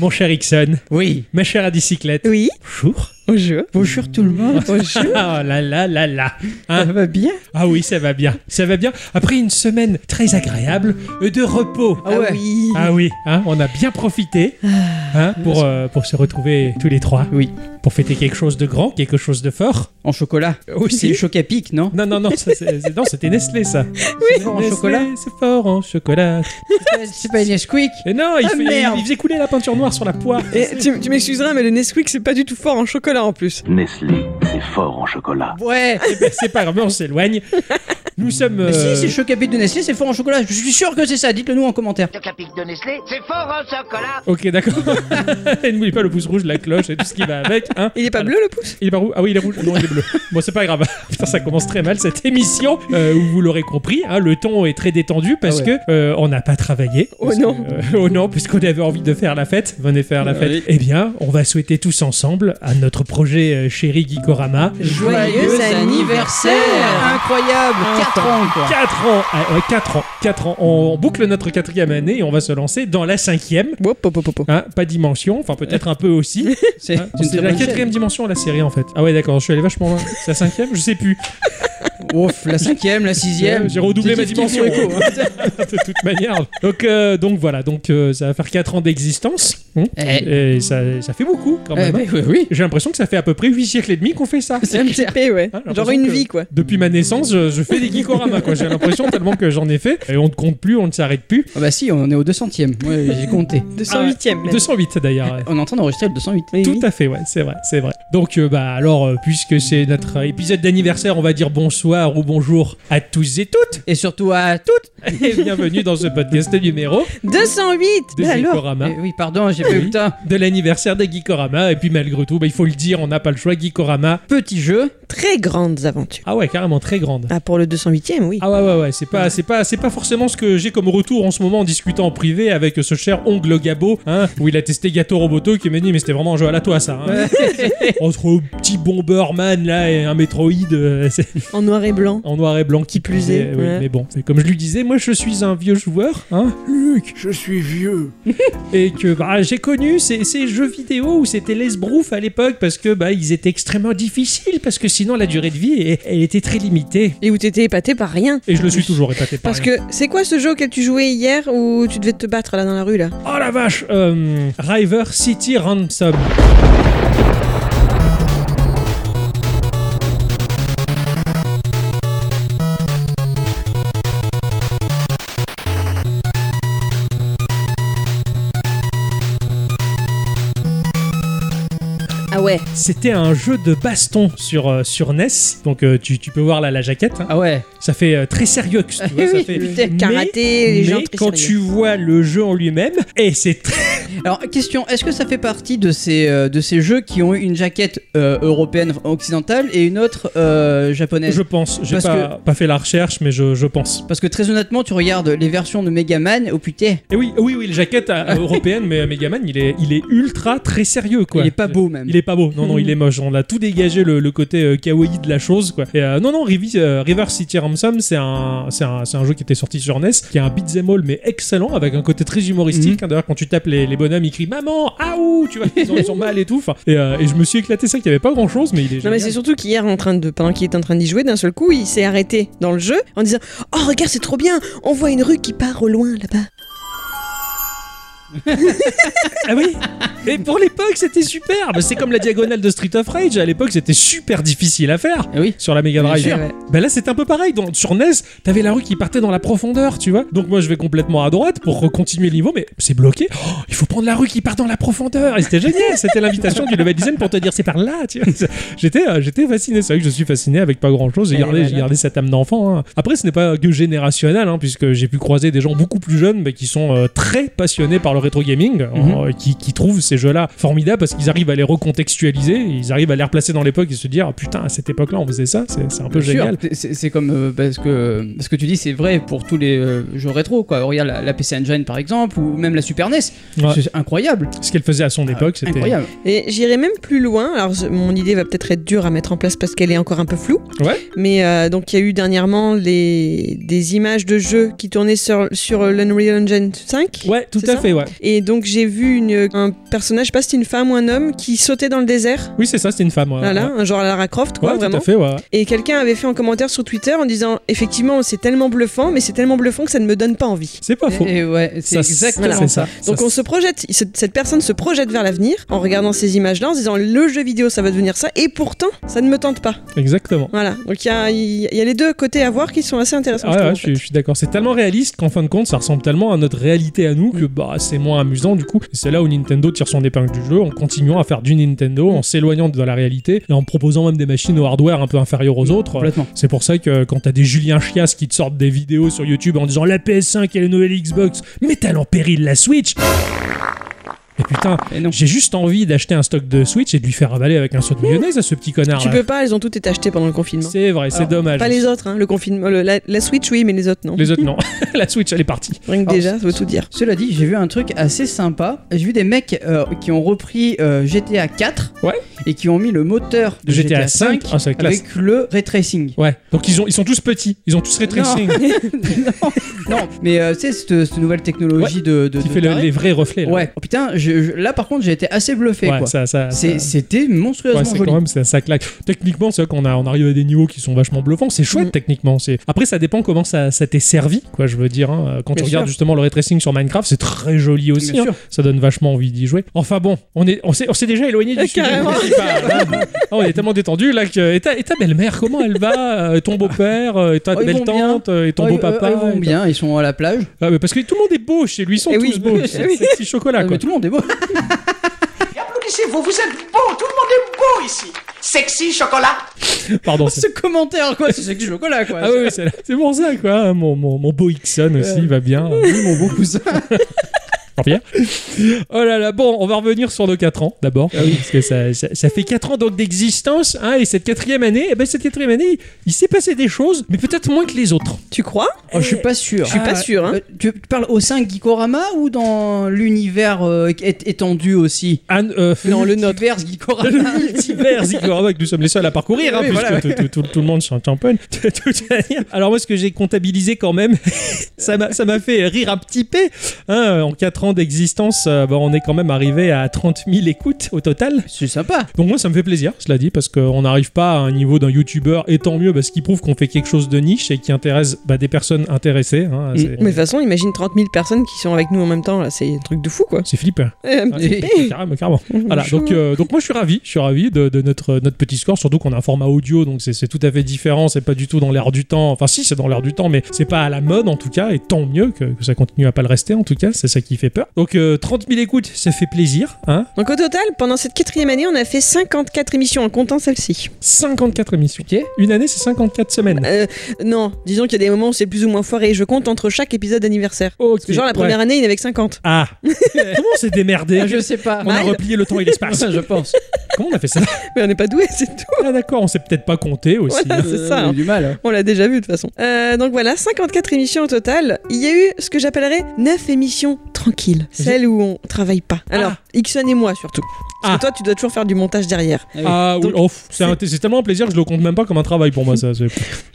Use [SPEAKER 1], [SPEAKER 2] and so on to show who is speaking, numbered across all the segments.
[SPEAKER 1] Mon cher Ixon,
[SPEAKER 2] Oui.
[SPEAKER 1] ma chère à bicyclette.
[SPEAKER 3] Oui.
[SPEAKER 1] Bonjour.
[SPEAKER 3] Bonjour.
[SPEAKER 2] Bonjour tout le monde.
[SPEAKER 3] Bonjour.
[SPEAKER 1] Ah là là là là.
[SPEAKER 2] Ça va bien
[SPEAKER 1] Ah oui, ça va bien. Ça va bien. Après une semaine très agréable euh, de repos.
[SPEAKER 2] Ah ouais. Ah,
[SPEAKER 3] oui.
[SPEAKER 1] Ah oui, hein, on a bien profité hein, pour, euh, pour se retrouver tous les trois,
[SPEAKER 2] Oui.
[SPEAKER 1] pour fêter quelque chose de grand, quelque chose de fort.
[SPEAKER 2] En chocolat.
[SPEAKER 3] Ah
[SPEAKER 2] C'est le
[SPEAKER 1] Aussi.
[SPEAKER 2] choc à pic, non
[SPEAKER 1] Non, non, non, ça, c'est- c'est- non, c'était Nestlé ça.
[SPEAKER 2] Oui. en
[SPEAKER 1] Nestlé,
[SPEAKER 2] chocolat.
[SPEAKER 1] C'est fort en chocolat.
[SPEAKER 2] C'est pas une Nesquik.
[SPEAKER 1] Et non, il,
[SPEAKER 3] Ah,
[SPEAKER 1] fait- il-
[SPEAKER 3] merde.
[SPEAKER 1] il faisait couler la peinture noire sur la poire.
[SPEAKER 3] Et Eh, tu, tu m'excuseras, mais le Nesquik, c'est pas du tout fort en chocolat en plus. Euh.
[SPEAKER 4] Nestlé, c'est fort en chocolat.
[SPEAKER 2] Ouais.
[SPEAKER 1] Eh ben, c'est pas grave, on s'éloigne. Nous sommes.
[SPEAKER 2] Mais
[SPEAKER 1] euh,
[SPEAKER 2] si, c'est le choc à pic de Nestlé, c'est fort en chocolat. Je suis sûr que c'est ça. Dites-le nous en commentaire.
[SPEAKER 5] Le capic de Nestlé, c'est fort en chocolat.
[SPEAKER 1] Ok, d'accord. Et N'oubliez pas le pouce rouge, la cloche et tout ce qui va avec. Hein.
[SPEAKER 3] Il est pas
[SPEAKER 1] Voilà.
[SPEAKER 3] bleu le pouce
[SPEAKER 1] Il est pas rouge Ah oui, il est rouge. Non, il est bleu. Bon, c'est pas grave. Putain, ça commence très mal cette émission. Euh, vous l'aurez compris, hein, le ton est très détendu parce
[SPEAKER 2] Ah ouais.
[SPEAKER 1] que euh, on n'a pas travaillé.
[SPEAKER 3] Oh
[SPEAKER 1] Parce
[SPEAKER 3] non.
[SPEAKER 1] que, euh, oh non, puisqu'on avait envie de faire la fête. Venez faire la
[SPEAKER 2] Ah
[SPEAKER 1] fête.
[SPEAKER 2] oui.
[SPEAKER 1] Eh bien, on va souhaiter tous ensemble à notre projet euh, chéri Gikorama.
[SPEAKER 2] Joyeux anniversaire Incroyable 4 ans, quoi
[SPEAKER 1] 4 ans, ah, ouais, 4 ans, 4 ans, on boucle notre quatrième année et on va se lancer dans la cinquième.
[SPEAKER 3] Wop, pop, pop, pop.
[SPEAKER 1] Hein, pas dimension, enfin peut-être un peu aussi.
[SPEAKER 2] C'est
[SPEAKER 1] Hein, C'est la quatrième dimension la série en fait. Ah ouais d'accord, je suis allé vachement loin. C'est la cinquième, je sais plus.
[SPEAKER 2] Ouf, la cinquième, la sixième.
[SPEAKER 1] J'ai redoublé
[SPEAKER 2] C'est
[SPEAKER 1] ma
[SPEAKER 2] kiff,
[SPEAKER 1] dimension.
[SPEAKER 2] kiff, écho, hein.
[SPEAKER 1] de toute manière. Donc, euh, donc voilà, donc euh, ça va faire 4 ans d'existence. Hein,
[SPEAKER 2] Eh.
[SPEAKER 1] Et ça, ça fait beaucoup quand
[SPEAKER 2] Eh
[SPEAKER 1] même. hein.
[SPEAKER 2] ben, oui, oui.
[SPEAKER 1] J'ai l'impression que ça fait à peu près 8 siècles et demi qu'on fait ça.
[SPEAKER 2] C'est clair.
[SPEAKER 3] Et ouais.
[SPEAKER 1] Ah, j'ai
[SPEAKER 3] Genre
[SPEAKER 1] l'impression
[SPEAKER 3] une
[SPEAKER 1] que-
[SPEAKER 3] vie quoi.
[SPEAKER 1] Depuis ma naissance, je, je fais des geekoramas, quoi. J'ai l'impression tellement que j'en ai fait. Et on ne compte plus, on ne s'arrête plus. Ah,
[SPEAKER 2] Ah bah si, on est au 200 e Ouais, j'ai compté. Ah.
[SPEAKER 3] 208 e
[SPEAKER 1] 208 d'ailleurs.
[SPEAKER 2] On est en train d'enregistrer le 208.
[SPEAKER 1] Tout à fait, ouais, c'est vrai, c'est vrai. Donc, euh, bah alors, euh, puisque c'est notre épisode d'anniversaire, on va dire bonsoir ou bonjour à tous et toutes,
[SPEAKER 2] Et surtout à toutes
[SPEAKER 1] et bienvenue dans ce podcast numéro
[SPEAKER 3] 208
[SPEAKER 1] des
[SPEAKER 3] Mais alors euh,
[SPEAKER 1] Geekorama.
[SPEAKER 2] Eh Oui, pardon, j'ai fait
[SPEAKER 1] Ah bah. Oui.
[SPEAKER 2] putain.
[SPEAKER 1] de l'anniversaire des Geekorama. Et puis malgré tout, bah, il faut le dire, on n'a pas le choix. Geekorama,
[SPEAKER 2] Petit jeu.
[SPEAKER 3] Très grandes aventures.
[SPEAKER 1] ah ouais, carrément très grande.
[SPEAKER 3] Ah, pour le 208 e oui.
[SPEAKER 1] Ah ouais ouais ouais, c'est pas c'est pas c'est pas forcément ce que j'ai comme retour en ce moment en discutant en privé avec ce cher ongle Gabo, hein, où il a testé Gâteau Roboto qui m'a dit mais c'était vraiment un jeu à la toi ça. hein. Entre un petit Bomberman là et un Metroid euh, c'est-
[SPEAKER 3] En noir et blanc.
[SPEAKER 1] en noir et blanc qui
[SPEAKER 3] plus
[SPEAKER 1] Mais,
[SPEAKER 3] est,
[SPEAKER 1] oui,
[SPEAKER 3] ouais.
[SPEAKER 1] mais bon, c'est comme je lui disais, moi je suis un vieux joueur, hein, Luc.
[SPEAKER 4] Je suis vieux.
[SPEAKER 1] et que bah, j'ai connu ces, ces jeux vidéo où c'était les brouf à l'époque parce que bah, ils étaient extrêmement difficiles parce que sinon la durée de vie elle, elle était très limitée
[SPEAKER 3] Et où t'étais épaté par rien.
[SPEAKER 1] et je le suis toujours épaté par
[SPEAKER 3] Parce
[SPEAKER 1] rien.
[SPEAKER 3] que c'est quoi ce jeu auquel tu jouais hier où tu devais te battre là dans la rue là
[SPEAKER 1] oh la vache euh, River City Ransom
[SPEAKER 3] Ah ouais.
[SPEAKER 1] c'était un jeu de baston sur, euh, sur NES donc euh, tu, tu peux voir là la jaquette hein.
[SPEAKER 2] Ah ouais.
[SPEAKER 1] ça fait euh, très sérieux tu vois, ça
[SPEAKER 2] Oui,
[SPEAKER 1] fait...
[SPEAKER 2] putain.
[SPEAKER 1] Mais-
[SPEAKER 3] Karaté, les gens
[SPEAKER 1] mais
[SPEAKER 3] très
[SPEAKER 1] quand
[SPEAKER 3] sérieux.
[SPEAKER 1] tu vois le jeu en lui-même et c'est très
[SPEAKER 2] Alors, question, est-ce que ça fait partie de ces, euh, de ces jeux qui ont eu une jaquette euh, européenne, enfin, occidentale, et une autre euh, japonaise
[SPEAKER 1] je pense j'ai
[SPEAKER 2] Parce
[SPEAKER 1] pas, pas fait la recherche mais je, je pense
[SPEAKER 2] Parce que très honnêtement, tu regardes les versions de Megaman, oh putain,
[SPEAKER 1] Et oui, oui, oui, le jaquette euh, européenne, mais Megaman, il est, il est ultra très sérieux, quoi.
[SPEAKER 2] il est pas beau même.
[SPEAKER 1] Il est pas beau, non, non, il est moche. On a tout dégagé le, le côté euh, kawaii de la chose, quoi. Et, euh, non, non, Rivi- euh, River City Ransom, c'est un, c'est un, c'est un jeu qui était sorti sur NES, qui est un beat'em all, mais excellent, avec un côté très
[SPEAKER 3] Mhm.
[SPEAKER 1] humoristique. hein. D'ailleurs, quand tu tapes les, les bonhommes, ils crient maman, aou, tu vois, ils ont, ils ont mal et tout. Enfin, Et, euh, et je me suis éclaté, ça, qu'il y avait pas grand chose, mais il est.
[SPEAKER 3] Non mais c'est
[SPEAKER 1] génial.
[SPEAKER 3] surtout qu'hier en train de pendant qu'il était en train d'y jouer d'un seul coup il s'est arrêté dans le jeu en disant oh regarde c'est trop bien on voit une rue qui part au loin là-bas
[SPEAKER 1] Ah oui Et pour l'époque, c'était super Bah, C'est comme la diagonale de Street of Rage, à l'époque, c'était super difficile à faire.
[SPEAKER 3] Eh
[SPEAKER 2] Ah oui.
[SPEAKER 1] sur la Mega
[SPEAKER 2] Bien
[SPEAKER 1] Drive.
[SPEAKER 2] sûr,
[SPEAKER 3] ouais.
[SPEAKER 1] Ben là, c'était un peu pareil. Dans, sur NES, t'avais la rue qui partait dans la profondeur, tu vois. Donc moi, je vais complètement à droite pour continuer le niveau, mais c'est bloqué. Oh, il faut prendre la rue qui part dans la profondeur. Et c'était génial. c'était l'invitation du level design pour te dire c'est par là, tu vois. J'étais, euh, j'étais fasciné. C'est vrai que je suis fasciné avec pas grand chose. J'ai
[SPEAKER 2] Et
[SPEAKER 1] gardé,
[SPEAKER 2] voilà.
[SPEAKER 1] j'ai gardé cette âme d'enfant. hein. Après, ce n'est pas que générationnel, hein, puisque j'ai pu croiser des gens beaucoup plus jeunes, mais qui sont euh, très passionnés par le rétro gaming, euh,
[SPEAKER 2] Mhm.
[SPEAKER 1] qui, qui trouvent ces jeux-là formidables parce qu'ils arrivent à les recontextualiser, ils arrivent à les replacer dans l'époque et se dire Ah, putain, à cette époque-là, on faisait ça. C'est c'est un peu
[SPEAKER 2] Bien sûr.
[SPEAKER 1] génial.
[SPEAKER 2] C'est- C'est c'est comme euh, parce que ce que tu dis, c'est vrai pour tous les euh, jeux rétro. Quoi. Regarde la, la PC Engine par exemple, ou même la Super NES.
[SPEAKER 1] Ouais.
[SPEAKER 2] C'est incroyable.
[SPEAKER 1] Ce qu'elle faisait à
[SPEAKER 3] Ah,
[SPEAKER 1] son époque, c'était
[SPEAKER 2] incroyable.
[SPEAKER 3] et j'irai même plus loin alors je- mon idée va peut-être être dure à mettre en place parce qu'elle est encore un peu floue
[SPEAKER 1] Ouais.
[SPEAKER 3] mais euh, donc il y a eu dernièrement les des images de jeux qui tournaient sur sur l'Unreal Engine 5
[SPEAKER 1] Ouais, tout
[SPEAKER 3] C'est
[SPEAKER 1] à
[SPEAKER 3] ça
[SPEAKER 1] fait, ouais.
[SPEAKER 3] Et donc j'ai vu une, un personnage, je sais pas si c'était une femme ou un homme, qui sautait dans le désert.
[SPEAKER 1] Oui, c'est ça, c'était une femme. ouais,
[SPEAKER 3] voilà,
[SPEAKER 1] ouais.
[SPEAKER 3] un genre à Lara Croft, quoi,
[SPEAKER 1] Ouais, tout
[SPEAKER 3] vraiment.
[SPEAKER 1] à fait, ouais.
[SPEAKER 3] Et quelqu'un avait fait un commentaire sur Twitter en disant effectivement c'est tellement bluffant, mais c'est tellement bluffant que ça ne me donne pas envie.
[SPEAKER 1] C'est pas faux.
[SPEAKER 2] Et ouais, c'est
[SPEAKER 1] Ça,
[SPEAKER 2] exactement
[SPEAKER 1] c'est ça.
[SPEAKER 3] Donc
[SPEAKER 1] Ça,
[SPEAKER 3] on se projette, ce- cette personne se projette vers l'avenir en regardant ces images-là, en se disant le jeu vidéo ça va devenir ça, et pourtant ça ne me tente pas.
[SPEAKER 1] Exactement.
[SPEAKER 3] Voilà, donc il y a, il y a les deux côtés à voir qui sont assez intéressants.
[SPEAKER 1] Ah
[SPEAKER 3] je
[SPEAKER 1] ouais, ouais,
[SPEAKER 3] trouve, en
[SPEAKER 1] je,
[SPEAKER 3] fait.
[SPEAKER 1] suis, je suis d'accord. C'est tellement réaliste qu'en fin de compte, ça ressemble tellement à notre réalité à nous
[SPEAKER 3] Mm.
[SPEAKER 1] que bah, c'est moins amusant du coup. Et C'est là où Nintendo tire son épingle du jeu en continuant à faire du Nintendo,
[SPEAKER 3] Mm.
[SPEAKER 1] en s'éloignant de la réalité et en proposant même des machines au hardware un peu inférieur
[SPEAKER 3] Mm.
[SPEAKER 1] aux autres.
[SPEAKER 2] Complètement.
[SPEAKER 1] C'est pour ça que quand t'as des Julien Chias qui te sortent des vidéos sur YouTube en disant la PS5 et la nouvelle Xbox, mettent en péril la Switch. Et putain,
[SPEAKER 2] Et non.
[SPEAKER 1] j'ai juste envie d'acheter un stock de Switch et de lui faire avaler avec un saut de mayonnaise à ce petit connard.
[SPEAKER 3] Tu peux pas, elles ont toutes été achetées pendant le confinement.
[SPEAKER 1] C'est vrai, c'est
[SPEAKER 2] Alors,
[SPEAKER 1] dommage.
[SPEAKER 3] Pas les autres, hein, le confinement, le- la, la Switch oui, mais les autres non.
[SPEAKER 1] Les Ah. autres, non. la Switch, elle est partie.
[SPEAKER 3] Rien que
[SPEAKER 2] Alors,
[SPEAKER 3] déjà, ça veut tout dire.
[SPEAKER 2] Cela dit, j'ai vu un truc assez sympa. J'ai vu des mecs euh, qui ont repris euh, GTA 4
[SPEAKER 1] Ouais.
[SPEAKER 2] et qui ont mis le moteur de GTA,
[SPEAKER 1] GTA 5,
[SPEAKER 2] 5
[SPEAKER 1] ah, c'est classe.
[SPEAKER 2] avec le ray tracing.
[SPEAKER 1] Ouais, donc ils, ont, ils sont tous petits, ils ont tous ray tracing
[SPEAKER 2] non, non, mais euh, tu sais, cette, cette nouvelle technologie de, de.
[SPEAKER 1] qui
[SPEAKER 2] de
[SPEAKER 1] fait le-
[SPEAKER 2] taré.
[SPEAKER 1] les vrais reflets. Là.
[SPEAKER 2] Ouais, oh, putain, je- je- là par contre, j'ai été assez bluffé
[SPEAKER 1] Ouais,
[SPEAKER 2] quoi.
[SPEAKER 1] ça, ça,
[SPEAKER 2] C'est-
[SPEAKER 1] ça-
[SPEAKER 2] C'était monstrueusement
[SPEAKER 1] ouais, c'est
[SPEAKER 2] joli.
[SPEAKER 1] quand même, ça, ça claque. Techniquement, c'est vrai qu'on a, on arrive à des niveaux qui sont vachement bluffants. C'est chouette,
[SPEAKER 3] Mm.
[SPEAKER 1] techniquement. C'est... Après, ça dépend comment ça, ça t'est servi, quoi, je veux dire. hein. Quand
[SPEAKER 2] Bien
[SPEAKER 1] tu regardes
[SPEAKER 2] sûr.
[SPEAKER 1] justement le ray tracing sur Minecraft, c'est très joli aussi.
[SPEAKER 2] Bien
[SPEAKER 1] hein.
[SPEAKER 2] sûr.
[SPEAKER 1] Ça donne vachement envie d'y jouer. Enfin bon, on, est, on, s'est, on s'est déjà éloigné
[SPEAKER 2] Eh,
[SPEAKER 1] du
[SPEAKER 3] Ah,
[SPEAKER 1] sujet
[SPEAKER 3] carrément.
[SPEAKER 1] principal. Là, bon. Ah, on est tellement détendu là que. Et ta, et ta belle-mère, comment elle va Euh, Ton beau-père euh, Et ta
[SPEAKER 2] Oh, ils vont
[SPEAKER 1] belle-tante euh, Et ton
[SPEAKER 2] Oh, ils-
[SPEAKER 1] beau-papa
[SPEAKER 2] euh, ils
[SPEAKER 1] et
[SPEAKER 2] vont
[SPEAKER 1] ta-
[SPEAKER 2] bien, ils sont à la plage.
[SPEAKER 1] Ah, mais parce que tout le monde est beau chez lui, ils sont
[SPEAKER 3] Eh
[SPEAKER 1] tous
[SPEAKER 3] oui.
[SPEAKER 1] beaux.
[SPEAKER 3] Eh
[SPEAKER 1] C'est
[SPEAKER 3] oui.
[SPEAKER 1] c'est petit chocolat,
[SPEAKER 2] Ah,
[SPEAKER 1] quoi.
[SPEAKER 2] mais tout le monde est beau.
[SPEAKER 5] Applaudissez-vous, vous êtes beau, tout le monde est beau ici. Sexy chocolat.
[SPEAKER 1] Pardon. c'est-
[SPEAKER 2] Ce commentaire quoi, c'est c'est du chocolat quoi.
[SPEAKER 1] Ah oui, oui, c'est c'est pour ça, quoi. Hein, Mon, mon, mon beau Ixon aussi
[SPEAKER 2] Euh.
[SPEAKER 1] va bien.
[SPEAKER 2] Oui, mon beau cousin.
[SPEAKER 1] Tant pis. Oh là là, bon, on va revenir sur nos 4 ans d'abord.
[SPEAKER 2] Ah
[SPEAKER 1] Parce que ça, ça, ça fait 4 ans donc d'existence. hein, et cette quatrième année, eh ben, cette quatrième année, il s'est passé des choses, mais peut-être moins que les autres.
[SPEAKER 3] Tu crois
[SPEAKER 2] Oh, je suis pas sûr.
[SPEAKER 3] Je suis pas sûr. Hein.
[SPEAKER 2] Euh, Tu tu parles au sein de Gikorama ou dans l'univers euh, é- étendu aussi
[SPEAKER 1] Anne, euh,
[SPEAKER 2] Dans le nôtre. L'univers Gikorama.
[SPEAKER 1] le multivers Igorama, que nous sommes les seuls à parcourir, hein,
[SPEAKER 2] Oui,
[SPEAKER 1] puisque
[SPEAKER 2] voilà,
[SPEAKER 1] tout, tout- tout- tout le monde s'en tamponne. De toute manière. Alors moi, ce que j'ai comptabilisé quand même, ça m'a ça m'a fait rire un petit peu. hein, en 4 ans d'existence, euh, bah, on est quand même arrivé à 30 000 écoutes au total.
[SPEAKER 2] C'est sympa.
[SPEAKER 1] Donc moi ça me fait plaisir, cela dit, parce qu'on n'arrive pas à un niveau d'un youtubeur, et tant mieux, parce qu'il prouve qu'on fait quelque chose de niche et qui intéresse bah, des personnes intéressées. hein,
[SPEAKER 2] Mm.
[SPEAKER 1] c'est-
[SPEAKER 3] Mais de toute façon, imagine 30 000 personnes qui sont avec nous en même temps, là, c'est un truc de fou quoi.
[SPEAKER 1] Ah, C'est flippant.
[SPEAKER 3] Eh, un
[SPEAKER 1] Ouais,
[SPEAKER 3] petit
[SPEAKER 2] Et-
[SPEAKER 3] peu.
[SPEAKER 1] carrément, carrément. Voilà, donc, euh, donc moi je suis ravi, je suis ravi de, de notre, notre petit score, surtout qu'on a un format audio, donc c'est- c'est tout à fait différent, c'est pas du tout dans l'air du temps, enfin si c'est dans l'air du temps, mais c'est pas à la mode en tout cas, et tant mieux que, que ça continue à pas le rester en tout cas, c'est ça qui fait peur. Donc euh, 30 000 écoutes, ça fait plaisir, hein
[SPEAKER 3] Donc au total, pendant cette quatrième année, on a fait 54 émissions en comptant celle-ci.
[SPEAKER 1] 54 émissions.
[SPEAKER 2] Ok.
[SPEAKER 1] Une année c'est 54 semaines.
[SPEAKER 3] Euh, non, disons qu'il y a des moments où c'est plus ou moins foiré. Je compte entre chaque épisode d'anniversaire.
[SPEAKER 1] Ok,
[SPEAKER 3] Parce que genre la
[SPEAKER 1] ouais.
[SPEAKER 3] première année, il y en avait que 50.
[SPEAKER 1] Ah Comment on s'est démerdé
[SPEAKER 2] Ah, Je sais pas.
[SPEAKER 1] On a
[SPEAKER 3] Mal.
[SPEAKER 1] replié le temps et l'espace.
[SPEAKER 2] Ouais, je pense.
[SPEAKER 1] Comment on a fait ça
[SPEAKER 3] Mais on n'est pas doué, c'est tout.
[SPEAKER 1] Ah d'accord, on s'est peut-être pas compté aussi.
[SPEAKER 3] Voilà.
[SPEAKER 1] hein.
[SPEAKER 3] C'est
[SPEAKER 2] Euh,
[SPEAKER 3] ça,
[SPEAKER 2] j'ai
[SPEAKER 3] hein.
[SPEAKER 2] du mal. hein.
[SPEAKER 3] On l'a déjà vu de toute façon. Euh, donc voilà, 54 émissions au total. Il y a eu ce que j'appellerais 9 émissions tranquilles. Celles où on travaille pas. Alors, Ixon et moi surtout. Parce
[SPEAKER 1] Ah.
[SPEAKER 3] que toi, tu dois toujours faire du montage derrière.
[SPEAKER 1] Ah oui,
[SPEAKER 3] Donc,
[SPEAKER 1] oh, c'est un- c'est tellement un plaisir que je le compte même pas comme un travail pour moi ça. c'est-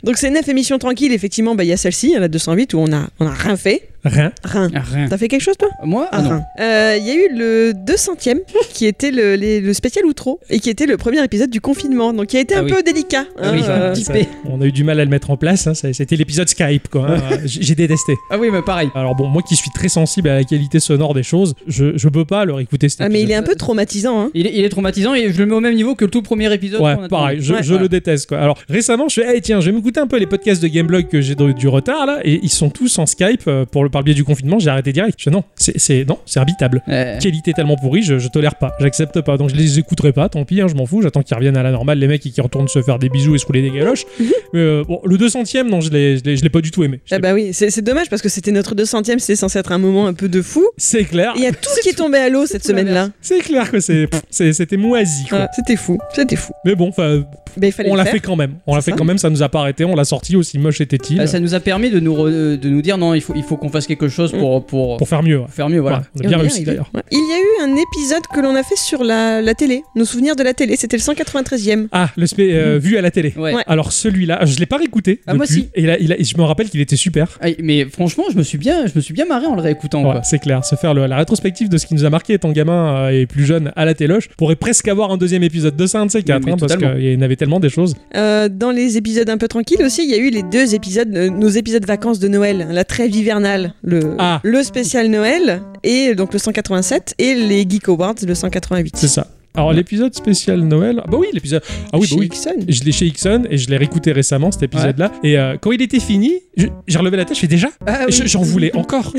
[SPEAKER 3] Donc ces 9 émissions tranquilles, effectivement, bah, il y a celle-ci, la 208, où on a, on a rien fait.
[SPEAKER 1] Rien.
[SPEAKER 3] Rien.
[SPEAKER 2] Ah, Rien.
[SPEAKER 3] T'as fait quelque chose toi
[SPEAKER 2] Moi Ah non.
[SPEAKER 3] Euh, Il y a eu le 200ème qui était le, les- le spécial outro et qui était le premier épisode du confinement, donc qui a été
[SPEAKER 2] Ah
[SPEAKER 3] un
[SPEAKER 2] oui.
[SPEAKER 3] peu délicat.
[SPEAKER 2] Ah
[SPEAKER 3] hein,
[SPEAKER 2] oui,
[SPEAKER 3] euh,
[SPEAKER 2] un petit
[SPEAKER 1] ça-
[SPEAKER 2] P.
[SPEAKER 1] On a eu du mal à le mettre en place. hein, ça- C'était l'épisode Skype quoi. hein. J'ai j'ai détesté.
[SPEAKER 2] Ah oui, mais pareil.
[SPEAKER 1] Alors bon, moi qui suis très sensible à la qualité sonore des choses, je, je peux pas leur écouter cet
[SPEAKER 3] ah,
[SPEAKER 1] épisode.
[SPEAKER 3] mais il est un peu traumatisant. Hein.
[SPEAKER 2] Il est, il est traumatisant et je le mets au même niveau que le tout premier épisode. qu'on
[SPEAKER 1] Ouais,
[SPEAKER 2] a
[SPEAKER 1] pareil,
[SPEAKER 2] tourné.
[SPEAKER 1] je,
[SPEAKER 2] Ouais.
[SPEAKER 1] je
[SPEAKER 2] Ouais.
[SPEAKER 1] le déteste quoi. Alors récemment, je fais, hey, tiens, je vais m'écouter un peu les podcasts de Gameblog que j'ai du, du retard là, et ils sont tous en Skype euh, pour le, par le biais du confinement. J'ai arrêté direct. Je fais, non, c'est- c'est non, c'est imbitable.
[SPEAKER 2] Ouais.
[SPEAKER 1] Eh. qualité tellement pourrie, je, je tolère pas, j'accepte pas. Donc je les écouterai pas, tant pis, hein, je m'en fous. J'attends qu'ils reviennent à la normale, les mecs, et qu'ils retournent se faire des bisous et se rouler des galoches. Mais euh, bon, le 200ème, non, je l'ai je l'ai- je l'ai pas du tout aimé. Je
[SPEAKER 3] Ah
[SPEAKER 1] l'ai-
[SPEAKER 3] bah oui, c'est c'est dommage parce que c'était notre 200ème, c'était censé être un moment un peu de fou.
[SPEAKER 1] C'est clair,
[SPEAKER 3] Et Il y a tout qui est tombé à l'eau cette
[SPEAKER 2] tout
[SPEAKER 3] semaine-là.
[SPEAKER 1] c'est clair que c'est- pff, c'est- c'était moisi quoi.
[SPEAKER 3] Ah, c'était fou, c'était fou.
[SPEAKER 1] Mais bon, enfin,
[SPEAKER 3] Ben, il fallait
[SPEAKER 1] on
[SPEAKER 3] le
[SPEAKER 1] l'a
[SPEAKER 3] faire.
[SPEAKER 1] fait quand même. On l'a
[SPEAKER 3] C'est
[SPEAKER 1] fait
[SPEAKER 3] ça.
[SPEAKER 1] quand même, ça nous a pas arrêté, on l'a sorti aussi moche était-il.
[SPEAKER 2] Euh, ça nous a permis de nous, re- de nous dire non, il faut, il faut qu'on fasse quelque chose pour, pour,
[SPEAKER 1] pour faire mieux. ouais.
[SPEAKER 2] faire mieux. Voilà.
[SPEAKER 1] Ouais, on
[SPEAKER 3] Et
[SPEAKER 1] a bien
[SPEAKER 3] y
[SPEAKER 1] réussi
[SPEAKER 3] arrivé.
[SPEAKER 1] d'ailleurs.
[SPEAKER 3] Ouais. Il y a eu un épisode que l'on a fait sur la, la télé, nos souvenirs de la télé, c'était le 193e.
[SPEAKER 1] Ah, le spé- euh, vu à la télé.
[SPEAKER 2] Ouais.
[SPEAKER 3] Ouais.
[SPEAKER 1] Alors celui-là, je l'ai pas réécouté.
[SPEAKER 2] Ah, moi
[SPEAKER 1] depuis,
[SPEAKER 2] si.
[SPEAKER 1] Et, là, il a- et je me rappelle qu'il était super.
[SPEAKER 2] Ah, Mais franchement, je me suis bien, je me suis bien marré en le réécoutant.
[SPEAKER 1] Ouais,
[SPEAKER 2] quoi.
[SPEAKER 1] c'est clair, se faire le- la rétrospective de ce qui nous a marqué étant gamin euh, et plus jeune à la téloche pourrait presque avoir un deuxième épisode de ça, un de ces quatre,
[SPEAKER 2] mais
[SPEAKER 1] hein, parce
[SPEAKER 2] totalement.
[SPEAKER 1] qu'il y en avait tellement des choses.
[SPEAKER 3] Euh, dans les épisodes un peu tranquilles aussi, il y a eu les deux épisodes, euh, nos épisodes vacances de Noël, hein, la trêve hivernale, le,
[SPEAKER 1] Ah.
[SPEAKER 3] le spécial Noël, et donc le 187, et les Geek Awards, le 188.
[SPEAKER 1] C'est ça. Alors l'épisode spécial Noël, ah bah oui l'épisode, ah oui bah
[SPEAKER 3] Chez
[SPEAKER 1] oui,
[SPEAKER 3] Ixon.
[SPEAKER 1] je l'ai chez Ixon et je l'ai réécouté récemment cet épisode-là. Et euh, quand il était fini, je- j'ai relevé la tête, je fais déjà,
[SPEAKER 2] Ah oui.
[SPEAKER 1] Je- j'en voulais encore.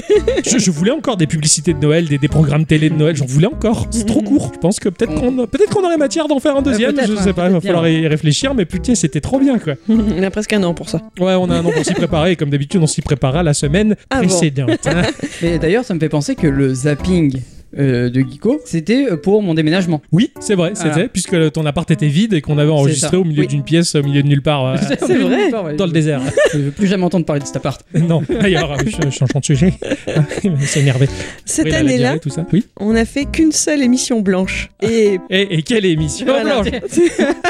[SPEAKER 1] je, je voulais encore des publicités de Noël, des, des programmes télé de Noël, j'en voulais encore. C'est trop court. Je pense que peut-être qu'on peut-être qu'on aurait matière d'en faire un deuxième,
[SPEAKER 2] Mm. Euh, peut-être,
[SPEAKER 1] je
[SPEAKER 2] ouais,
[SPEAKER 1] sais pas, il va
[SPEAKER 2] peut-être
[SPEAKER 1] falloir y réfléchir, mais putain, c'était trop bien quoi.
[SPEAKER 3] Il a presque un an pour ça.
[SPEAKER 1] Ouais, on a un an pour s'y préparer et comme d'habitude, on s'y prépara la semaine
[SPEAKER 3] Avant.
[SPEAKER 1] précédente. hein.
[SPEAKER 2] Mais d'ailleurs, ça me fait penser que le zapping euh, de Geeko, c'était euh, pour mon déménagement.
[SPEAKER 1] Oui, c'est vrai,
[SPEAKER 2] Voilà.
[SPEAKER 1] c'était puisque ton appart était vide et qu'on avait enregistré
[SPEAKER 2] ça.
[SPEAKER 1] au milieu
[SPEAKER 2] Oui.
[SPEAKER 1] d'une pièce, au milieu de nulle part. euh,
[SPEAKER 2] C'est
[SPEAKER 3] vrai.
[SPEAKER 1] Dans le désert.
[SPEAKER 2] Je veux plus jamais entendre parler de cet appart.
[SPEAKER 1] non, d'ailleurs, euh, je, je change de sujet. c'est énervé.
[SPEAKER 3] Cette
[SPEAKER 1] Oui, la- la
[SPEAKER 3] année-là,
[SPEAKER 1] diarrhée, tout ça. Oui.
[SPEAKER 3] on n'a fait qu'une seule émission blanche. Et
[SPEAKER 1] Et, et quelle émission
[SPEAKER 3] Voilà.
[SPEAKER 1] Blanche.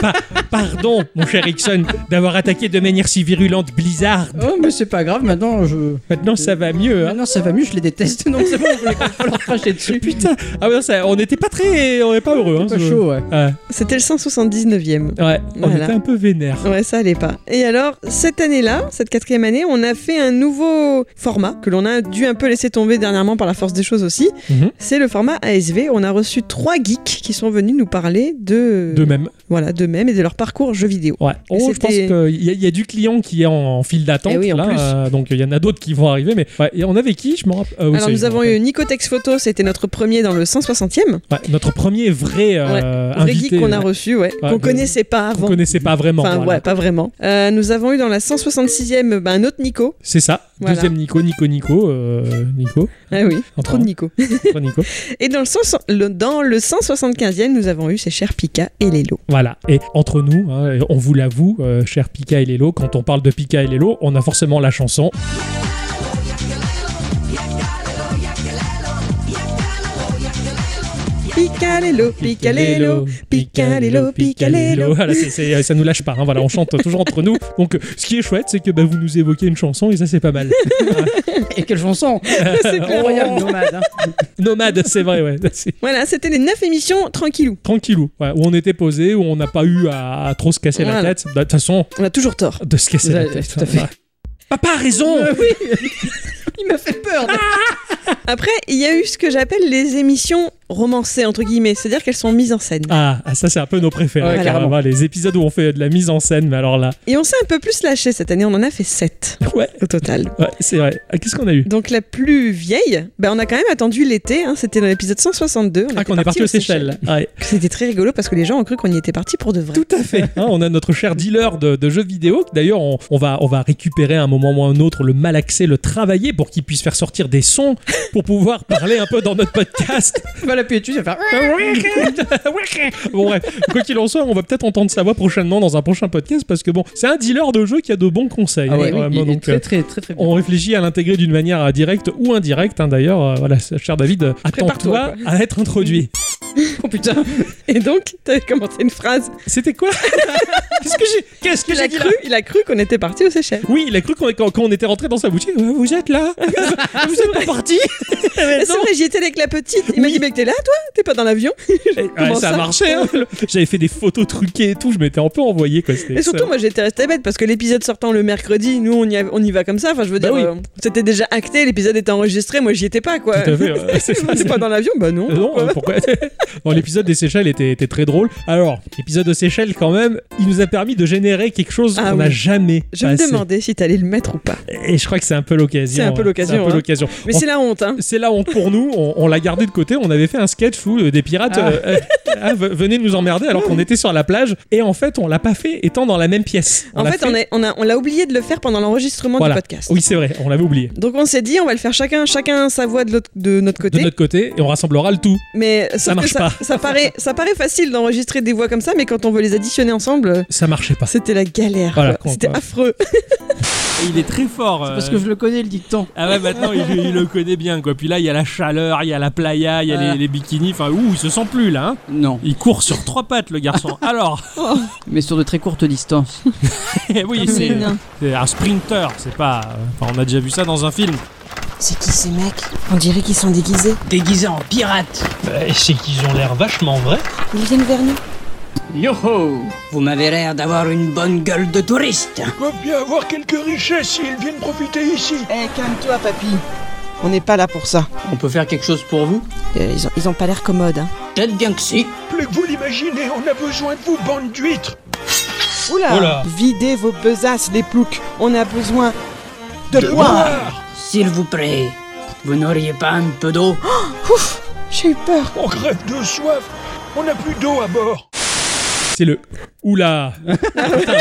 [SPEAKER 1] Pa- Pardon, mon cher Ixon, d'avoir attaqué de manière si virulente Blizzard.
[SPEAKER 2] Oh, mais c'est pas grave, maintenant je.
[SPEAKER 1] Maintenant, ça va mieux. hein.
[SPEAKER 2] Maintenant ça va mieux, je les déteste. Non, c'est bon, je vais pas leur cracher dessus.
[SPEAKER 1] Putain, ah ouais, ça- on n'était pas très, on n'est pas heureux. hein,
[SPEAKER 2] C'est pas
[SPEAKER 1] ce-
[SPEAKER 2] chaud, ouais.
[SPEAKER 1] Ouais,
[SPEAKER 3] c'était le 179e.
[SPEAKER 1] ouais, on
[SPEAKER 3] Voilà.
[SPEAKER 1] était un peu vénère.
[SPEAKER 3] Ouais, ça allait pas. Et alors, cette année-là, cette quatrième année, on a fait un nouveau format que l'on a dû un peu laisser tomber dernièrement par la force des choses aussi.
[SPEAKER 1] Mhm.
[SPEAKER 3] C'est le format ASV. On a reçu trois geeks qui sont venus nous parler de.
[SPEAKER 1] De même.
[SPEAKER 3] Voilà, d'eux-mêmes et de leur parcours jeux vidéo.
[SPEAKER 1] Ouais. Oh, je pense
[SPEAKER 3] c'était-
[SPEAKER 1] qu'il y, a- il y a du client qui est en, en file d'attente
[SPEAKER 3] Eh oui, en
[SPEAKER 1] là,
[SPEAKER 3] plus.
[SPEAKER 1] euh, donc il y en a d'autres qui vont arriver. Mais ouais, et on avait qui Je me rappelle. euh, oui,
[SPEAKER 3] Alors,
[SPEAKER 1] ça y est,
[SPEAKER 3] nous
[SPEAKER 1] je me
[SPEAKER 3] avons
[SPEAKER 1] rappelle.
[SPEAKER 3] eu Nicotex Photo, c'était notre premier dans le 160e.
[SPEAKER 1] Ouais, notre premier vrai euh,
[SPEAKER 3] Vrai
[SPEAKER 1] invité
[SPEAKER 3] geek qu'on a
[SPEAKER 1] euh,
[SPEAKER 3] reçu, ouais.
[SPEAKER 1] Ouais,
[SPEAKER 3] qu'on
[SPEAKER 1] de-
[SPEAKER 3] connaissait pas
[SPEAKER 1] qu'on
[SPEAKER 3] avant.
[SPEAKER 1] connaissait pas vraiment.
[SPEAKER 3] Enfin,
[SPEAKER 1] voilà.
[SPEAKER 3] ouais, pas vraiment. Euh, nous avons eu dans la 166e ben, un autre Nico.
[SPEAKER 1] C'est ça.
[SPEAKER 3] Voilà.
[SPEAKER 1] Deuxième Nico, Nico, Nico, euh, Nico.
[SPEAKER 3] Ah oui, trop de Nico.
[SPEAKER 1] Nico. Nico.
[SPEAKER 3] Et dans le, 100 le- dans le 175e, nous avons eu ces chers Pika et Lelo.
[SPEAKER 1] Voilà. Et entre nous, hein, on vous l'avoue, euh, cher Pika et Lelo, quand on parle de Pika et Lelo, on a forcément la chanson.
[SPEAKER 3] Pika Lelo, Pika Lelo. Pika Lelo, Pika Lelo.
[SPEAKER 1] Voilà, c'est- c'est- ça nous lâche pas. hein. Voilà, on chante toujours entre nous. Donc, euh, ce qui est chouette, c'est que bah, vous nous évoquez une chanson et ça, c'est pas mal.
[SPEAKER 2] Et quelle chanson
[SPEAKER 1] Ah,
[SPEAKER 3] C'est
[SPEAKER 1] oh.
[SPEAKER 3] clair.
[SPEAKER 2] Incroyable, nomade. hein.
[SPEAKER 1] Nomade, c'est vrai, ouais. C'est
[SPEAKER 3] Voilà, c'était les 9 émissions tranquillou.
[SPEAKER 1] tranquillou. ouais, où on était posé, où on n'a pas eu à, à trop se casser la
[SPEAKER 3] Voilà.
[SPEAKER 1] tête. Bah, De toute façon,
[SPEAKER 3] On a toujours tort.
[SPEAKER 1] de se casser la
[SPEAKER 2] Ouais,
[SPEAKER 1] tête.
[SPEAKER 2] tout à fait.
[SPEAKER 1] Ouais. Papa a raison
[SPEAKER 2] Euh, oui Il m'a fait peur
[SPEAKER 3] Après, il y a eu ce que j'appelle les émissions romancées, entre guillemets, c'est-à-dire qu'elles sont mises en scène.
[SPEAKER 1] Ah, ah, ça c'est un peu nos préférés.
[SPEAKER 2] Ouais,
[SPEAKER 1] carrément.
[SPEAKER 2] carrément.
[SPEAKER 1] Les épisodes où on fait de la mise en scène, mais alors là,
[SPEAKER 3] Et on s'est un peu plus lâché cette année, on en a fait 7
[SPEAKER 1] ouais,
[SPEAKER 3] au total.
[SPEAKER 1] ouais, c'est vrai. Ah, Qu'est-ce qu'on a eu
[SPEAKER 3] Donc la plus vieille, ben on a quand même attendu l'été, hein, c'était dans l'épisode 162.
[SPEAKER 1] Ah, qu'on est parti aux Seychelles. Ouais,
[SPEAKER 3] C'était très rigolo parce que les gens ont cru qu'on y était parti pour de vrai.
[SPEAKER 1] tout à fait. Hein, on a notre cher dealer de, de jeux vidéo. D'ailleurs, on, on va, on va récupérer à un moment ou à un autre le malaxer, le travailler pour qu'il puisse faire sortir des sons pour pouvoir parler un peu dans notre podcast.
[SPEAKER 2] Tu vas l'appuyer dessus, ça va faire...
[SPEAKER 1] bon, bref, quoi qu'il en soit, on va peut-être entendre sa voix prochainement dans un prochain podcast parce que bon, c'est un dealer de jeux qui a de bons conseils.
[SPEAKER 2] Ah ouais,
[SPEAKER 1] hein,
[SPEAKER 2] oui,
[SPEAKER 1] vraiment,
[SPEAKER 2] il est
[SPEAKER 1] donc,
[SPEAKER 2] très
[SPEAKER 1] euh,
[SPEAKER 2] très très très bien.
[SPEAKER 1] On réfléchit à l'intégrer d'une manière euh, directe ou indirecte. hein, D'ailleurs, euh, voilà, cher David, euh,
[SPEAKER 2] Prépare-toi,
[SPEAKER 1] attends-toi à être introduit.
[SPEAKER 2] Oh putain
[SPEAKER 3] Et donc, t'avais commencé une phrase.
[SPEAKER 1] C'était quoi Qu'est-ce que j'ai Qu'est-ce que
[SPEAKER 3] Il
[SPEAKER 1] j'ai
[SPEAKER 3] a
[SPEAKER 1] dit
[SPEAKER 3] cru,
[SPEAKER 1] là
[SPEAKER 3] il a cru qu'on était parti aux Seychelles.
[SPEAKER 1] Oui, il a cru qu'on- quand, quand on était rentré dans sa boutique. euh, Vous êtes là Vous êtes pas parti
[SPEAKER 3] Mais C'est vrai, j'y étais avec la petite. Il m'a dit, mec, t'es là, toi T'es pas dans l'avion
[SPEAKER 1] Eh, Ouais,
[SPEAKER 3] Comment
[SPEAKER 1] Ça a
[SPEAKER 3] ça
[SPEAKER 1] marché. hein. Le- J'avais fait des photos truquées et tout. Je m'étais un peu envoyé. Quoi. c'était
[SPEAKER 3] Et surtout,
[SPEAKER 1] ça.
[SPEAKER 3] moi, j'étais restée bête parce que l'épisode sortant le mercredi, nous, on y, a- on y va comme ça. Enfin, je veux
[SPEAKER 1] Bah
[SPEAKER 3] dire,
[SPEAKER 1] oui.
[SPEAKER 3] euh, c'était déjà acté, l'épisode était enregistré, moi, j'y étais pas, quoi.
[SPEAKER 1] Tout à fait, ouais, c'est ça,
[SPEAKER 3] on
[SPEAKER 1] c'est-
[SPEAKER 3] est pas dans l'avion Bah non.
[SPEAKER 1] Euh, Non,
[SPEAKER 3] pourquoi
[SPEAKER 1] euh, pourquoi Bon, l'épisode des Seychelles était, était très drôle. Alors, épisode de Seychelles, quand même, il nous a permis de générer quelque chose
[SPEAKER 3] Ah
[SPEAKER 1] qu'on n'a
[SPEAKER 3] oui.
[SPEAKER 1] jamais
[SPEAKER 3] Je me
[SPEAKER 1] passé.
[SPEAKER 3] demandais si t'allais le mettre ou pas.
[SPEAKER 1] Et je crois que c'est un peu l'occasion.
[SPEAKER 3] C'est un peu
[SPEAKER 1] hein.
[SPEAKER 3] l'occasion,
[SPEAKER 1] C'est un peu
[SPEAKER 3] hein.
[SPEAKER 1] l'occasion.
[SPEAKER 3] Mais
[SPEAKER 1] En
[SPEAKER 3] c'est la honte, hein.
[SPEAKER 1] C'est là on, pour nous, on, on l'a gardé de côté. On avait fait un sketch où euh, des pirates
[SPEAKER 2] Ah.
[SPEAKER 1] euh, euh, ah, ve- venaient nous emmerder alors qu'on était sur la plage. Et en fait, on l'a pas fait étant dans la même pièce.
[SPEAKER 3] En
[SPEAKER 1] l'a
[SPEAKER 3] fait, on a- on a- on l'a oublié de le faire pendant l'enregistrement
[SPEAKER 1] Voilà.
[SPEAKER 3] du podcast.
[SPEAKER 1] Oui, c'est vrai, on l'avait oublié.
[SPEAKER 3] Donc on s'est dit, on va le faire chacun, chacun sa voix de, l'autre- de notre côté.
[SPEAKER 1] De notre côté, et on rassemblera le tout.
[SPEAKER 3] Mais sauf que
[SPEAKER 1] marche marche
[SPEAKER 3] ça,
[SPEAKER 1] pas.
[SPEAKER 3] ça paraît, ça paraît facile d'enregistrer des voix comme ça, mais quand on veut les additionner ensemble,
[SPEAKER 1] Ça marchait pas.
[SPEAKER 3] c'était la galère.
[SPEAKER 1] Voilà,
[SPEAKER 3] quoi. C'était
[SPEAKER 1] quoi.
[SPEAKER 3] affreux.
[SPEAKER 6] Il est très fort.
[SPEAKER 2] Parce
[SPEAKER 6] euh,
[SPEAKER 2] que je le connais, le dicton.
[SPEAKER 6] Ah ouais, maintenant il, il le connaît bien quoi. Puis là, il y a la chaleur, il y a la playa, il y a
[SPEAKER 2] Ah.
[SPEAKER 6] les, les bikinis. Enfin, ouh, il se sent plus là. hein.
[SPEAKER 2] Non,
[SPEAKER 6] Il court sur trois pattes, le garçon. Alors,
[SPEAKER 2] mais sur de très courtes distances.
[SPEAKER 6] eh oui, c'est c'est un sprinter. C'est pas. euh, Enfin, on a déjà vu ça dans un film.
[SPEAKER 7] C'est qui ces mecs On dirait qu'ils sont déguisés.
[SPEAKER 8] déguisé en pirate.
[SPEAKER 1] Bah, c'est qu'ils ont l'air vachement vrai.
[SPEAKER 7] Ils viennent vers nous.
[SPEAKER 8] Yo Vous m'avez l'air d'avoir une bonne gueule de touriste.
[SPEAKER 4] Doivent bien avoir quelques richesses s'ils viennent profiter ici.
[SPEAKER 9] Eh, calme-toi, papy. On n'est pas là pour ça.
[SPEAKER 8] On peut faire quelque chose pour vous
[SPEAKER 7] Euh, ils, ont, ils ont pas l'air commodes. Hein.
[SPEAKER 8] Peut-être bien que si.
[SPEAKER 4] Plus que vous l'imaginez, on a besoin de vous, bande d'huîtres.
[SPEAKER 9] Oula
[SPEAKER 1] Oh là.
[SPEAKER 9] Videz vos besaces, les ploucs. On a besoin de, boire.
[SPEAKER 8] S'il vous plaît, vous n'auriez pas un peu d'eau
[SPEAKER 9] J'ai eu peur.
[SPEAKER 4] On crève de soif. On n'a plus d'eau à bord.
[SPEAKER 1] C'est le oula. Putain.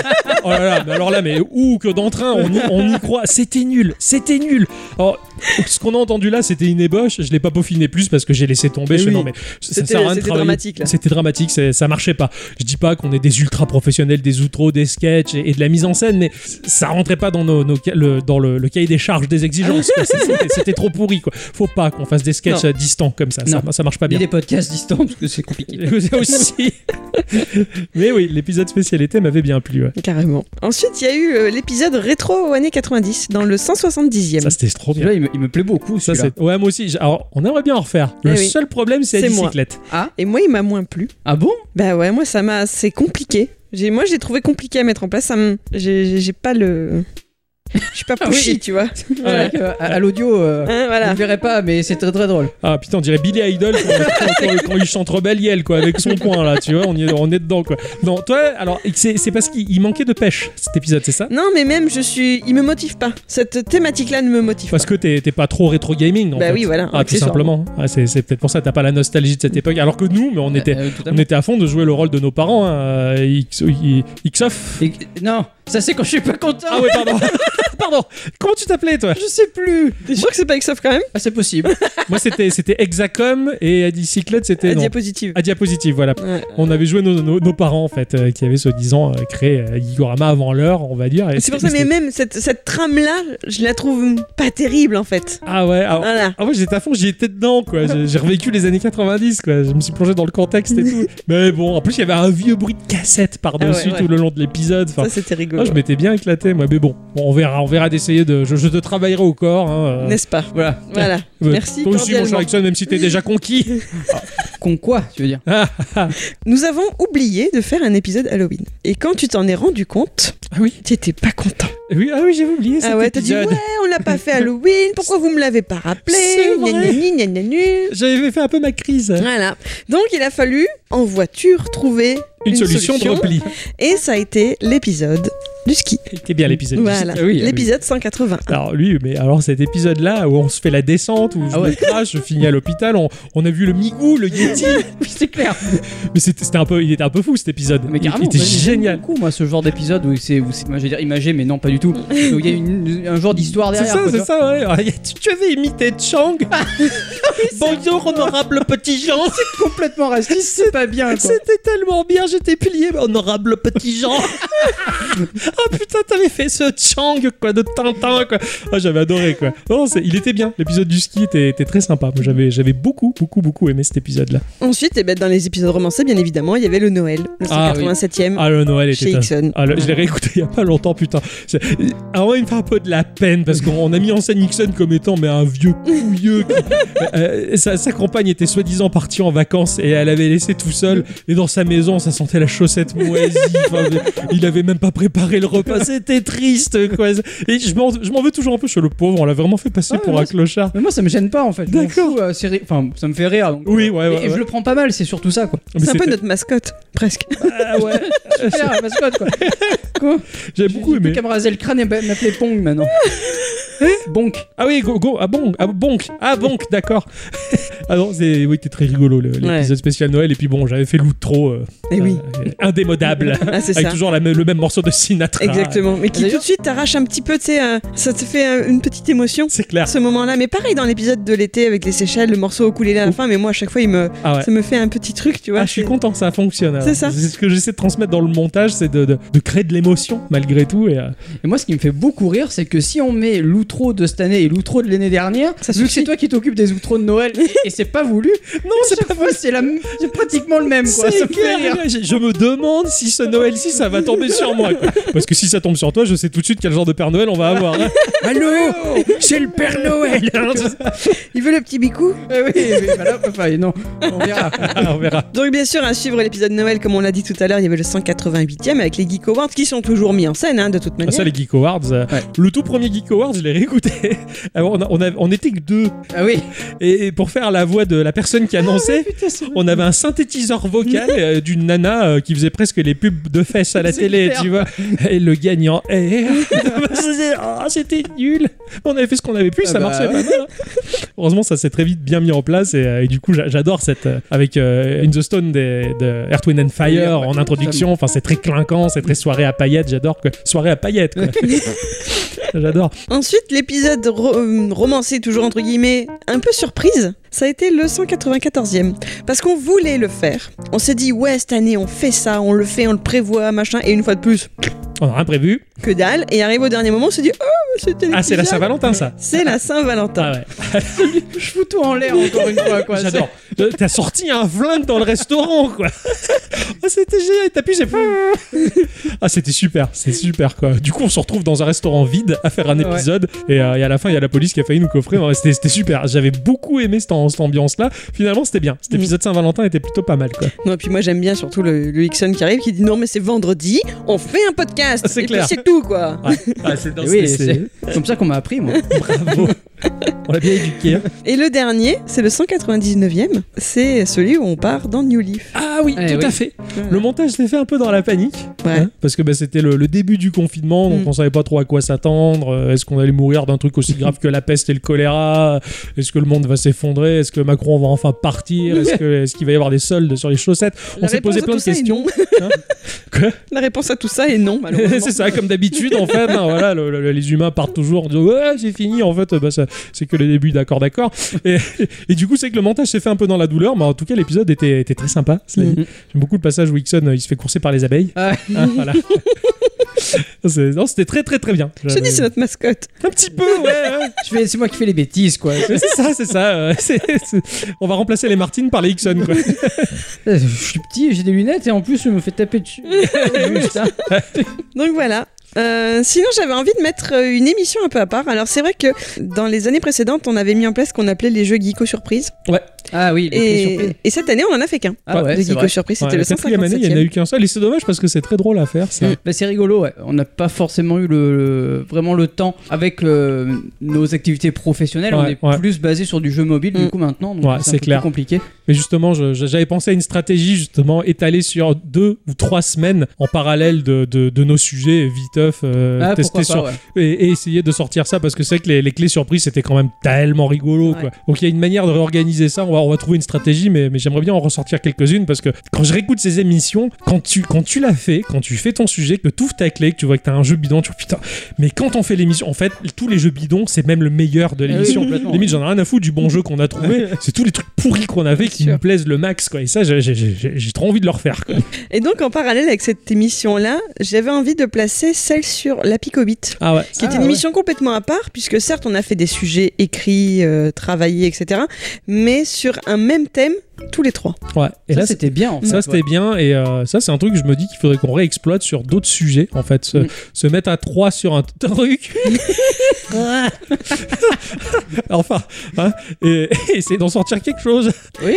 [SPEAKER 1] oh là là, mais alors là, mais ouh que d'entrain, on y, on y croit. C'était nul, c'était nul. Alors, ce qu'on a entendu là, c'était une ébauche. Je l'ai pas peaufiné plus parce que j'ai laissé tomber.
[SPEAKER 2] Mais
[SPEAKER 1] Je fais,
[SPEAKER 2] oui.
[SPEAKER 1] non mais ça
[SPEAKER 3] Eh C'était-
[SPEAKER 1] sert à rien de
[SPEAKER 3] c'était
[SPEAKER 1] travailler.
[SPEAKER 3] dramatique, là.
[SPEAKER 1] C'était dramatique, c'est- ça marchait pas. Je dis pas qu'on est des ultra professionnels, des outros, des sketchs et, et de la mise en scène, mais ça rentrait pas dans nos, nos ca- le, dans le, le cahier des charges, des exigences. quoi. C'est- C'était c'était trop pourri. Quoi. Faut pas qu'on fasse des sketchs à distants comme ça. ça.
[SPEAKER 2] Non.
[SPEAKER 1] Ça marche pas
[SPEAKER 2] Il y
[SPEAKER 1] bien.
[SPEAKER 2] a des podcasts distants parce que c'est compliqué.
[SPEAKER 1] aussi. Mais oui, l'épisode spécialité m'avait bien plu. ouais.
[SPEAKER 3] Carrément. Ensuite, il y a eu euh, l'épisode rétro aux années 90, dans le 170e.
[SPEAKER 1] Ça, c'était trop bien.
[SPEAKER 2] Celui-là, il, me- il me plaît beaucoup.
[SPEAKER 1] Ça,
[SPEAKER 2] celui-là.
[SPEAKER 1] c'est... Ouais, moi aussi. j'ai- Alors, on aimerait bien en refaire. Le
[SPEAKER 3] Eh oui.
[SPEAKER 1] seul problème, c'est la
[SPEAKER 3] C'est moi.
[SPEAKER 1] bicyclette.
[SPEAKER 3] Et moi, il m'a moins plu.
[SPEAKER 2] Ah bon
[SPEAKER 3] Bah ouais, moi, ça m'a. C'est compliqué. J'ai- Moi, j'ai trouvé compliqué à mettre en place. Ça me... j'ai, j'ai- j'ai pas le. Je suis pas
[SPEAKER 2] Ah oui.
[SPEAKER 3] pushy, tu vois.
[SPEAKER 2] Ouais, euh, à, à l'audio, euh,
[SPEAKER 3] Hein,
[SPEAKER 2] vous
[SPEAKER 3] voilà.
[SPEAKER 2] ne verrez pas, mais c'est très très drôle.
[SPEAKER 1] Ah putain, on dirait Billy Idol quand, quand- quand- quand il chante Rebelle Yell, quoi, avec son poing là, tu vois, on, y est, on est dedans, quoi. Non, toi, alors, c'est, c'est parce qu'il il manquait de pêche, cet épisode, c'est ça
[SPEAKER 3] Non, mais même, je suis. Il me motive pas. Cette thématique-là ne me motive
[SPEAKER 1] Parce
[SPEAKER 3] pas.
[SPEAKER 1] que t'es, t'es pas trop rétro gaming, en
[SPEAKER 3] Bah
[SPEAKER 1] fait.
[SPEAKER 3] oui, voilà,
[SPEAKER 1] Ah, tout
[SPEAKER 3] accessoirement.
[SPEAKER 1] simplement. Ah, c'est, c'est peut-être pour ça, t'as pas la nostalgie de cette époque. Alors que nous,
[SPEAKER 3] Bah,
[SPEAKER 1] mais on était,
[SPEAKER 2] Euh, tout à
[SPEAKER 1] on
[SPEAKER 2] fait.
[SPEAKER 1] était à fond de jouer le rôle de nos parents, hein, euh, X, I- XOF.
[SPEAKER 2] Et- Non, ça c'est quand je suis pas content.
[SPEAKER 1] Ah ouais, pardon. pardon. Comment tu t'appelais, toi
[SPEAKER 2] Je sais plus.
[SPEAKER 3] T'es sûr que c'est pas Exof quand même
[SPEAKER 2] Ah, c'est possible.
[SPEAKER 1] Moi, c'était, c'était Hexacom et à Dicyclette, c'était.
[SPEAKER 3] La
[SPEAKER 1] non.
[SPEAKER 3] diapositive.
[SPEAKER 1] À diapositive, voilà.
[SPEAKER 3] Ouais.
[SPEAKER 1] On avait joué nos, nos- nos parents, en fait, euh, qui avaient soi-disant euh, créé euh, Gigorama avant l'heure, on va dire. et
[SPEAKER 3] C'est pour ça, mais
[SPEAKER 1] c'était-
[SPEAKER 3] même cette, cette trame-là, je la trouve pas terrible en fait.
[SPEAKER 1] Ah ouais, alors.
[SPEAKER 3] Voilà.
[SPEAKER 1] Ah ouais, j'étais à fond, j'y étais dedans, quoi. J'ai j'ai revécu les années 90, quoi. Je me suis plongé dans le contexte et tout. Mais bon, en plus, il y avait un vieux bruit de cassette par-dessus
[SPEAKER 3] Ah ouais,
[SPEAKER 1] tout le long de l'épisode. Enfin,
[SPEAKER 3] Ça, c'était rigolo.
[SPEAKER 1] ah, je m'étais bien éclaté, moi. Mais bon, bon, on verra, on verra d'essayer de. Je, je te travaillerai au corps. hein, euh.
[SPEAKER 3] N'est-ce pas
[SPEAKER 2] Voilà.
[SPEAKER 3] Voilà.
[SPEAKER 1] Euh,
[SPEAKER 3] Merci
[SPEAKER 1] Toi aussi, mon cher
[SPEAKER 3] cordialement.
[SPEAKER 1] Erickson, même si t'es déjà conquis.
[SPEAKER 2] Con quoi, tu veux dire
[SPEAKER 3] Nous avons oublié de faire un épisode Halloween. Et quand tu t'en es rendu compte,
[SPEAKER 1] Ah oui,
[SPEAKER 3] t'étais pas content.
[SPEAKER 1] oui, ah oui, j'avais oublié cet
[SPEAKER 3] Ah ouais, t'as dit ouais,
[SPEAKER 1] épisode.
[SPEAKER 3] on l'a pas fait Halloween. Pourquoi vous me l'avez pas rappelé
[SPEAKER 1] C'est vrai.
[SPEAKER 3] Gnagnagni, gnagnagni.
[SPEAKER 1] J'avais fait un peu ma crise.
[SPEAKER 3] Voilà. Donc il a fallu en voiture trouver
[SPEAKER 1] Une, solution, de repli.
[SPEAKER 3] et ça a été l'épisode du ski.
[SPEAKER 1] C'était bien l'épisode. du
[SPEAKER 3] Voilà.
[SPEAKER 2] Ah oui, ah oui.
[SPEAKER 3] l'épisode 180.
[SPEAKER 1] Alors lui, mais alors cet épisode-là où on se fait la descente, où je
[SPEAKER 2] Ah ouais.
[SPEAKER 1] me crache, je finis à l'hôpital, on, on a vu le Migou, le Yeti.
[SPEAKER 2] Oui, c'est clair.
[SPEAKER 1] mais c'était c'était un peu, il était un peu fou cet épisode.
[SPEAKER 2] Mais
[SPEAKER 1] Il-
[SPEAKER 2] carrément,
[SPEAKER 1] il était
[SPEAKER 2] moi, j'aime
[SPEAKER 1] génial.
[SPEAKER 2] beaucoup, moi, ce genre d'épisode où c'est, où c'est- moi, je vais dire imagé, mais non, pas du tout. Donc, il y a une- un genre d'histoire
[SPEAKER 1] C'est
[SPEAKER 2] derrière.
[SPEAKER 1] ça,
[SPEAKER 2] quoi,
[SPEAKER 1] c'est
[SPEAKER 2] tu
[SPEAKER 1] ça, ouais. Alors, il y a- tu, tu avais imité Chang. Bonjour, honorable petit Jean.
[SPEAKER 2] vois. complètement raciste, c'est pas bien. Quoi.
[SPEAKER 1] C'était tellement bien, j'étais plié, mais honorable petit Jean. Ah putain, t'avais fait ce Chang quoi de Tintin quoi. Ah, j'avais adoré quoi. Non, c'est- il était bien. L'épisode du ski était, était très sympa. Moi, j'avais, j'avais beaucoup, beaucoup, beaucoup aimé cet épisode-là.
[SPEAKER 3] Ensuite, eh ben, dans les épisodes romancés, bien évidemment, il y avait le Noël, le
[SPEAKER 1] Ah,
[SPEAKER 3] 187e.
[SPEAKER 1] Ah le Noël
[SPEAKER 3] Chez
[SPEAKER 1] était. un-
[SPEAKER 3] Ixon.
[SPEAKER 1] Ah, le- je l'ai réécouté il y a pas longtemps putain. C'est- Ah ouais, il me fait un peu de la peine parce qu'on on a mis en scène Nixon comme étant mais un vieux couilleux. qui- Euh, sa, sa compagne était soi-disant partie en vacances et elle avait laissé tout seul et dans sa maison ça sentait la chaussette moisie. Enfin, il avait même pas préparé le repas. C'était triste quoi. Et je m'en je m'en veux toujours un peu chez le pauvre. On l'a vraiment fait passer
[SPEAKER 2] Ah,
[SPEAKER 1] pour
[SPEAKER 2] non,
[SPEAKER 1] un clochard.
[SPEAKER 2] Mais moi, ça me gêne pas en fait. Je m'en
[SPEAKER 1] D'accord.
[SPEAKER 2] fous, euh, c'est ri- Enfin, ça me fait rire. donc,
[SPEAKER 1] Oui
[SPEAKER 2] euh,
[SPEAKER 1] ouais
[SPEAKER 2] et-
[SPEAKER 1] ouais.
[SPEAKER 2] et je
[SPEAKER 1] ouais.
[SPEAKER 2] le prends pas mal, c'est surtout ça quoi.
[SPEAKER 1] Mais
[SPEAKER 3] C'est un peu
[SPEAKER 1] c'était-
[SPEAKER 3] notre mascotte, presque.
[SPEAKER 2] Ah ouais, super, la mascotte quoi.
[SPEAKER 1] J'ai
[SPEAKER 2] J'ai
[SPEAKER 1] beaucoup
[SPEAKER 2] plus
[SPEAKER 1] aimé.
[SPEAKER 2] qu'à me raser le crâne et bah- m'appeler Pong maintenant. Hein Bonk.
[SPEAKER 1] Ah oui, go, go, ah bon, ah bonk, ah bonk, d'accord. Ah non, c'est- oui, c'était très rigolo le- l'épisode
[SPEAKER 3] Ouais.
[SPEAKER 1] spécial Noël. Et puis bon, j'avais fait l'outro euh,
[SPEAKER 3] Eh oui.
[SPEAKER 1] euh, indémodable.
[SPEAKER 3] Ah, c'est
[SPEAKER 1] avec
[SPEAKER 3] ça.
[SPEAKER 1] toujours la même- le même morceau de Sinatra.
[SPEAKER 3] Exactement. Mais qui
[SPEAKER 2] D'ailleurs-
[SPEAKER 3] tout de suite t'arrache un petit peu, tu sais, un- ça te fait un- une petite émotion.
[SPEAKER 1] C'est clair.
[SPEAKER 3] Ce moment-là, mais pareil dans l'épisode de l'été avec les Seychelles, le morceau au coulé à la fin, mais moi à chaque fois il me,
[SPEAKER 1] Ah Oh. ouais.
[SPEAKER 3] ça me fait un petit truc, tu vois.
[SPEAKER 1] Ah, je suis
[SPEAKER 3] c'est-
[SPEAKER 1] content, ça fonctionne. alors.
[SPEAKER 3] C'est ça.
[SPEAKER 1] ce que j'essaie de transmettre dans le montage, c'est de, de- de créer de l'émotion malgré tout. Et, euh,
[SPEAKER 2] Et moi, ce qui me fait beaucoup rire, c'est que si on met l'outro de cette année et l'outro de l'année dernière,
[SPEAKER 3] Ça
[SPEAKER 2] vu que
[SPEAKER 3] suffit.
[SPEAKER 2] c'est toi qui t'occupes des outros de Noël et, et c'est pas voulu, non, c'est pas voulu, c'est la m- c'est pratiquement le même quoi. Ça
[SPEAKER 1] C'est
[SPEAKER 2] me fait
[SPEAKER 1] clair,
[SPEAKER 2] rire.
[SPEAKER 1] et je, je me demande si ce Noël-ci, ça va tomber sur moi. quoi. Parce que si ça tombe sur toi, je sais tout de suite quel genre de Père Noël on va avoir. hein. Allô C'est le Père Noël hein.
[SPEAKER 3] Il veut le petit bicou.
[SPEAKER 2] Eh oui, mais voilà, enfin, non, on verra.
[SPEAKER 1] Ah, On verra.
[SPEAKER 3] Donc bien sûr à suivre l'épisode Noël comme on l'a dit tout à l'heure, il y avait le 188e avec les Geek Awards qui sont toujours mis en scène hein, de toute
[SPEAKER 1] Ah,
[SPEAKER 3] manière.
[SPEAKER 1] ça, les Geek Awards. euh,
[SPEAKER 2] Ouais.
[SPEAKER 1] Le tout premier Geek Awards, je l'ai réécouté. Alors, on, a- on a- on était que deux.
[SPEAKER 2] Ah oui,
[SPEAKER 1] Et, et pour faire la voix de la personne
[SPEAKER 2] Ah,
[SPEAKER 1] qui annonçait, on avait un synthétiseur vocal euh, d'une nana euh, qui faisait presque les pubs de fesses à la
[SPEAKER 2] C'est
[SPEAKER 1] télé,
[SPEAKER 2] clair.
[SPEAKER 1] tu vois. Et le gagnant est. Ah, C'était nul. On avait fait ce qu'on avait pu,
[SPEAKER 2] Ah
[SPEAKER 1] ça
[SPEAKER 2] bah
[SPEAKER 1] marchait
[SPEAKER 2] ouais.
[SPEAKER 1] pas mal. hein. Heureusement, ça s'est très vite bien mis en place. Et, euh, et du coup, j'a- j'adore cette. euh, avec euh, In the Stone des- de Earth, Wind and Fire
[SPEAKER 2] Ouais,
[SPEAKER 1] en introduction. Enfin, c'est très clinquant, c'est très soirée à paillettes. J'adore que. Soirée à paillettes, quoi. J'adore.
[SPEAKER 3] Ensuite l'épisode ro- euh, romancé toujours entre guillemets, un peu surprise, ça a été le 194e parce qu'on voulait le faire. On s'est dit ouais cette année on fait ça, on le fait, on le prévoit machin et une fois de plus
[SPEAKER 1] On a rien prévu.
[SPEAKER 3] que dalle et arrive au dernier moment on se dit oh c'était
[SPEAKER 1] Ah, c'est la
[SPEAKER 3] l'épisode.
[SPEAKER 1] Saint-Valentin, ça.
[SPEAKER 3] C'est la Saint-Valentin.
[SPEAKER 1] Ah ouais.
[SPEAKER 2] je fous tout en l'air encore une fois quoi.
[SPEAKER 1] J'adore. Euh, T'as sorti un flingue dans le restaurant, quoi. Ah, c'était génial. T'as pu, j'ai. Ah, c'était super. C'est super, quoi. Du coup, on se retrouve dans un restaurant vide à faire un
[SPEAKER 2] Ouais.
[SPEAKER 1] épisode. Et, euh, et à la fin, il y a la police qui a failli nous coffrer. Ouais, C'était c'était super. J'avais beaucoup aimé cette, am- cette ambiance-là. Finalement, c'était bien. Cet
[SPEAKER 3] Mm.
[SPEAKER 1] épisode Saint-Valentin était plutôt pas mal, quoi.
[SPEAKER 3] Non, puis moi j'aime bien surtout le, le Hickson qui arrive qui dit non mais c'est vendredi, on fait un podcast.
[SPEAKER 1] C'est
[SPEAKER 3] Et puis
[SPEAKER 1] clair.
[SPEAKER 3] C'est tout quoi.
[SPEAKER 1] Ah, c'est
[SPEAKER 2] Et oui, c'est comme ça qu'on m'a appris moi.
[SPEAKER 1] Bravo. On l'a bien éduqué. hein.
[SPEAKER 3] Et le dernier, c'est le 199e, c'est celui où on part dans New Leaf.
[SPEAKER 1] Ah oui,
[SPEAKER 2] Eh
[SPEAKER 1] tout
[SPEAKER 2] oui.
[SPEAKER 1] à fait. Le montage s'est fait un peu dans la panique.
[SPEAKER 3] Ouais.
[SPEAKER 1] Hein, parce que bah, c'était le, le début du confinement, donc
[SPEAKER 3] Mm.
[SPEAKER 1] on savait pas trop à quoi s'attendre. Euh, Est-ce qu'on allait mourir d'un truc aussi grave que la peste et le choléra Est-ce que le monde va s'effondrer Est-ce que Macron va enfin partir Est-ce que- est-ce qu'il va y avoir des soldes sur les chaussettes
[SPEAKER 3] La
[SPEAKER 1] On s'est
[SPEAKER 3] réponse
[SPEAKER 1] posé
[SPEAKER 3] à
[SPEAKER 1] plein
[SPEAKER 3] tout
[SPEAKER 1] de
[SPEAKER 3] ça est
[SPEAKER 1] questions.
[SPEAKER 3] non.
[SPEAKER 1] Quoi
[SPEAKER 3] La réponse à tout ça est non malheureusement.
[SPEAKER 1] c'est ça, comme d'habitude, en fait, hein, voilà, le- le- les humains partent toujours en disant ouais, j'ai fini, en fait, bah, ça- c'est que le début, d'accord, d'accord. Et, et du coup, c'est que le montage s'est fait un peu dans la douleur, mais en tout cas, l'épisode était, était très sympa. cela dit.
[SPEAKER 2] Mhm.
[SPEAKER 1] J'aime beaucoup le passage où Ixon euh, il se fait courser par les abeilles.
[SPEAKER 2] Ah.
[SPEAKER 1] Hein, voilà. C'est- non, c'était très très très bien.
[SPEAKER 3] Je dis c'est notre mascotte.
[SPEAKER 1] Un petit peu, ouais. ouais.
[SPEAKER 2] Je fais- C'est moi qui fais les bêtises quoi.
[SPEAKER 1] C'est ça, c'est ça. euh, c'est- c'est- On va remplacer les Martines par les Ixon, quoi.
[SPEAKER 2] Je suis petit, j'ai des lunettes et en plus je me fais taper dessus. hein. Putain.
[SPEAKER 3] Donc voilà. Euh, sinon, j'avais envie de mettre euh, une émission un peu à part. Alors, c'est vrai que dans les années précédentes, on avait mis en place ce qu'on appelait les jeux Geeko Surprise.
[SPEAKER 2] Ah oui, les
[SPEAKER 3] Et,
[SPEAKER 2] surprises.
[SPEAKER 3] et cette année, on en a fait qu'un.
[SPEAKER 2] Ah ouais,
[SPEAKER 3] de
[SPEAKER 2] c'est
[SPEAKER 3] Geeko
[SPEAKER 2] vrai.
[SPEAKER 3] Surprise, c'était
[SPEAKER 1] Ouais,
[SPEAKER 3] le e
[SPEAKER 1] la quatrième année, il n'y en a
[SPEAKER 3] 157e.
[SPEAKER 1] eu qu'un seul, et c'est dommage parce que c'est très drôle à faire, ça.
[SPEAKER 2] Mm. Bah, c'est rigolo, ouais. on n'a pas forcément eu le, le- vraiment le temps avec euh, nos activités professionnelles. on
[SPEAKER 1] Ouais,
[SPEAKER 2] est
[SPEAKER 1] ouais.
[SPEAKER 2] plus basé sur du jeu mobile
[SPEAKER 3] Mm.
[SPEAKER 2] du coup maintenant, donc
[SPEAKER 1] Ouais,
[SPEAKER 2] c'est
[SPEAKER 1] c'est
[SPEAKER 2] un peu
[SPEAKER 1] clair.
[SPEAKER 2] plus compliqué.
[SPEAKER 1] Mais justement, je- je- j'avais pensé à une stratégie justement étalée sur deux ou trois semaines en parallèle de, de- de nos sujets viteuf euh,
[SPEAKER 2] ah,
[SPEAKER 1] testés
[SPEAKER 2] pourquoi
[SPEAKER 1] sur
[SPEAKER 2] pas, ouais.
[SPEAKER 1] et, et essayer de sortir ça parce que c'est vrai que les, les clés surprises c'était quand même tellement rigolo quoi.
[SPEAKER 2] Ouais.
[SPEAKER 1] Donc il y a une manière de réorganiser ça, on va, on va trouver une stratégie mais, mais j'aimerais bien en ressortir quelques-unes parce que quand je réécoute ces émissions, quand tu, quand tu l'as fait, quand tu fais ton sujet, que tu ouvres ta clé, que tu vois que t'as un jeu bidon, tu vois putain, mais quand on fait l'émission, en fait tous les jeux bidons c'est même le meilleur de
[SPEAKER 2] Ah oui,
[SPEAKER 1] l'émission.
[SPEAKER 2] complètement.
[SPEAKER 1] Limite j'en ai rien à foutre du bon jeu qu'on a trouvé, c'est tous les trucs pourris qu'on avait qui
[SPEAKER 2] sûr.
[SPEAKER 1] me plaisent le max quoi et ça j'ai- j'ai- j'ai j'ai trop envie de le refaire quoi.
[SPEAKER 3] Et donc, en parallèle avec cette émission-là, j'avais envie de placer celle sur la Picobit.
[SPEAKER 1] Ah ouais.
[SPEAKER 3] qui est
[SPEAKER 2] Ah,
[SPEAKER 3] une
[SPEAKER 2] ouais.
[SPEAKER 3] émission complètement à part, puisque certes on a fait des sujets écrits, euh, travaillés, etc., mais sur un même thème tous les trois.
[SPEAKER 1] ouais. Et
[SPEAKER 2] ça,
[SPEAKER 1] là,
[SPEAKER 2] c'était bien. En fait,
[SPEAKER 1] Ça,
[SPEAKER 2] ouais.
[SPEAKER 1] c'était bien. Et euh, ça, c'est un truc que je me dis qu'il faudrait qu'on réexploite sur d'autres sujets, en fait. Se,
[SPEAKER 2] Mm.
[SPEAKER 1] se mettre à trois sur un truc. enfin, hein, et, et essayer d'en sortir quelque chose.
[SPEAKER 2] Oui,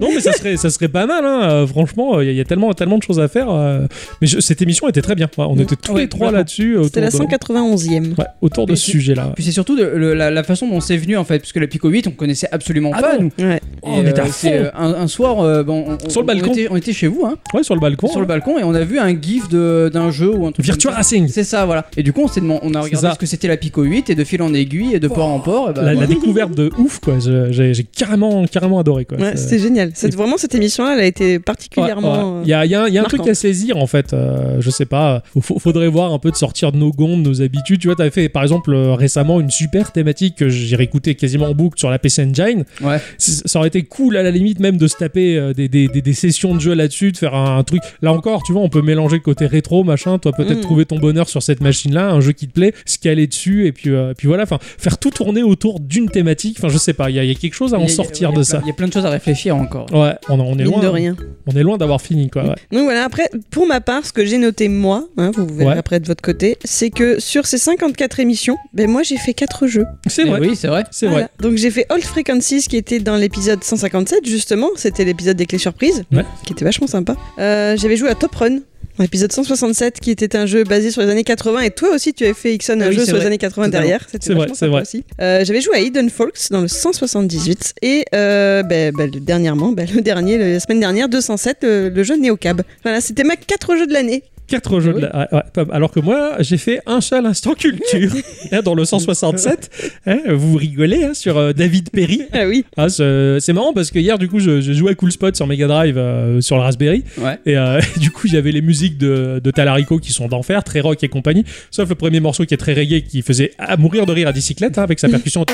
[SPEAKER 1] Non, mais ça serait, ça serait pas mal, hein. Euh, franchement. Il y a- il y, a tellement, tellement de choses à faire. euh. Mais je- cette émission était très bien. Ouais, on était tous
[SPEAKER 2] Mm. Ouais,
[SPEAKER 1] les trois
[SPEAKER 2] vraiment.
[SPEAKER 1] là-dessus. euh,
[SPEAKER 3] C'était la e
[SPEAKER 1] autour de-
[SPEAKER 3] 191e.
[SPEAKER 1] Ouais, autour de
[SPEAKER 2] Mais
[SPEAKER 1] ce
[SPEAKER 2] c'est-
[SPEAKER 1] sujet-là.
[SPEAKER 2] puis c'est surtout de- le- la, la façon dont c'est venu en fait, parce que la Pico 8, on connaissait absolument
[SPEAKER 1] Ah
[SPEAKER 2] pas
[SPEAKER 1] non.
[SPEAKER 2] nous.
[SPEAKER 3] Ouais.
[SPEAKER 1] Oh, on était à
[SPEAKER 2] c'est,
[SPEAKER 1] fond.
[SPEAKER 2] euh, un, un soir, euh, bon, on,
[SPEAKER 1] Sur le
[SPEAKER 2] on-
[SPEAKER 1] balcon.
[SPEAKER 2] On était, on était chez vous, hein,
[SPEAKER 1] Ouais, sur le balcon.
[SPEAKER 2] sur le balcon, et on a vu un gif de- d'un jeu ou un truc.
[SPEAKER 1] Virtua
[SPEAKER 2] comme ça.
[SPEAKER 1] Racing.
[SPEAKER 2] C'est ça, voilà. Et du coup, on, s'est demandé- on a regardé
[SPEAKER 1] ça.
[SPEAKER 2] ce que c'était la Pico 8, et de fil en aiguille, et de port en port. et bah,
[SPEAKER 1] La, la
[SPEAKER 2] voilà.
[SPEAKER 1] découverte de ouf, quoi. Je- J'ai j'ai carrément, carrément adoré, quoi.
[SPEAKER 3] Ouais,
[SPEAKER 1] C'est-
[SPEAKER 3] c'était génial. C'est vraiment cette émission-là, elle a été particulièrement.
[SPEAKER 1] Il y a, y a un- y a un truc
[SPEAKER 3] marquante.
[SPEAKER 1] à saisir en fait. euh, je sais pas. euh, faut- faudrait voir un peu de sortir de nos gonds, de nos habitudes. Tu vois, t'avais fait par exemple euh, récemment une super thématique que j'ai réécoutée quasiment en boucle sur la PC Engine.
[SPEAKER 2] Ouais.
[SPEAKER 1] C- Ça aurait été cool à la limite même de se taper euh, des, des- des- des sessions de jeu là-dessus, de faire un, un truc. Là encore, tu vois, on peut mélanger le côté rétro, machin. Toi, peut-être
[SPEAKER 3] Mm.
[SPEAKER 1] trouver ton bonheur sur cette machine-là, un jeu qui te plaît, se caler dessus et puis, euh, puis voilà. Enfin, faire tout tourner autour d'une thématique. Enfin, je sais pas. Il y, a- y a quelque chose à
[SPEAKER 2] Il y
[SPEAKER 1] en
[SPEAKER 2] a-
[SPEAKER 1] sortir
[SPEAKER 2] il y a
[SPEAKER 1] de
[SPEAKER 2] plein-
[SPEAKER 1] ça.
[SPEAKER 2] Il y a plein de choses à réfléchir encore.
[SPEAKER 1] Ouais, on, en- on est
[SPEAKER 3] euh, Mine
[SPEAKER 1] loin. hein.
[SPEAKER 3] de rien.
[SPEAKER 1] On est loin d'avoir fini quoi.
[SPEAKER 2] Mm.
[SPEAKER 1] ouais.
[SPEAKER 3] Donc voilà, après, pour ma part, ce que j'ai noté moi, hein, vous verrez
[SPEAKER 1] Ouais.
[SPEAKER 3] après de votre côté, c'est que sur ces 54 émissions, ben moi j'ai fait 4 jeux.
[SPEAKER 1] C'est
[SPEAKER 2] Eh
[SPEAKER 1] vrai.
[SPEAKER 2] Oui, c'est vrai.
[SPEAKER 1] C'est
[SPEAKER 3] Voilà.
[SPEAKER 1] vrai.
[SPEAKER 3] Donc j'ai fait Old Frequencies qui était dans l'épisode 157 justement, c'était l'épisode des clés surprises,
[SPEAKER 1] Ouais.
[SPEAKER 3] qui était vachement sympa. Euh, J'avais joué à Top Run. dans L'épisode 167 qui était un jeu basé sur les années 80 et toi aussi tu avais fait Ixon un
[SPEAKER 2] Ah oui,
[SPEAKER 3] jeu
[SPEAKER 2] c'est
[SPEAKER 3] sur les
[SPEAKER 2] vrai.
[SPEAKER 3] années 80
[SPEAKER 2] Totalement.
[SPEAKER 3] derrière. C'était
[SPEAKER 1] C'est vrai,
[SPEAKER 3] vachement
[SPEAKER 1] c'est
[SPEAKER 3] sympa
[SPEAKER 1] vrai.
[SPEAKER 3] aussi. Euh, J'avais joué à Hidden Folks dans le 178 et euh, ben, ben, le- dernièrement, ben, le dernier, le- la semaine dernière, 207, le, le jeu Neocab. Voilà, c'était ma 4 jeux de l'année.
[SPEAKER 1] Quatre jeux
[SPEAKER 2] Eh
[SPEAKER 1] de la... ah, ouais, ouais, pas- Alors que moi, j'ai fait un chat à l'instant culture hein, dans le 167. hein, vous rigolez hein, sur euh, David Perry.
[SPEAKER 3] Ah oui.
[SPEAKER 1] Ah, c'est c'est marrant parce que hier, du coup, je, je jouais à Cool Spot sur Mega Drive euh, sur le Raspberry.
[SPEAKER 2] Ouais.
[SPEAKER 1] Et euh, du coup, j'avais les musiques de, de Talarico qui sont d'enfer, très rock et compagnie. Sauf le premier morceau qui est très reggae qui faisait à mourir de rire à bicyclette hein, avec sa percussion.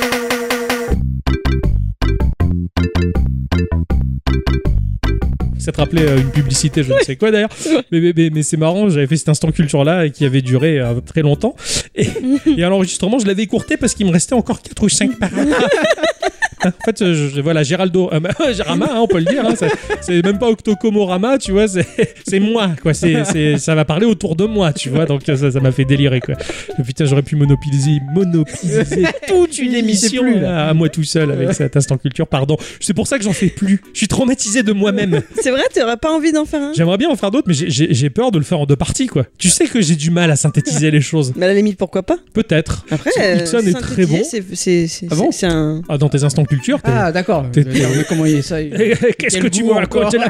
[SPEAKER 1] Ça te rappelait euh, une publicité, je ne sais quoi d'ailleurs. Mais, mais, mais- mais c'est marrant, j'avais fait cet instant culture-là et qui avait duré euh, très longtemps. Et, et à l'enregistrement, je l'avais écourté parce qu'il me restait encore 4 ou 5 paragraphes. Hein, En fait, je, je- voilà, Géraldo, euh, Gérama, hein, on peut le dire, hein, c'est- c'est même pas Octocomorama, tu vois, c'est c'est moi, quoi. c'est c'est- ça va parler autour de moi, tu vois, donc euh, ça ça m'a fait délirer, quoi. Et putain, j'aurais pu monopoliser, monopoliser toute une
[SPEAKER 2] Il sait
[SPEAKER 1] émission
[SPEAKER 2] plus,
[SPEAKER 1] à, à moi tout seul avec cet instant culture, pardon. C'est pour ça que j'en fais plus. Je suis traumatisé de moi-même.
[SPEAKER 3] C'est vrai, tu n'aurais pas envie d'en faire un
[SPEAKER 1] J'aimerais bien en faire d'autres, mais j'ai- j'ai j'ai peur de le faire en deux parties, quoi. Tu sais que j'ai du mal à synthétiser les choses.
[SPEAKER 3] Mais Bah, à la limite, pourquoi pas
[SPEAKER 1] Peut-être.
[SPEAKER 3] Après,
[SPEAKER 1] Parce que
[SPEAKER 3] euh,
[SPEAKER 1] Ixon est très
[SPEAKER 3] synthétiser,
[SPEAKER 1] bon.
[SPEAKER 3] c'est- c'est- C'est
[SPEAKER 2] Ah bon
[SPEAKER 3] c'est un.
[SPEAKER 1] Ah, dans tes instants culture, t'es-
[SPEAKER 2] Ah, d'accord.
[SPEAKER 1] T'es-
[SPEAKER 2] Mais Comment il est ça il-
[SPEAKER 1] Qu'est-ce
[SPEAKER 2] Quel
[SPEAKER 1] que tu
[SPEAKER 2] goût
[SPEAKER 1] me
[SPEAKER 2] encore
[SPEAKER 1] racontes là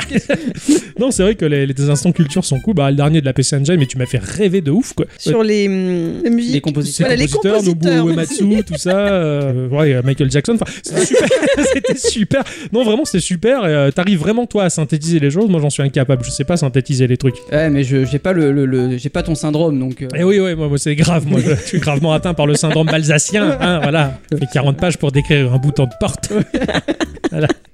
[SPEAKER 1] Non, c'est vrai que les, les instants culture sont cool. Bah, le dernier de la PC Engine, mais tu m'as fait rêver de ouf, quoi.
[SPEAKER 3] Sur les. hum, la musique.
[SPEAKER 2] Les compositeurs.
[SPEAKER 1] Ces
[SPEAKER 3] Voilà, les
[SPEAKER 1] compositeurs,
[SPEAKER 3] compositeurs.
[SPEAKER 1] Nobuo Uematsu, tout ça, euh, ouais, Michael Jackson, enfin, c'était super, c'était super. Non, vraiment, c'était super. et, euh, T'arrives vraiment, toi, à synthétiser les choses. Moi, j'en suis incapable. Je sais pas synthétiser les trucs.
[SPEAKER 2] Ouais, mais je j'ai pas le, le- le- j'ai pas ton syndrome donc. euh,
[SPEAKER 1] Et Eh oui, oui, moi, moi, c'est grave. Moi, je suis gravement atteint par le syndrome balsacien. Hein, voilà. Et 40 pages pour décrire un bouton de porte.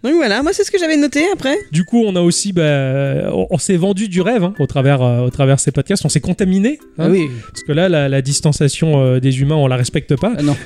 [SPEAKER 3] Donc voilà, moi c'est ce que j'avais noté après.
[SPEAKER 1] Du coup, on a aussi, bah, on, on s'est vendu du rêve hein, au travers, euh, au travers ces podcasts. On s'est contaminé. hein.
[SPEAKER 2] Ah oui.
[SPEAKER 1] Parce que là, la, la distanciation euh, des humains, on la respecte pas.
[SPEAKER 2] Ah non.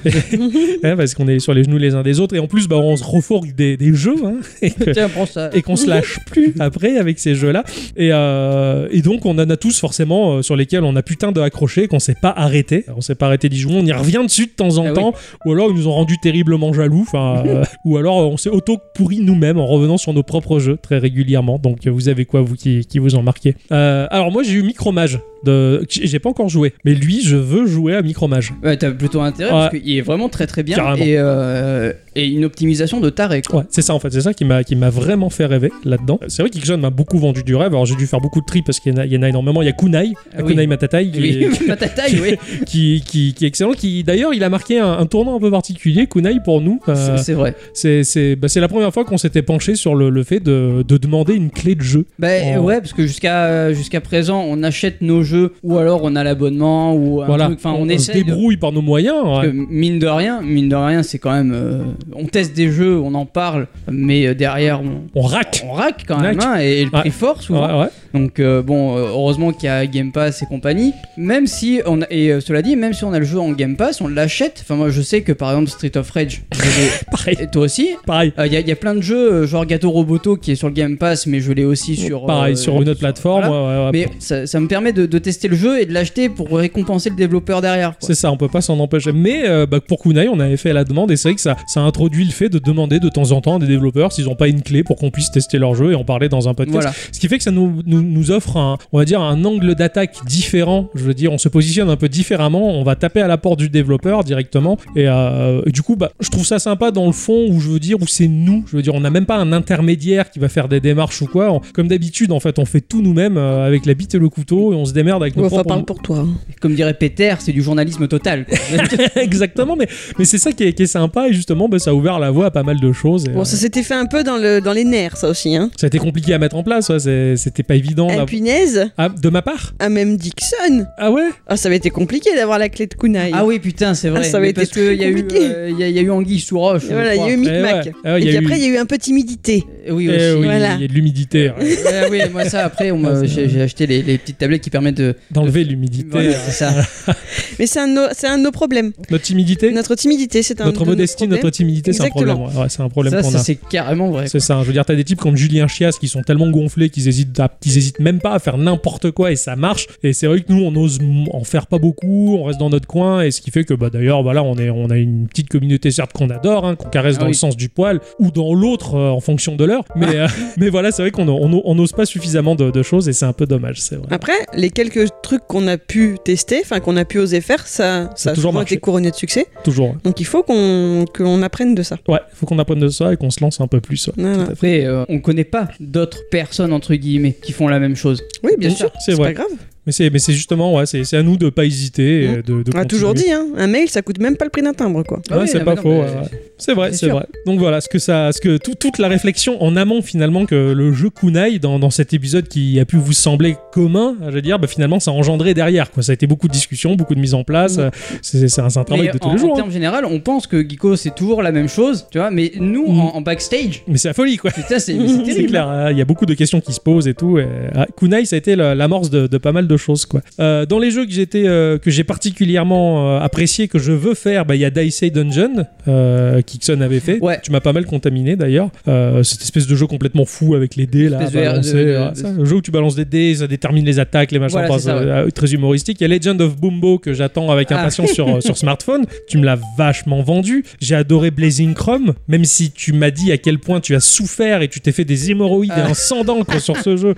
[SPEAKER 1] hein, parce qu'on est sur les genoux les uns des autres. Et en plus, bah, on se refourgue des, des jeux. hein, et que-
[SPEAKER 2] Tiens, prends ça.
[SPEAKER 1] et qu'on se lâche plus après avec ces jeux-là. Et, euh, et donc, on en a tous forcément euh, sur lesquels on a putain de accroché, qu'on s'est pas arrêté. On s'est pas arrêté d'y jouer, on y revient dessus de temps en
[SPEAKER 2] Ah oui.
[SPEAKER 1] temps. Ou alors, ils nous ont rendu terriblement jaloux. Enfin, euh, ou alors, on s'est auto-pourri nous-mêmes en revenant sur nos propres jeux très régulièrement. Donc, euh, vous avez quoi, vous qui, qui vous en marquez Euh, Alors, moi, j'ai eu Micromage. De... J'ai j'ai pas encore joué, mais lui, je veux jouer à Micromage.
[SPEAKER 2] Ouais, t'as plutôt intérêt parce qu'il est vraiment très très bien
[SPEAKER 1] Carrément.
[SPEAKER 2] et, euh, et une optimisation de taré. quoi.
[SPEAKER 1] Ouais, c'est ça en fait, c'est ça qui m'a qui m'a vraiment fait rêver là-dedans. C'est vrai qu'Ixon m'a beaucoup vendu du rêve, alors j'ai dû faire beaucoup de tri parce qu'il y, en a- il y en a énormément. Il y a Kunai,
[SPEAKER 2] Ah oui.
[SPEAKER 1] Kunai Matatai, qui,
[SPEAKER 2] Oui,
[SPEAKER 1] est-
[SPEAKER 2] pas ta taille, oui.
[SPEAKER 1] qui, qui- qui est excellent, qui d'ailleurs il a marqué un, un tournant un peu particulier, Kunai pour nous. euh,
[SPEAKER 2] C'est- C'est vrai.
[SPEAKER 1] c'est c'est bah, c'est la première fois qu'on s'était penché sur le, le fait de, de demander une clé de jeu.
[SPEAKER 2] Ben
[SPEAKER 1] Oh.
[SPEAKER 2] ouais, parce que jusqu'à euh, jusqu'à présent, on achète nos jeux ou alors on a l'abonnement ou un
[SPEAKER 1] voilà,
[SPEAKER 2] truc. Enfin, on,
[SPEAKER 1] se
[SPEAKER 2] essaie. de-
[SPEAKER 1] débrouille par nos moyens.
[SPEAKER 2] parce
[SPEAKER 1] ouais.
[SPEAKER 2] que mine de rien, mine de rien, c'est quand même. euh, on teste des jeux, on en parle, mais euh, derrière, on,
[SPEAKER 1] On raque.
[SPEAKER 2] on rack quand même,
[SPEAKER 1] Rack.
[SPEAKER 2] hein, et, et le
[SPEAKER 1] Ouais.
[SPEAKER 2] prix fort
[SPEAKER 1] Ouais,
[SPEAKER 2] souvent.
[SPEAKER 1] ouais.
[SPEAKER 2] Donc euh, bon, euh, heureusement qu'il y a Game Pass et compagnie. Même si on a, et euh, cela dit, même si on a le jeu en Game Pass, on l'achète. Enfin moi je sais que par exemple Street of Rage, je l'ai-
[SPEAKER 1] Pareil.
[SPEAKER 2] et toi aussi.
[SPEAKER 1] Pareil.
[SPEAKER 2] Il y, a- y a plein de jeux euh, genre Gato Roboto qui est sur le Game Pass, mais je l'ai aussi sur
[SPEAKER 1] Pareil,
[SPEAKER 2] euh,
[SPEAKER 1] sur une autre plateforme.
[SPEAKER 2] voilà.
[SPEAKER 1] ouais, ouais, ouais.
[SPEAKER 2] Mais ça, ça me permet de, de tester le jeu et de l'acheter pour récompenser le développeur derrière. quoi.
[SPEAKER 1] C'est ça, on peut pas s'en empêcher. Mais euh, bah, pour Kunai, on avait fait la demande et c'est vrai que ça, ça a introduit le fait de demander de temps en temps à des développeurs s'ils ont pas une clé pour qu'on puisse tester leur jeu et en parler dans un podcast.
[SPEAKER 2] Voilà.
[SPEAKER 1] Ce qui fait que ça nous, nous, nous offre un, on va dire, un angle d'attaque différent. Je veux dire, on se positionne un peu différemment. On va taper à la porte du développeur directement. Et, euh, et du coup, bah, je trouve ça sympa dans le fond où je veux dire, où c'est nous. Je veux dire, on n'a même pas un intermédiaire qui va faire des démarches ou quoi. On- comme d'habitude, en fait, on fait tout nous-mêmes euh, avec la bite et le couteau et on se démerde avec nos
[SPEAKER 3] Enfin,
[SPEAKER 1] propres
[SPEAKER 3] parle pour toi. hein.
[SPEAKER 2] Comme dirait Peter, c'est du journalisme total. quoi.
[SPEAKER 1] Exactement, mais, mais c'est ça qui est, qui est sympa et justement bah, ça a ouvert la voie à pas mal de choses. et, euh,
[SPEAKER 3] Bon, ça s'était fait un peu dans, le, dans les nerfs, ça aussi. Hein.
[SPEAKER 1] ça a été compliqué à mettre en place, ouais, c'est- c'était pas évident.
[SPEAKER 3] Ah,
[SPEAKER 1] d'av-
[SPEAKER 3] punaise,
[SPEAKER 1] Ah, de ma part
[SPEAKER 3] ah, même Dixon.
[SPEAKER 1] Ah ouais
[SPEAKER 3] Ah, ça avait été compliqué d'avoir la clé de Kunai.
[SPEAKER 2] ah oui, putain, c'est vrai.
[SPEAKER 3] Ah, ça
[SPEAKER 2] Mais
[SPEAKER 3] avait
[SPEAKER 2] parce
[SPEAKER 3] été très
[SPEAKER 2] qu'il y a eu,
[SPEAKER 3] compliqué.
[SPEAKER 2] euh, il y, a- il y a eu Anguille sous roche.
[SPEAKER 3] Et
[SPEAKER 2] je
[SPEAKER 3] voilà, il y a
[SPEAKER 2] crois.
[SPEAKER 3] eu
[SPEAKER 1] Eh
[SPEAKER 3] Micmac.
[SPEAKER 1] ouais, ah,
[SPEAKER 3] Et
[SPEAKER 1] il y
[SPEAKER 3] puis
[SPEAKER 1] a eu-
[SPEAKER 3] après, il y a eu un peu timidité.
[SPEAKER 2] Eh Oui,
[SPEAKER 1] Eh
[SPEAKER 2] aussi.
[SPEAKER 1] oui,
[SPEAKER 3] Voilà. Euh,
[SPEAKER 1] il y a de l'humidité. ouais.
[SPEAKER 2] Ouais, oui, moi ça après, on
[SPEAKER 1] Ah,
[SPEAKER 2] m'a-
[SPEAKER 1] c'est-
[SPEAKER 2] j'ai j'ai acheté les, les petites tablettes qui permettent de.
[SPEAKER 1] D'enlever l'humidité.
[SPEAKER 2] Voilà,
[SPEAKER 1] euh,
[SPEAKER 2] c'est ça.
[SPEAKER 3] Mais c'est un, de nos- c'est un de nos problèmes.
[SPEAKER 1] Notre timidité
[SPEAKER 3] Notre timidité, c'est un
[SPEAKER 1] Notre
[SPEAKER 3] de nos
[SPEAKER 1] modestie,
[SPEAKER 3] problèmes.
[SPEAKER 1] notre timidité, c'est un
[SPEAKER 3] Exactement.
[SPEAKER 1] problème. ouais. Ouais, c'est un problème
[SPEAKER 2] Ça,
[SPEAKER 1] qu'on
[SPEAKER 2] ça,
[SPEAKER 1] a.
[SPEAKER 2] c'est carrément vrai.
[SPEAKER 1] C'est ça, je veux dire, t'as des types comme Julien Chias qui sont tellement gonflés qu'ils hésitent, à- qu'ils hésitent même pas à faire n'importe quoi et ça marche. Et c'est vrai que nous, on ose m- en faire pas beaucoup, on reste dans notre coin et ce qui fait que, bah d'ailleurs, voilà, on, est, on a une petite communauté certes qu'on adore, hein, qu'on caresse
[SPEAKER 2] Ah
[SPEAKER 1] dans
[SPEAKER 2] oui.
[SPEAKER 1] le sens du poil ou dans l'autre euh, en fonction de l'heure. Mais, euh, mais voilà, c'est vrai qu'on on- on n'ose pas suffisamment de, de choses et c'est un peu dommage, c'est vrai.
[SPEAKER 3] Après, les quelques trucs qu'on a pu tester, enfin qu'on a pu oser faire, ça, ça a
[SPEAKER 1] toujours
[SPEAKER 3] toujours
[SPEAKER 1] marché.
[SPEAKER 3] été couronné de succès.
[SPEAKER 1] Toujours.
[SPEAKER 3] Donc il faut qu'on que l'on apprenne de ça.
[SPEAKER 1] Ouais, faut qu'on apprenne de ça et qu'on se lance un peu plus. ouais.
[SPEAKER 3] Voilà.
[SPEAKER 2] Après, euh, on connaît pas d'autres personnes entre guillemets qui font la même chose.
[SPEAKER 3] Oui, bien
[SPEAKER 1] Bien sûr,
[SPEAKER 3] sûr,
[SPEAKER 1] c'est
[SPEAKER 3] c'est
[SPEAKER 1] vrai.
[SPEAKER 3] pas grave.
[SPEAKER 1] Mais c'est mais c'est justement, ouais, c'est c'est à nous de pas hésiter. et
[SPEAKER 3] Mm.
[SPEAKER 1] de, de
[SPEAKER 3] On a
[SPEAKER 1] continuer.
[SPEAKER 3] toujours dit, hein, un mail, ça coûte même pas le prix d'un timbre, quoi.
[SPEAKER 1] Ah
[SPEAKER 2] Ah
[SPEAKER 1] Ouais, c'est pas faux. ouais, ouais. C'est vrai,
[SPEAKER 2] C'est
[SPEAKER 1] c'est
[SPEAKER 2] sûr.
[SPEAKER 1] vrai. Donc voilà, ce que ça, ce que tout- toute la réflexion en amont finalement que le jeu Kunai dans, dans cet épisode qui a pu vous sembler commun, je veux dire, bah, finalement ça a engendré derrière. Quoi. Ça a été beaucoup de discussions, beaucoup de mise en place. euh, C'est c'est un, c'est un travail
[SPEAKER 2] Mm. Mais
[SPEAKER 1] de tous
[SPEAKER 2] en, en
[SPEAKER 1] les jours. hein.
[SPEAKER 2] termes général, on pense que Geeko c'est toujours la même chose, tu vois, mais nous
[SPEAKER 1] Mhm.
[SPEAKER 2] en, en backstage,
[SPEAKER 1] Mais c'est la folie quoi.
[SPEAKER 2] putain, c'est mais c'est
[SPEAKER 1] C'est
[SPEAKER 2] terrible.
[SPEAKER 1] clair, hein, il y a beaucoup de questions qui se posent et tout. et, ah, Kunai, ça a été la- l'amorce de, de pas mal de choses. Quoi. Euh, dans les jeux que j'étais, euh, que j'ai particulièrement euh, apprécié, que je veux faire, bah, il y a Daisei Dungeon, euh, qu'Ixon avait fait.
[SPEAKER 2] Ouais.
[SPEAKER 1] Tu m'as pas mal contaminé d'ailleurs. Euh, cette espèce de jeu complètement fou avec les dés là. à
[SPEAKER 2] Espèce de-
[SPEAKER 1] balancer,
[SPEAKER 2] de- de-
[SPEAKER 1] ouais,
[SPEAKER 2] de-
[SPEAKER 1] ça, le jeu où tu balances des dés, ça détermine les attaques, les machins.
[SPEAKER 2] Voilà,
[SPEAKER 1] enfin,
[SPEAKER 2] c'est ça,
[SPEAKER 1] c'est, euh, Très humoristique. Il y a Legend of Bumbo que j'attends avec
[SPEAKER 2] Ah.
[SPEAKER 1] impatience sur, euh, sur smartphone. Tu me l'as vachement vendu. J'ai adoré Blazing Chrome, même si tu m'as dit à quel point tu as souffert et tu t'es fait des hémorroïdes et
[SPEAKER 2] Ah.
[SPEAKER 1] un sang d'encre sur ce jeu.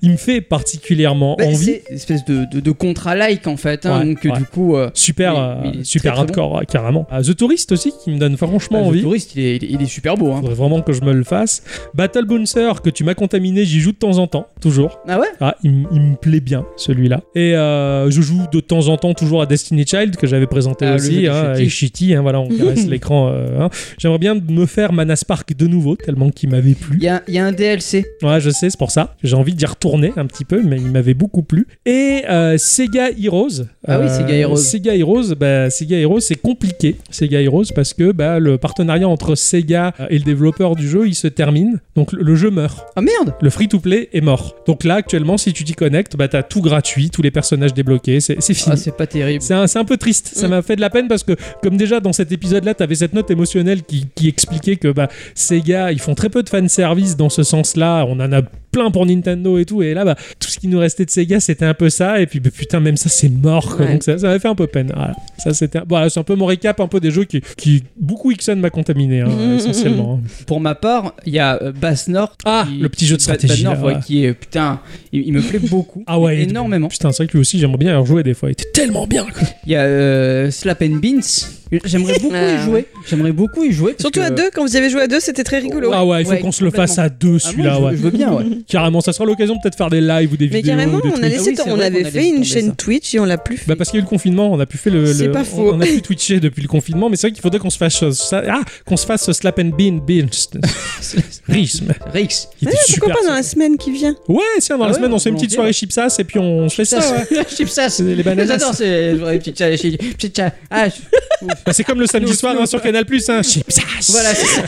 [SPEAKER 1] Il me fait particulièrement
[SPEAKER 2] Bah,
[SPEAKER 1] envie.
[SPEAKER 2] c'est une espèce de, de, de contrat-like en fait, hein,
[SPEAKER 1] Ouais,
[SPEAKER 2] donc
[SPEAKER 1] ouais.
[SPEAKER 2] du coup, euh,
[SPEAKER 1] Super,
[SPEAKER 2] Mais-
[SPEAKER 1] euh,
[SPEAKER 2] mais il est
[SPEAKER 1] super
[SPEAKER 2] très, très
[SPEAKER 1] hardcore, euh, carrément. Ah, The Tourist aussi, qui me donne franchement
[SPEAKER 2] le
[SPEAKER 1] envie.
[SPEAKER 2] touriste il est, il est- il est super beau. Hein.
[SPEAKER 1] Faudrait vraiment que je me le fasse. Battle Bouncer, que tu m'as contaminé, j'y joue de temps en temps, toujours.
[SPEAKER 2] Ah ouais
[SPEAKER 1] Ah, il, m- il me plaît bien celui-là. Et euh, je joue de temps en temps toujours à Destiny Child que j'avais présenté
[SPEAKER 2] Ah, le jeu
[SPEAKER 1] aussi.
[SPEAKER 2] de
[SPEAKER 1] hein,
[SPEAKER 2] Shitty.
[SPEAKER 1] et Shitty, hein, voilà, on caresse l'écran. euh, hein. J'aimerais bien me faire Manas Park de nouveau, tellement qu'il m'avait plu.
[SPEAKER 2] Il y a, il y a un DLC.
[SPEAKER 1] Ouais, je sais, c'est pour ça. J'ai envie d'y retourner un petit peu, mais il m'avait beaucoup plu. Et euh, Sega Heroes.
[SPEAKER 2] Ah oui,
[SPEAKER 1] Euh,
[SPEAKER 2] Sega Heroes.
[SPEAKER 1] Sega Heroes, bah, Sega Heroes, c'est compliqué. Sega Heroes, parce que bah, le partenariat entre Sega euh, et le développeur du jeu, il se termine. Donc le- le jeu meurt
[SPEAKER 2] Ah merde
[SPEAKER 1] le free-to-play est mort. Donc là, actuellement, si tu t'y connectes, bah, t'as tout gratuit, tous les personnages débloqués, c'est c'est
[SPEAKER 2] Ah,
[SPEAKER 1] fini.
[SPEAKER 2] c'est pas terrible.
[SPEAKER 1] c'est un, c'est un peu triste, ça
[SPEAKER 3] Mm.
[SPEAKER 1] m'a fait de la peine parce que, comme déjà dans cet épisode-là, t'avais cette note émotionnelle qui, qui expliquait que bah, Sega, ils font très peu de fanservice dans ce sens-là, on en a plein pour Nintendo et tout, et là, bah, tout ce qui nous restait de Sega, c'était un peu ça, et puis bah, putain, même ça, c'est mort, quoi.
[SPEAKER 3] Ouais.
[SPEAKER 1] donc ça ça m'a fait un peu peine. Voilà. Ça, c'était un- voilà, c'est un peu mon récap un peu des jeux qui, qui beaucoup Ixon m'a contaminé, hein,
[SPEAKER 3] Mm, mm,
[SPEAKER 1] essentiellement. hein.
[SPEAKER 2] Pour ma part, il y a euh, Bass North.
[SPEAKER 1] Ah,
[SPEAKER 2] qui-
[SPEAKER 1] le petit jeu de
[SPEAKER 2] Ba- Bass
[SPEAKER 1] stratégie, là,
[SPEAKER 2] North, ouais,
[SPEAKER 1] ouais.
[SPEAKER 2] qui est putain, il, il me plaît beaucoup.
[SPEAKER 1] Ah ouais, il est-
[SPEAKER 2] énormément.
[SPEAKER 1] Putain, c'est vrai que lui aussi, j'aimerais bien y rejouer des fois, il était tellement bien, quoi.
[SPEAKER 2] Il y a euh, Slap and Beans. J'aimerais beaucoup
[SPEAKER 3] Ah,
[SPEAKER 2] y jouer. J'aimerais beaucoup y jouer. parce
[SPEAKER 3] Surtout
[SPEAKER 2] que-
[SPEAKER 3] à deux, quand vous y avez joué à deux, c'était très rigolo.
[SPEAKER 1] Ah ouais, il faut
[SPEAKER 2] Ouais,
[SPEAKER 1] qu'on se le
[SPEAKER 2] complètement.
[SPEAKER 1] fasse à deux
[SPEAKER 2] Ah, moi,
[SPEAKER 1] celui-là,
[SPEAKER 2] je-
[SPEAKER 1] ouais.
[SPEAKER 2] Je veux bien, ouais.
[SPEAKER 1] Carrément, ça sera l'occasion de peut-être faire des lives ou des
[SPEAKER 3] Mais
[SPEAKER 1] vidéos.
[SPEAKER 3] carrément,
[SPEAKER 1] ou des
[SPEAKER 3] on, a
[SPEAKER 1] trucs.
[SPEAKER 3] laissé
[SPEAKER 2] Ah oui,
[SPEAKER 3] to-
[SPEAKER 2] c'est
[SPEAKER 3] on
[SPEAKER 2] vrai
[SPEAKER 3] avait
[SPEAKER 2] qu'on a
[SPEAKER 3] fait
[SPEAKER 2] laissé
[SPEAKER 3] une
[SPEAKER 2] tomber
[SPEAKER 3] chaîne
[SPEAKER 2] ça.
[SPEAKER 3] Twitch et on l'a plus fait. Ah,
[SPEAKER 1] Bah parce qu'il y a eu le confinement, on a pu faire le,
[SPEAKER 3] C'est
[SPEAKER 1] le-
[SPEAKER 3] pas
[SPEAKER 1] on-
[SPEAKER 3] faux.
[SPEAKER 1] On, a pu twitcher depuis le confinement, mais c'est vrai qu'il faudrait qu'on se fasse euh, ça, ah, qu'on se fasse ce slap and bean bean rythme.
[SPEAKER 2] Rix.
[SPEAKER 1] Qui était
[SPEAKER 3] Ouais, hein.
[SPEAKER 1] super.
[SPEAKER 3] pourquoi pas dans la semaine qui vient
[SPEAKER 1] Ouais, tiens, dans
[SPEAKER 2] Ah
[SPEAKER 1] la
[SPEAKER 2] ouais,
[SPEAKER 1] semaine, on se fait une petite
[SPEAKER 2] volontiers,
[SPEAKER 1] soirée
[SPEAKER 2] ouais.
[SPEAKER 1] chipsas et puis on se fait ça. ouais.
[SPEAKER 2] Chipsas.
[SPEAKER 1] C'est les bananes.
[SPEAKER 2] J'adore ces les petites chat- les petites chat- Ah, je-
[SPEAKER 1] Bah, c'est comme le samedi soir hein, sur Canal Plus, hein. chipsas.
[SPEAKER 2] voilà. c'est ça.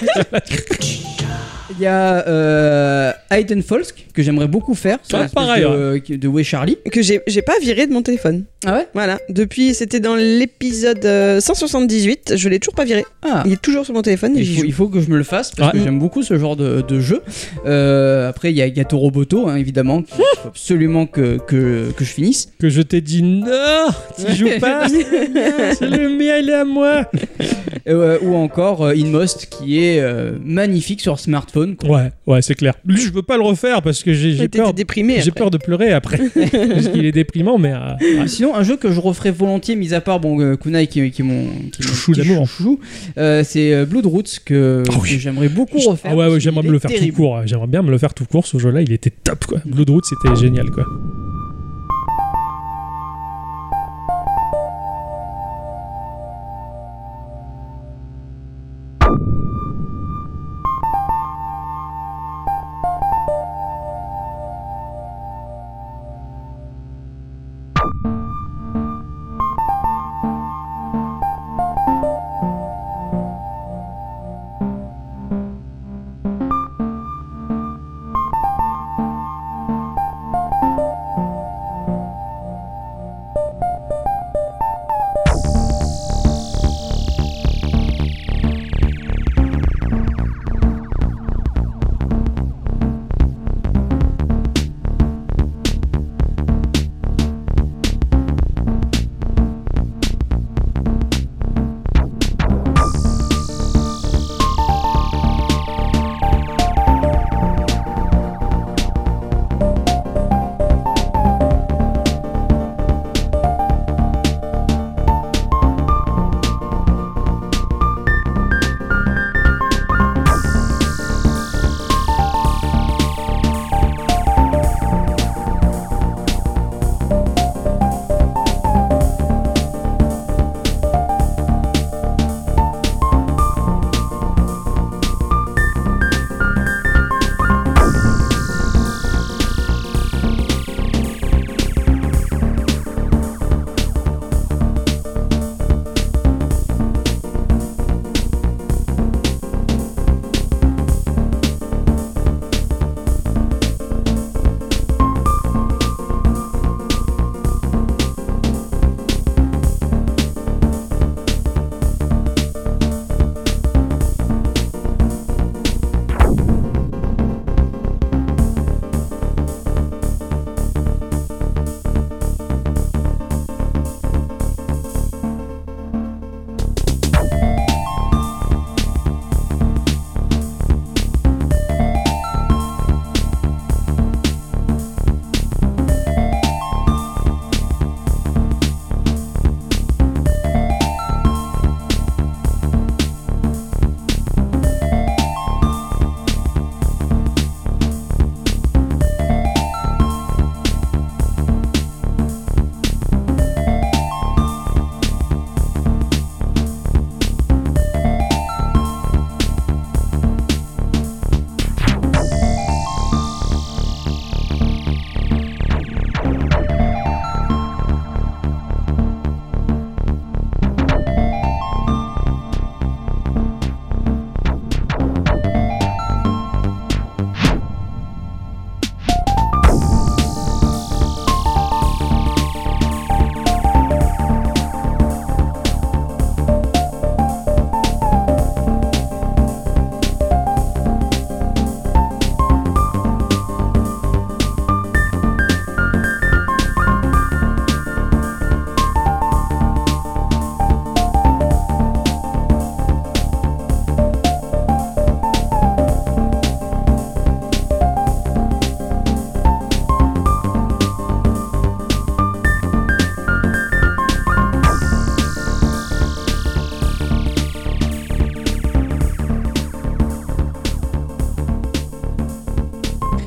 [SPEAKER 2] Il y a euh, Hayden Folsk que j'aimerais beaucoup faire. C'est
[SPEAKER 1] Ouais,
[SPEAKER 2] une espèce
[SPEAKER 1] pareil,
[SPEAKER 2] De, euh, de Way Charlie.
[SPEAKER 3] Que j'ai j'ai pas viré de mon téléphone.
[SPEAKER 2] Ah ouais
[SPEAKER 3] Voilà, depuis, c'était dans l'épisode euh, 178, je l'ai toujours pas viré.
[SPEAKER 2] Ah.
[SPEAKER 3] Il est toujours sur mon téléphone et j'y
[SPEAKER 2] Il faut,
[SPEAKER 3] joue.
[SPEAKER 2] il faut que je me le fasse parce
[SPEAKER 1] Ouais.
[SPEAKER 2] que j'aime beaucoup ce genre de, de jeu. Euh, après, il y a Gato Roboto, hein, évidemment, qu'il faut absolument que, que, que je finisse.
[SPEAKER 1] Que je t'ai dit non, tu joues pas. c'est le mien, il est à moi.
[SPEAKER 2] Euh, ou encore euh, Inmost, qui est euh, magnifique sur faune. quoi.
[SPEAKER 1] Ouais, ouais, c'est clair. Lui, je veux pas le refaire parce que j'ai j'ai
[SPEAKER 3] Ouais, T'étais
[SPEAKER 1] peur,
[SPEAKER 3] déprimé.
[SPEAKER 1] j'ai
[SPEAKER 3] après.
[SPEAKER 1] peur de pleurer après. parce qu'il est déprimant, mais. euh, ouais.
[SPEAKER 2] Sinon, un jeu que je referais volontiers, mis à part bon, euh, Kunai qui, qui m'ont. qui m'ont-
[SPEAKER 1] Chouchou
[SPEAKER 2] qui
[SPEAKER 1] d'amour.
[SPEAKER 2] chouchou, euh, c'est euh, Blood Roots que,
[SPEAKER 1] Ah oui.
[SPEAKER 2] que j'aimerais beaucoup refaire.
[SPEAKER 1] Ah ouais, ouais,
[SPEAKER 2] parce qu'il
[SPEAKER 1] j'aimerais
[SPEAKER 2] est
[SPEAKER 1] me le faire
[SPEAKER 2] terrible.
[SPEAKER 1] tout court. ouais. J'aimerais bien me le faire tout court. Ce jeu-là, il était top, quoi. Blood Root, c'était génial, quoi.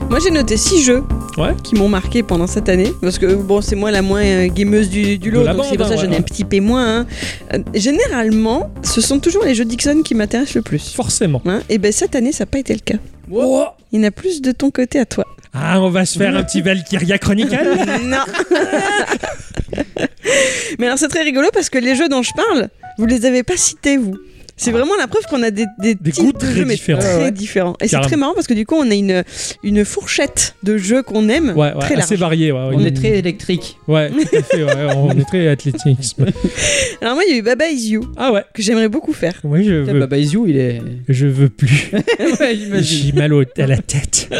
[SPEAKER 3] Moi, j'ai noté six jeux
[SPEAKER 1] Ouais.
[SPEAKER 3] qui m'ont marqué pendant cette année. Parce que, bon, c'est moi la moins euh, gameuse du, du
[SPEAKER 1] De
[SPEAKER 3] lot,
[SPEAKER 1] la
[SPEAKER 3] donc c'est
[SPEAKER 1] bande,
[SPEAKER 3] pour ça
[SPEAKER 1] hein,
[SPEAKER 3] que j'en ai
[SPEAKER 1] ouais.
[SPEAKER 3] un petit peu moins. hein. Euh, généralement, ce sont toujours les jeux Dixon qui m'intéressent le plus.
[SPEAKER 1] Forcément.
[SPEAKER 3] et ben cette année, ça n'a pas été le cas.
[SPEAKER 2] Oh,
[SPEAKER 3] Il y en a plus de ton côté à toi.
[SPEAKER 1] Ah, on va se faire un petit Valkyria Chronicle
[SPEAKER 3] non Mais alors, c'est très rigolo parce que les jeux dont je parle, vous les avez pas cités, vous. C'est vraiment la preuve qu'on a des, des,
[SPEAKER 1] Ah. Des
[SPEAKER 3] types
[SPEAKER 1] goûts
[SPEAKER 3] de
[SPEAKER 1] très
[SPEAKER 3] jeux, mais
[SPEAKER 1] différents.
[SPEAKER 3] très
[SPEAKER 1] Ouais, ouais.
[SPEAKER 3] différents. Et c'est
[SPEAKER 1] Carrément.
[SPEAKER 3] très marrant parce que du coup, on a une, une fourchette de jeux qu'on aime
[SPEAKER 1] Ouais, ouais,
[SPEAKER 3] très large.
[SPEAKER 1] assez varié. Ouais, ouais.
[SPEAKER 2] On est très électrique.
[SPEAKER 1] Ouais, tout à fait, ouais, on est très athlétisme.
[SPEAKER 3] Alors, moi, il y a eu Baba Is You
[SPEAKER 1] Ah ouais,
[SPEAKER 3] que j'aimerais beaucoup faire.
[SPEAKER 1] oui, je
[SPEAKER 2] Tiens,
[SPEAKER 1] veux,
[SPEAKER 2] Baba Is You, il est.
[SPEAKER 1] je veux plus.
[SPEAKER 2] ouais, j'imagine.
[SPEAKER 1] J'ai mal au- à la tête.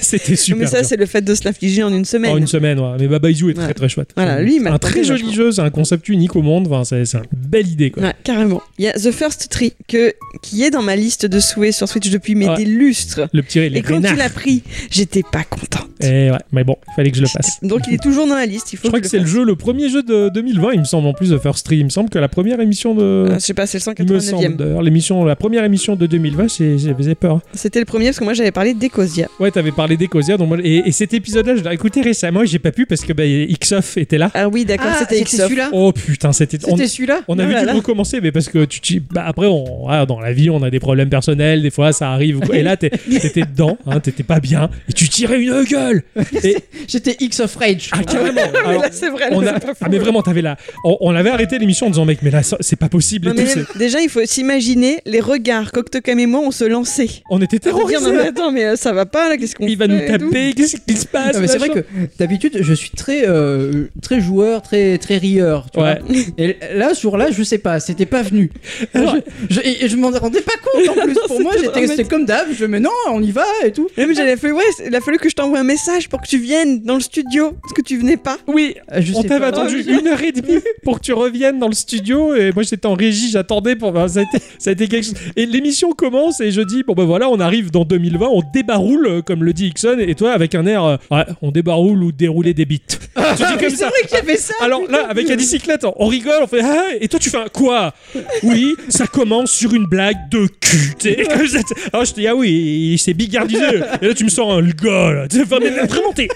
[SPEAKER 1] C'était super.
[SPEAKER 3] mais ça,
[SPEAKER 1] dur.
[SPEAKER 3] c'est le fait de se l'infliger en une semaine.
[SPEAKER 1] En Oh, une semaine, ouais. Mais Baba Is You est très
[SPEAKER 3] Ouais.
[SPEAKER 1] très chouette.
[SPEAKER 3] Voilà, lui, il m'a
[SPEAKER 1] un
[SPEAKER 3] tenté
[SPEAKER 1] très joli
[SPEAKER 3] vachement.
[SPEAKER 1] jeu, c'est un concept unique au monde. Enfin, c'est c'est une belle idée, quoi.
[SPEAKER 3] Ouais, carrément. Il y a The First Ghost Tree, que, qui est dans ma liste de souhaits sur Switch depuis mais
[SPEAKER 1] Ouais.
[SPEAKER 3] des lustres.
[SPEAKER 1] Le petit les
[SPEAKER 3] Et quand tu
[SPEAKER 1] renards.
[SPEAKER 3] l'as pris, j'étais pas contente.
[SPEAKER 1] Eh ouais, mais bon, il fallait que je le fasse.
[SPEAKER 3] J'étais- Donc il est toujours dans la liste. Il faut
[SPEAKER 1] Je crois que
[SPEAKER 3] je
[SPEAKER 1] c'est le
[SPEAKER 3] fasse.
[SPEAKER 1] jeu, le premier jeu de 2020, il me semble, en plus de First Tree. Il me semble que la première émission de.
[SPEAKER 3] Euh, Je sais pas, c'est le
[SPEAKER 1] il me semble
[SPEAKER 3] 189e.
[SPEAKER 1] d'ailleurs, l'émission, la première émission de 2020, c'est- j'avais peur.
[SPEAKER 3] C'était le premier parce que moi j'avais parlé d'Ecosia.
[SPEAKER 1] Ouais, t'avais parlé d'Ecosia, donc moi- et, et cet épisode-là, je l'ai écouté récemment et j'ai pas pu parce que bah, Xof était là.
[SPEAKER 3] Ah oui, d'accord,
[SPEAKER 2] Ah,
[SPEAKER 3] c'était Xof.
[SPEAKER 2] celui-là
[SPEAKER 1] Oh putain, c'était. on-
[SPEAKER 2] C'était celui-là
[SPEAKER 1] On
[SPEAKER 3] Oh
[SPEAKER 1] avait
[SPEAKER 3] là
[SPEAKER 1] dû
[SPEAKER 3] là.
[SPEAKER 1] recommencer, mais parce que tu, tu- bah, après, on, ah, dans la vie, on a des problèmes personnels, des fois ça arrive. ou quoi. Et là, t'es- t'étais dedans, hein, t'étais pas bien, et tu tirais une gueule.
[SPEAKER 2] J'étais X of Rage.
[SPEAKER 1] Ah, carrément.
[SPEAKER 3] Mais
[SPEAKER 1] Alors,
[SPEAKER 3] là, c'est vrai, là,
[SPEAKER 1] on a-
[SPEAKER 3] c'est pas fou.
[SPEAKER 1] ah, mais vraiment, t'avais là. On, on avait arrêté l'émission en disant, mec, mais là, ça- c'est pas possible.
[SPEAKER 3] Non,
[SPEAKER 1] et
[SPEAKER 3] mais
[SPEAKER 1] tout, c'est-
[SPEAKER 3] déjà, il faut s'imaginer les regards qu'Octocam et moi on se lançait.
[SPEAKER 1] On était
[SPEAKER 3] On se dit, non, mais
[SPEAKER 1] terrorisés.
[SPEAKER 3] attends, mais euh, ça va pas là, qu'est-ce qu'on
[SPEAKER 1] Il va
[SPEAKER 3] fait
[SPEAKER 1] nous
[SPEAKER 3] et tout
[SPEAKER 1] taper, qu'est-ce qui se passe
[SPEAKER 2] Non, mais c'est vrai
[SPEAKER 1] machin.
[SPEAKER 2] que d'habitude je suis très euh, très joueur, très très rieur. Tu
[SPEAKER 1] Ouais.
[SPEAKER 2] vois et là sur là je sais pas, c'était pas venu.
[SPEAKER 1] Alors-
[SPEAKER 2] je je, et- et je m'en rendais pas compte en plus. Pour moi
[SPEAKER 3] C'était
[SPEAKER 2] j'étais c'était
[SPEAKER 3] dramatique.
[SPEAKER 2] comme d'hab. Je mais non on y va et tout.
[SPEAKER 3] Même j'avais fait, ouais, il a fallu que je t'envoie un message pour que tu viennes dans le studio parce que tu venais pas.
[SPEAKER 1] Oui,
[SPEAKER 2] Euh, Je
[SPEAKER 1] on
[SPEAKER 2] sais
[SPEAKER 1] t'avait
[SPEAKER 2] pas.
[SPEAKER 1] attendu une heure et demie pour que tu reviennes dans le studio et moi j'étais en régie, j'attendais pour. enfin, ça, a été, ça a été quelque chose. Et l'émission commence et je dis bon ben voilà, on arrive dans 2020, on débaroule euh, comme le dit Ixon et toi avec un air euh, ouais, on débaroule ou dérouler des bites. tu dis comme
[SPEAKER 2] Ah, C'est
[SPEAKER 1] ça.
[SPEAKER 2] vrai qu'il y avait ça.
[SPEAKER 1] Alors là, avec la bicyclette, on rigole, on fait ah, et toi tu fais un quoi Oui, ça commence sur une blague de cul. t'sais, comme ça, t'sais. Alors je te dis ah oui, c'est bigardisé. Et là tu me sors un le gars. là, t'sais, enfin, mais vraiment t'es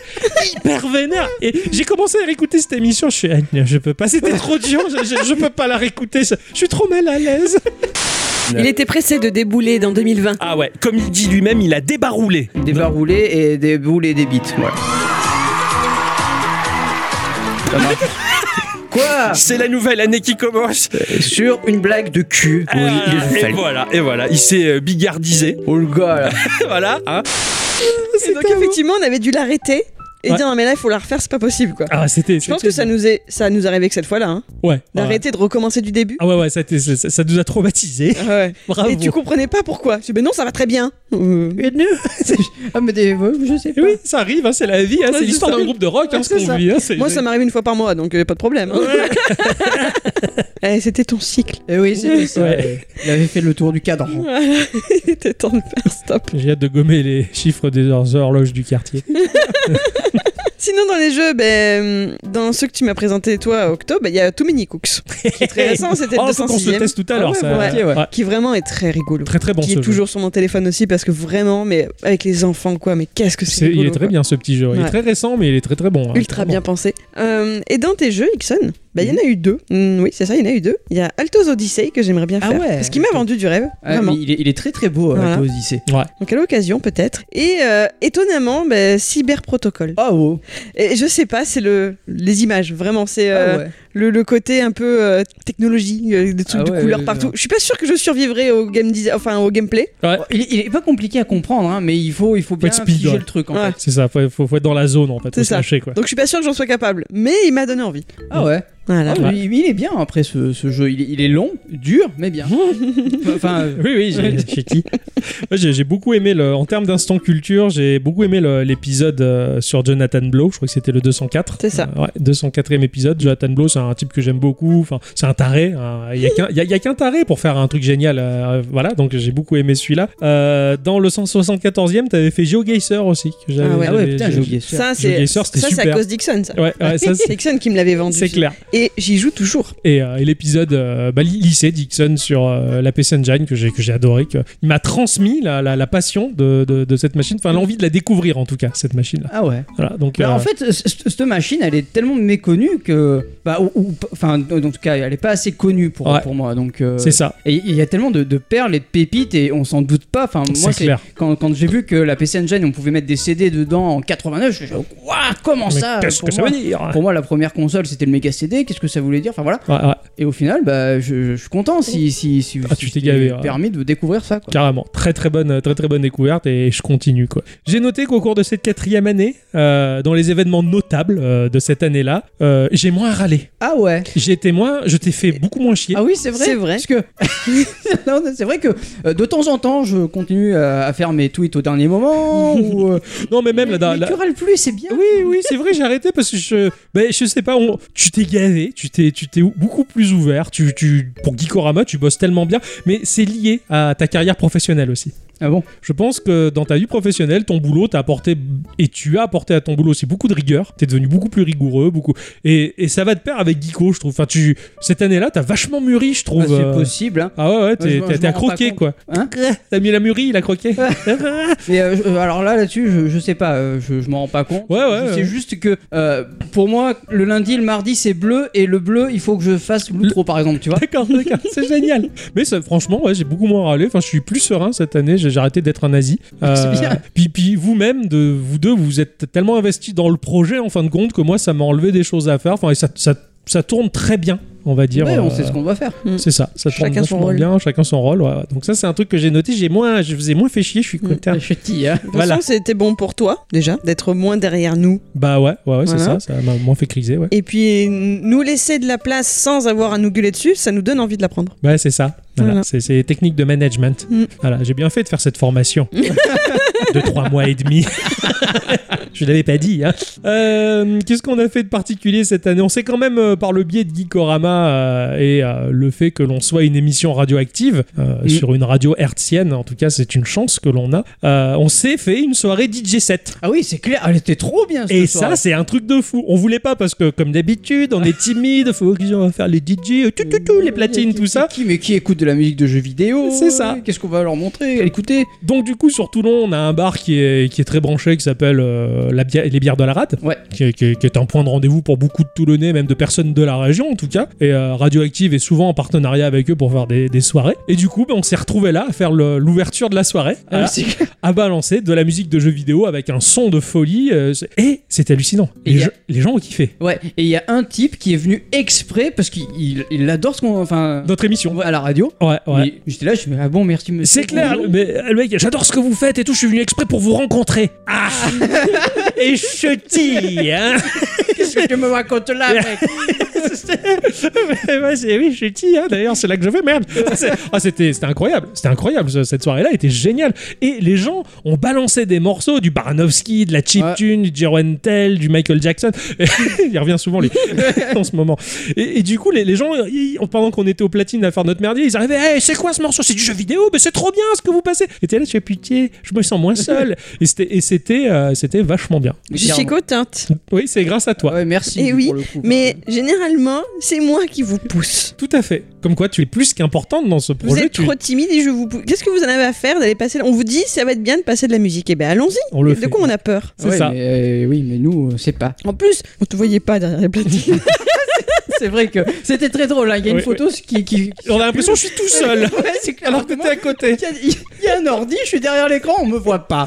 [SPEAKER 1] hyper vénère. Et j'ai commencé à réécouter cette émission. Je suis ah, non, je peux pas. C'était trop dur. Je, je- je peux pas la réécouter. Je, je suis trop mal à l'aise.
[SPEAKER 10] Il
[SPEAKER 7] était pressé de débouler dans 2020.
[SPEAKER 10] Ah ouais, comme il dit lui-même, il a débaroulé.
[SPEAKER 1] Ah,
[SPEAKER 2] Des barres roulées et des boules et des bites. Voilà. Ça marche. Quoi
[SPEAKER 10] C'est la nouvelle année qui commence.
[SPEAKER 2] Sur une blague de cul. Oui,
[SPEAKER 10] Ah,
[SPEAKER 2] il est
[SPEAKER 10] et voilà, et voilà, il s'est euh, bigardisé.
[SPEAKER 2] Oh le gars là.
[SPEAKER 10] voilà, hein.
[SPEAKER 3] Et donc effectivement, on avait dû l'arrêter et
[SPEAKER 1] Ouais.
[SPEAKER 3] dire non mais là il faut la refaire, c'est pas possible quoi.
[SPEAKER 1] Ah c'était.
[SPEAKER 3] Je pense que ça nous est, ça nous arrivait que cette fois-là, hein,
[SPEAKER 1] Ouais. ouais.
[SPEAKER 3] d'arrêter de recommencer du début.
[SPEAKER 1] Ah ouais ouais ça, a été- ça- ça- ça nous a traumatisés.
[SPEAKER 3] Ah ouais.
[SPEAKER 1] Bravo.
[SPEAKER 3] Et tu comprenais pas pourquoi. Tu dis, mais non, ça va très bien. Euh,
[SPEAKER 2] Ah mais des... ouais, je sais
[SPEAKER 1] Et
[SPEAKER 2] pas.
[SPEAKER 1] oui, ça arrive, hein, c'est la vie, hein, c'est
[SPEAKER 3] c'est
[SPEAKER 1] l'histoire
[SPEAKER 3] ça.
[SPEAKER 1] d'un groupe de rock, hein,
[SPEAKER 3] Ouais,
[SPEAKER 1] ce
[SPEAKER 3] c'est
[SPEAKER 1] qu'on
[SPEAKER 3] ça.
[SPEAKER 1] vit. hein, c'est-
[SPEAKER 3] Moi, ça m'arrive une fois par mois, donc euh, pas de problème. hein. Eh, C'était ton cycle.
[SPEAKER 2] Eh oui, c'était ça.
[SPEAKER 1] Ouais.
[SPEAKER 2] Il avait fait le tour du cadran.
[SPEAKER 3] Il était temps de faire stop.
[SPEAKER 1] J'ai hâte de gommer les chiffres des hor- horloges du quartier.
[SPEAKER 3] Sinon, dans les jeux, ben, dans ceux que tu m'as présenté toi, Octo, ben, il y a Too Many Cooks,
[SPEAKER 1] C'est
[SPEAKER 3] très récent, c'était le
[SPEAKER 1] oh, faut qu'on se
[SPEAKER 3] 206e.
[SPEAKER 1] le teste tout à
[SPEAKER 2] Ah
[SPEAKER 1] l'heure.
[SPEAKER 2] ouais,
[SPEAKER 1] ça.
[SPEAKER 2] ouais, ok, ouais.
[SPEAKER 1] Ouais.
[SPEAKER 3] qui vraiment est très rigolo.
[SPEAKER 1] Très très bon
[SPEAKER 3] qui
[SPEAKER 1] ce
[SPEAKER 3] est
[SPEAKER 1] jeu.
[SPEAKER 3] toujours sur mon téléphone aussi, parce que vraiment, mais avec les enfants, quoi, mais qu'est-ce que c'est
[SPEAKER 1] C'est- il
[SPEAKER 3] rigolo,
[SPEAKER 1] est très
[SPEAKER 3] quoi.
[SPEAKER 1] bien ce petit jeu. Il est
[SPEAKER 3] Ouais.
[SPEAKER 1] très récent, mais il est très très bon. hein.
[SPEAKER 3] Ultra
[SPEAKER 1] Vraiment.
[SPEAKER 3] bien pensé. Euh, et dans tes jeux, Ixon, bah, il y en a eu deux. Mm, oui, c'est ça, il y en a eu deux. Il y a Altos Odyssey que j'aimerais bien
[SPEAKER 2] Ah
[SPEAKER 3] faire.
[SPEAKER 2] ouais.
[SPEAKER 3] Parce qu'il m'a vendu du rêve.
[SPEAKER 2] Ah,
[SPEAKER 3] vraiment.
[SPEAKER 2] mais il, est, il est très très beau euh,
[SPEAKER 3] Voilà.
[SPEAKER 2] à cause lycée.
[SPEAKER 3] Donc à l'occasion, peut-être. Et euh, étonnamment, bah, Cyber Protocol.
[SPEAKER 2] Ah oh.
[SPEAKER 3] Et je sais pas, c'est le les images, vraiment. C'est euh,
[SPEAKER 2] ah ouais.
[SPEAKER 3] le, le côté un peu euh, technologie, euh, des trucs
[SPEAKER 2] Ah
[SPEAKER 3] de
[SPEAKER 2] ouais,
[SPEAKER 3] couleurs
[SPEAKER 2] ouais,
[SPEAKER 3] partout.
[SPEAKER 2] ouais.
[SPEAKER 3] Je suis pas sûr que je survivrai au, game desi- enfin, au gameplay.
[SPEAKER 2] Bon, il, est- il est pas compliqué à comprendre, hein, mais il faut, il faut bien
[SPEAKER 1] être speed,
[SPEAKER 2] figer
[SPEAKER 1] ouais.
[SPEAKER 2] le truc en
[SPEAKER 3] Ouais.
[SPEAKER 2] fait.
[SPEAKER 1] C'est ça, faut, faut, faut être dans la zone en fait,
[SPEAKER 3] C'est
[SPEAKER 1] faut se
[SPEAKER 3] ça.
[SPEAKER 1] lâcher quoi.
[SPEAKER 3] Donc je suis pas sûr que j'en sois capable. Mais il m'a donné envie.
[SPEAKER 2] Ah ouais.
[SPEAKER 3] Voilà.
[SPEAKER 2] Ah,
[SPEAKER 1] Ouais.
[SPEAKER 2] Il, il est bien après ce, ce jeu. Il est, il est long, dur, mais bien. enfin, euh,
[SPEAKER 1] Oui, oui, j'ai- j'ai qui Moi, j'ai j'ai beaucoup aimé, le, en termes d'instant culture, j'ai beaucoup aimé le- l'épisode euh, sur Jonathan Blow, je crois que c'était le 204.
[SPEAKER 3] C'est ça.
[SPEAKER 1] Euh, ouais, 204e épisode. Jonathan Blow, c'est un type que j'aime beaucoup, enfin, c'est un taré. hein. Il n'y a qu'un il y a- il y a qu'un taré pour faire un truc génial. euh, voilà, donc j'ai beaucoup aimé celui-là. Euh, dans le 174e, t'avais fait GeoGuessr aussi. que j'avais-
[SPEAKER 3] Ah ouais,
[SPEAKER 2] ah
[SPEAKER 1] j'avais-
[SPEAKER 2] ouais, putain, j'ai
[SPEAKER 1] j'avais-
[SPEAKER 2] oublié ça.
[SPEAKER 3] Ça,
[SPEAKER 1] Joe
[SPEAKER 3] c'est
[SPEAKER 1] Gacer,
[SPEAKER 3] ça,
[SPEAKER 1] c'était
[SPEAKER 3] c'est à
[SPEAKER 1] super.
[SPEAKER 3] cause d'Ixon, ça.
[SPEAKER 1] Ouais, ouais, ça,
[SPEAKER 3] c'est
[SPEAKER 1] c'est
[SPEAKER 3] Ixon qui me l'avait vendu.
[SPEAKER 1] c'est clair.
[SPEAKER 3] Et j'y joue toujours.
[SPEAKER 1] Et, euh, et l'épisode euh, bah, ly- lycée Dixon sur euh, la PC Engine que j'ai que j'ai adoré, que, il m'a transmis la, la, la passion de, de, de cette machine, enfin l'envie de la découvrir en tout cas cette machine là.
[SPEAKER 2] Ah ouais.
[SPEAKER 1] Voilà, donc
[SPEAKER 2] Bah,
[SPEAKER 1] euh,
[SPEAKER 2] en fait, c- c- cette machine, elle est tellement méconnue que, bah, ou, ou- enfin, en tout cas, elle est pas assez connue pour,
[SPEAKER 1] Ouais.
[SPEAKER 2] pour moi. Donc, euh,
[SPEAKER 1] c'est ça.
[SPEAKER 2] Et il y a tellement de, de perles et de pépites et on s'en doute pas. Enfin, moi,
[SPEAKER 1] C'est
[SPEAKER 2] c'est
[SPEAKER 1] clair.
[SPEAKER 2] quand, quand j'ai vu que la PC Engine, on pouvait mettre des CD dedans en 89, je me suis dit, Ouah, comment
[SPEAKER 1] Mais
[SPEAKER 2] ça
[SPEAKER 1] Qu'est-ce
[SPEAKER 2] Pour
[SPEAKER 1] que ça
[SPEAKER 2] moi-
[SPEAKER 1] veut dire
[SPEAKER 2] Pour moi, la première console, c'était le méga CD. Qu'est-ce que ça voulait dire Enfin voilà.
[SPEAKER 1] Ouais, ouais,
[SPEAKER 2] Et au final, bah, je, je suis content si si si,
[SPEAKER 1] Ah,
[SPEAKER 2] si
[SPEAKER 1] tu
[SPEAKER 2] je
[SPEAKER 1] t'es
[SPEAKER 2] t'ai
[SPEAKER 1] gavé, ouais.
[SPEAKER 2] permis de découvrir ça. Quoi.
[SPEAKER 1] Carrément, très très bonne, très très bonne découverte et je continue quoi. J'ai noté qu'au cours de cette quatrième année, euh, dans les événements notables euh, de cette année-là, euh, j'ai moins râlé.
[SPEAKER 2] Ah ouais.
[SPEAKER 1] J'étais moins, je t'ai fait beaucoup moins chier.
[SPEAKER 2] Ah oui, c'est vrai.
[SPEAKER 3] C'est vrai.
[SPEAKER 2] Parce que Non, non, c'est vrai que euh, de temps en temps, je continue euh, à faire mes tweets au dernier moment. ou, euh,
[SPEAKER 1] Non mais même là, dans-
[SPEAKER 2] mais
[SPEAKER 1] là-
[SPEAKER 2] tu râles plus, c'est bien.
[SPEAKER 1] Oui, oui, c'est vrai, j'ai arrêté parce que je. Ben, je sais pas, on... tu t'es gavé, rêvé, tu t'es, tu t'es beaucoup plus ouvert. Tu, tu, pour Geekorama, tu bosses tellement bien, mais c'est lié à ta carrière professionnelle aussi.
[SPEAKER 2] Ah bon
[SPEAKER 1] Je pense que dans ta vie professionnelle, ton boulot t'a apporté et tu as apporté à ton boulot aussi beaucoup de rigueur. T'es devenu beaucoup plus rigoureux, beaucoup et, et ça va de pair avec Geeko, je trouve. Enfin, tu cette année-là, t'as vachement mûri, je trouve.
[SPEAKER 2] Ah, c'est
[SPEAKER 1] Euh,
[SPEAKER 2] possible, hein.
[SPEAKER 1] Ah ouais, ouais,
[SPEAKER 2] Ouais, je
[SPEAKER 1] t'es,
[SPEAKER 2] m'en-
[SPEAKER 1] t'as-
[SPEAKER 2] je
[SPEAKER 1] t'as
[SPEAKER 2] m'en rends pas
[SPEAKER 1] croqué
[SPEAKER 2] compte.
[SPEAKER 1] quoi.
[SPEAKER 2] Hein
[SPEAKER 1] T'as mis la mûrie, il a croqué.
[SPEAKER 2] Mais euh, je- alors là, là-dessus, je, je sais pas, euh, je, je m'en rends pas compte.
[SPEAKER 1] Ouais, ouais,
[SPEAKER 2] Je sais
[SPEAKER 1] ouais.
[SPEAKER 2] juste que euh, pour moi, le lundi, le mardi, c'est bleu et le bleu, il faut que je fasse l'outro par exemple, tu vois.
[SPEAKER 1] D'accord, d'accord, c'est génial. Mais ça, franchement, ouais, j'ai beaucoup moins râlé. Enfin, je suis plus serein cette année. J'ai j'ai arrêté d'être un nazi. Euh,
[SPEAKER 2] C'est bien.
[SPEAKER 1] Puis, puis vous-même, de vous deux, vous êtes tellement investis dans le projet en fin de compte que moi, ça m'a enlevé des choses à faire. Enfin, et ça, ça, ça tourne très bien, on va dire.
[SPEAKER 2] Ouais, on
[SPEAKER 1] Euh,
[SPEAKER 2] sait ce qu'on doit faire.
[SPEAKER 1] C'est ça, ça tourne
[SPEAKER 3] Chacun son
[SPEAKER 1] vachement
[SPEAKER 3] rôle.
[SPEAKER 1] bien, chacun son rôle. ouais, ouais. Donc ça, c'est un truc que j'ai noté. J'ai moins, je vous ai moins fait chier. Je suis
[SPEAKER 2] Mm.
[SPEAKER 1] content.
[SPEAKER 2] Je dis, hein.
[SPEAKER 3] De toute
[SPEAKER 1] Voilà.
[SPEAKER 3] façon, c'était bon pour toi, déjà, d'être moins derrière nous.
[SPEAKER 1] Bah ouais, ouais, ouais, c'est ça.
[SPEAKER 3] Voilà.
[SPEAKER 1] Ça m'a moins fait criser. Ouais.
[SPEAKER 3] Et puis, nous laisser de la place sans avoir à nous gueuler dessus, ça nous donne envie de la prendre.
[SPEAKER 1] Ouais, c'est ça. Voilà.
[SPEAKER 3] Voilà.
[SPEAKER 1] C'est- C'est technique de management.
[SPEAKER 3] Mm.
[SPEAKER 1] Voilà, j'ai bien fait de faire cette formation de trois mois et demi. Je l'avais pas dit. hein. Euh, Qu'est-ce qu'on a fait de particulier cette année On s'est quand même, euh, par le biais de Geekorama euh, et euh, le fait que l'on soit une émission radioactive euh,
[SPEAKER 2] Mm.
[SPEAKER 1] sur une radio hertzienne, en tout cas, c'est une chance que l'on a. euh, on s'est fait une soirée DJ set.
[SPEAKER 2] Ah oui, c'est clair, elle était trop bien cette
[SPEAKER 1] Et ça,
[SPEAKER 2] soirée.
[SPEAKER 1] c'est un truc de fou. On voulait pas parce que, comme d'habitude, on est timide. Faut obliger à faire les DJ, euh, tout, tout, tout, les platines, tout ça.
[SPEAKER 2] Qui, mais qui écoute de la musique de jeux vidéo
[SPEAKER 1] C'est ça.
[SPEAKER 2] Qu'est-ce qu'on va leur montrer Écoutez.
[SPEAKER 1] Donc du coup sur Toulon on a un bar qui est, qui est très branché qui s'appelle euh, la bière- les bières de la rade
[SPEAKER 2] Ouais.
[SPEAKER 1] qui, est- qui est- qui est un point de rendez-vous pour beaucoup de Toulonnais même de personnes de la région en tout cas et euh, Radioactive est souvent en partenariat avec eux pour faire des, des soirées et du coup ben, on s'est retrouvé là à faire le- l'ouverture de la soirée à,
[SPEAKER 2] c'est clair.
[SPEAKER 1] à balancer de la musique de jeux vidéo avec un son de folie euh, c'est- et c'est hallucinant
[SPEAKER 2] Et
[SPEAKER 1] les,
[SPEAKER 2] y a-
[SPEAKER 1] gens- les gens ont kiffé
[SPEAKER 2] Ouais, et il y a un type qui est venu exprès parce qu'il il- il adore ce qu'on. Enfin,
[SPEAKER 1] notre émission
[SPEAKER 2] à la radio.
[SPEAKER 1] ouais ouais
[SPEAKER 2] Mais J'étais là, je me dis, ah bon, merci monsieur.
[SPEAKER 1] C'est clair, mais euh, le mec, j'adore ce que vous faites et tout, je suis venu exprès pour vous rencontrer. Ah Et je tire, hein
[SPEAKER 2] Qu'est-ce que tu me racontes là, mec
[SPEAKER 1] Ouais, ouais, c'est- oui, je suis petit, hein, d'ailleurs, c'est là que je vais, merde. C'est- ah, c'était c'était incroyable, c'était incroyable, ce- cette soirée-là était géniale. Et les gens ont balancé des morceaux du Baranowski, de la chiptune, du Jeroen Tell, du Michael Jackson. Il revient souvent, lui, en ce moment. Et, et du coup, les, les gens, ils- pendant qu'on était au platine à faire notre merdier, ils arrivaient, Hey, c'est quoi ce morceau C'est du jeu vidéo, mais c'est trop bien ce que vous passez. Et t'es là, tu fais pitié, je me sens moins seul. Et c'était- et c'était euh, c'était vachement bien.
[SPEAKER 3] Je suis contente.
[SPEAKER 1] Oui, c'est grâce à toi.
[SPEAKER 2] Ouais, merci.
[SPEAKER 3] Eh
[SPEAKER 2] pour
[SPEAKER 3] oui,
[SPEAKER 2] le coup.
[SPEAKER 3] Mais généralement, c'est moi qui vous pousse.
[SPEAKER 1] Tout à fait. Comme quoi, tu es plus qu'importante dans ce
[SPEAKER 3] Vous
[SPEAKER 1] projet.
[SPEAKER 3] êtes
[SPEAKER 1] tu-
[SPEAKER 3] trop timide et je vous pousse. Qu'est-ce que vous en avez à faire d'aller passer On vous dit, ça va être bien de passer de la musique. Eh ben, allons-y.
[SPEAKER 1] On le fait.
[SPEAKER 3] De quoi on a peur
[SPEAKER 1] C'est
[SPEAKER 2] Ouais,
[SPEAKER 1] ça.
[SPEAKER 2] mais, euh, oui, mais nous, euh, c'est pas.
[SPEAKER 3] En plus, on te voyait pas derrière les platines.
[SPEAKER 2] C'est vrai que c'était très drôle. hein. Il y a une
[SPEAKER 1] Oui,
[SPEAKER 2] photo qui. qui...
[SPEAKER 1] On a l'impression que je suis tout seul.
[SPEAKER 2] Ouais, c'est clair.
[SPEAKER 1] Alors que t'es à côté.
[SPEAKER 2] Il y a- il y, a un ordi, je suis derrière l'écran, on me voit pas.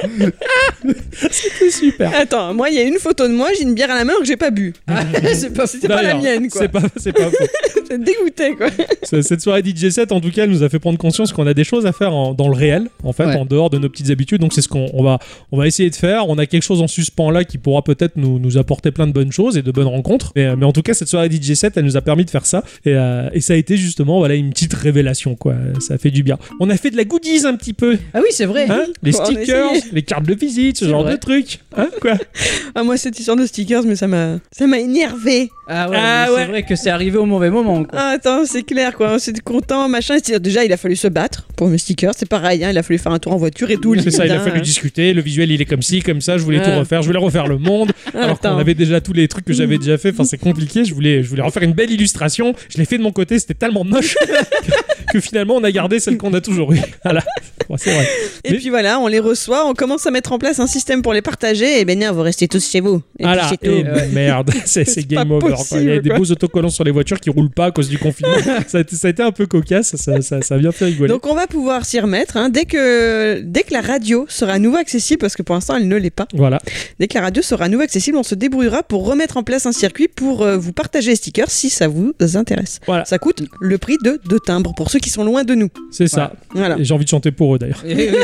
[SPEAKER 1] C'est super.
[SPEAKER 3] Attends, moi, il y a une photo de moi, j'ai une bière à la main alors que j'ai pas bu.
[SPEAKER 2] Ah, c'est pas,
[SPEAKER 3] C'était pas la
[SPEAKER 1] D'ailleurs,
[SPEAKER 3] mienne, quoi.
[SPEAKER 1] C'est pas, c'est pas faux.
[SPEAKER 3] C'est dégoûté, quoi.
[SPEAKER 1] C'est- Cette soirée DJ7, en tout cas, elle nous a fait prendre conscience qu'on a des choses à faire en- dans le réel, en fait,
[SPEAKER 2] Ouais.
[SPEAKER 1] en dehors de nos petites habitudes. Donc, c'est ce qu'on on va, on va essayer de faire. On a quelque chose en suspens là qui pourra peut-être nous, nous apporter plein de bonnes choses et de bonnes rencontres. Mais, euh, mais en tout cas, cette soirée DJ7, elle nous a permis de faire ça. Et, euh, et ça a été justement voilà, une petite révélation, quoi. Ça fait du bien. On a fait de la goodies un petit peu.
[SPEAKER 2] Ah oui, c'est vrai.
[SPEAKER 1] Hein les
[SPEAKER 3] On a
[SPEAKER 1] stickers,
[SPEAKER 3] essayé.
[SPEAKER 1] les cartes de visite, ce
[SPEAKER 2] C'est
[SPEAKER 1] genre
[SPEAKER 2] vrai.
[SPEAKER 1] de trucs. Hein, quoi
[SPEAKER 3] Ah, moi, cette histoire de stickers, mais ça m'a, ça m'a énervé.
[SPEAKER 2] Ah ouais,
[SPEAKER 1] Ah
[SPEAKER 2] mais
[SPEAKER 1] ouais.
[SPEAKER 2] c'est vrai que c'est arrivé au mauvais moment. quoi.
[SPEAKER 3] Ah, attends, c'est clair, quoi. On s'était content, machin. C'est-à-dire, Déjà, il a fallu se battre pour mes stickers. C'est pareil, hein. Il a fallu faire un tour en voiture et tout.
[SPEAKER 1] C'est ça, il a
[SPEAKER 3] Putain,
[SPEAKER 1] fallu
[SPEAKER 3] hein.
[SPEAKER 1] discuter. Le visuel, il est comme ci, comme ça. Je voulais
[SPEAKER 3] Ah.
[SPEAKER 1] tout refaire. Je voulais refaire le monde.
[SPEAKER 3] Ah,
[SPEAKER 1] alors qu'on
[SPEAKER 3] attends.
[SPEAKER 1] avait déjà tous les trucs que j'avais déjà fait. Enfin, c'est compliqué. Je voulais, je voulais refaire une belle illustration. Je l'ai fait de mon côté. C'était tellement moche que- que finalement, on a gardé celle qu'on a toujours eue. Voilà. Bon, c'est vrai.
[SPEAKER 3] Et
[SPEAKER 1] Mais-
[SPEAKER 3] puis voilà, on les reçoit, on commence à mettre en place un système pour les partager. Et ben non, vous restez tous chez vous. Et
[SPEAKER 1] Voilà.
[SPEAKER 3] puis c'est
[SPEAKER 1] Ah Et euh,
[SPEAKER 3] tout.
[SPEAKER 2] Ouais.
[SPEAKER 1] merde. C'est c'est
[SPEAKER 3] pas
[SPEAKER 1] game over. quoi.
[SPEAKER 3] possible,
[SPEAKER 1] Il y a des
[SPEAKER 3] quoi.
[SPEAKER 1] beaux autocollants sur les voitures qui roulent pas à cause du confinement. ça, a été, ça a été un peu cocasse. Ça, ça, ça a bien fait rigoler.
[SPEAKER 3] Donc on va pouvoir s'y remettre hein, dès que dès que la radio sera à nouveau accessible parce que pour l'instant elle ne l'est pas.
[SPEAKER 1] voilà.
[SPEAKER 3] Dès que la radio sera à nouveau accessible, on se débrouillera pour remettre en place un circuit pour euh, vous partager les stickers si ça vous intéresse.
[SPEAKER 1] Voilà.
[SPEAKER 3] Ça coûte le prix de deux timbres pour ceux ceux qui sont loin de nous.
[SPEAKER 1] C'est ça.
[SPEAKER 3] Voilà.
[SPEAKER 1] Et j'ai envie de chanter pour eux d'ailleurs.
[SPEAKER 2] Eh oui.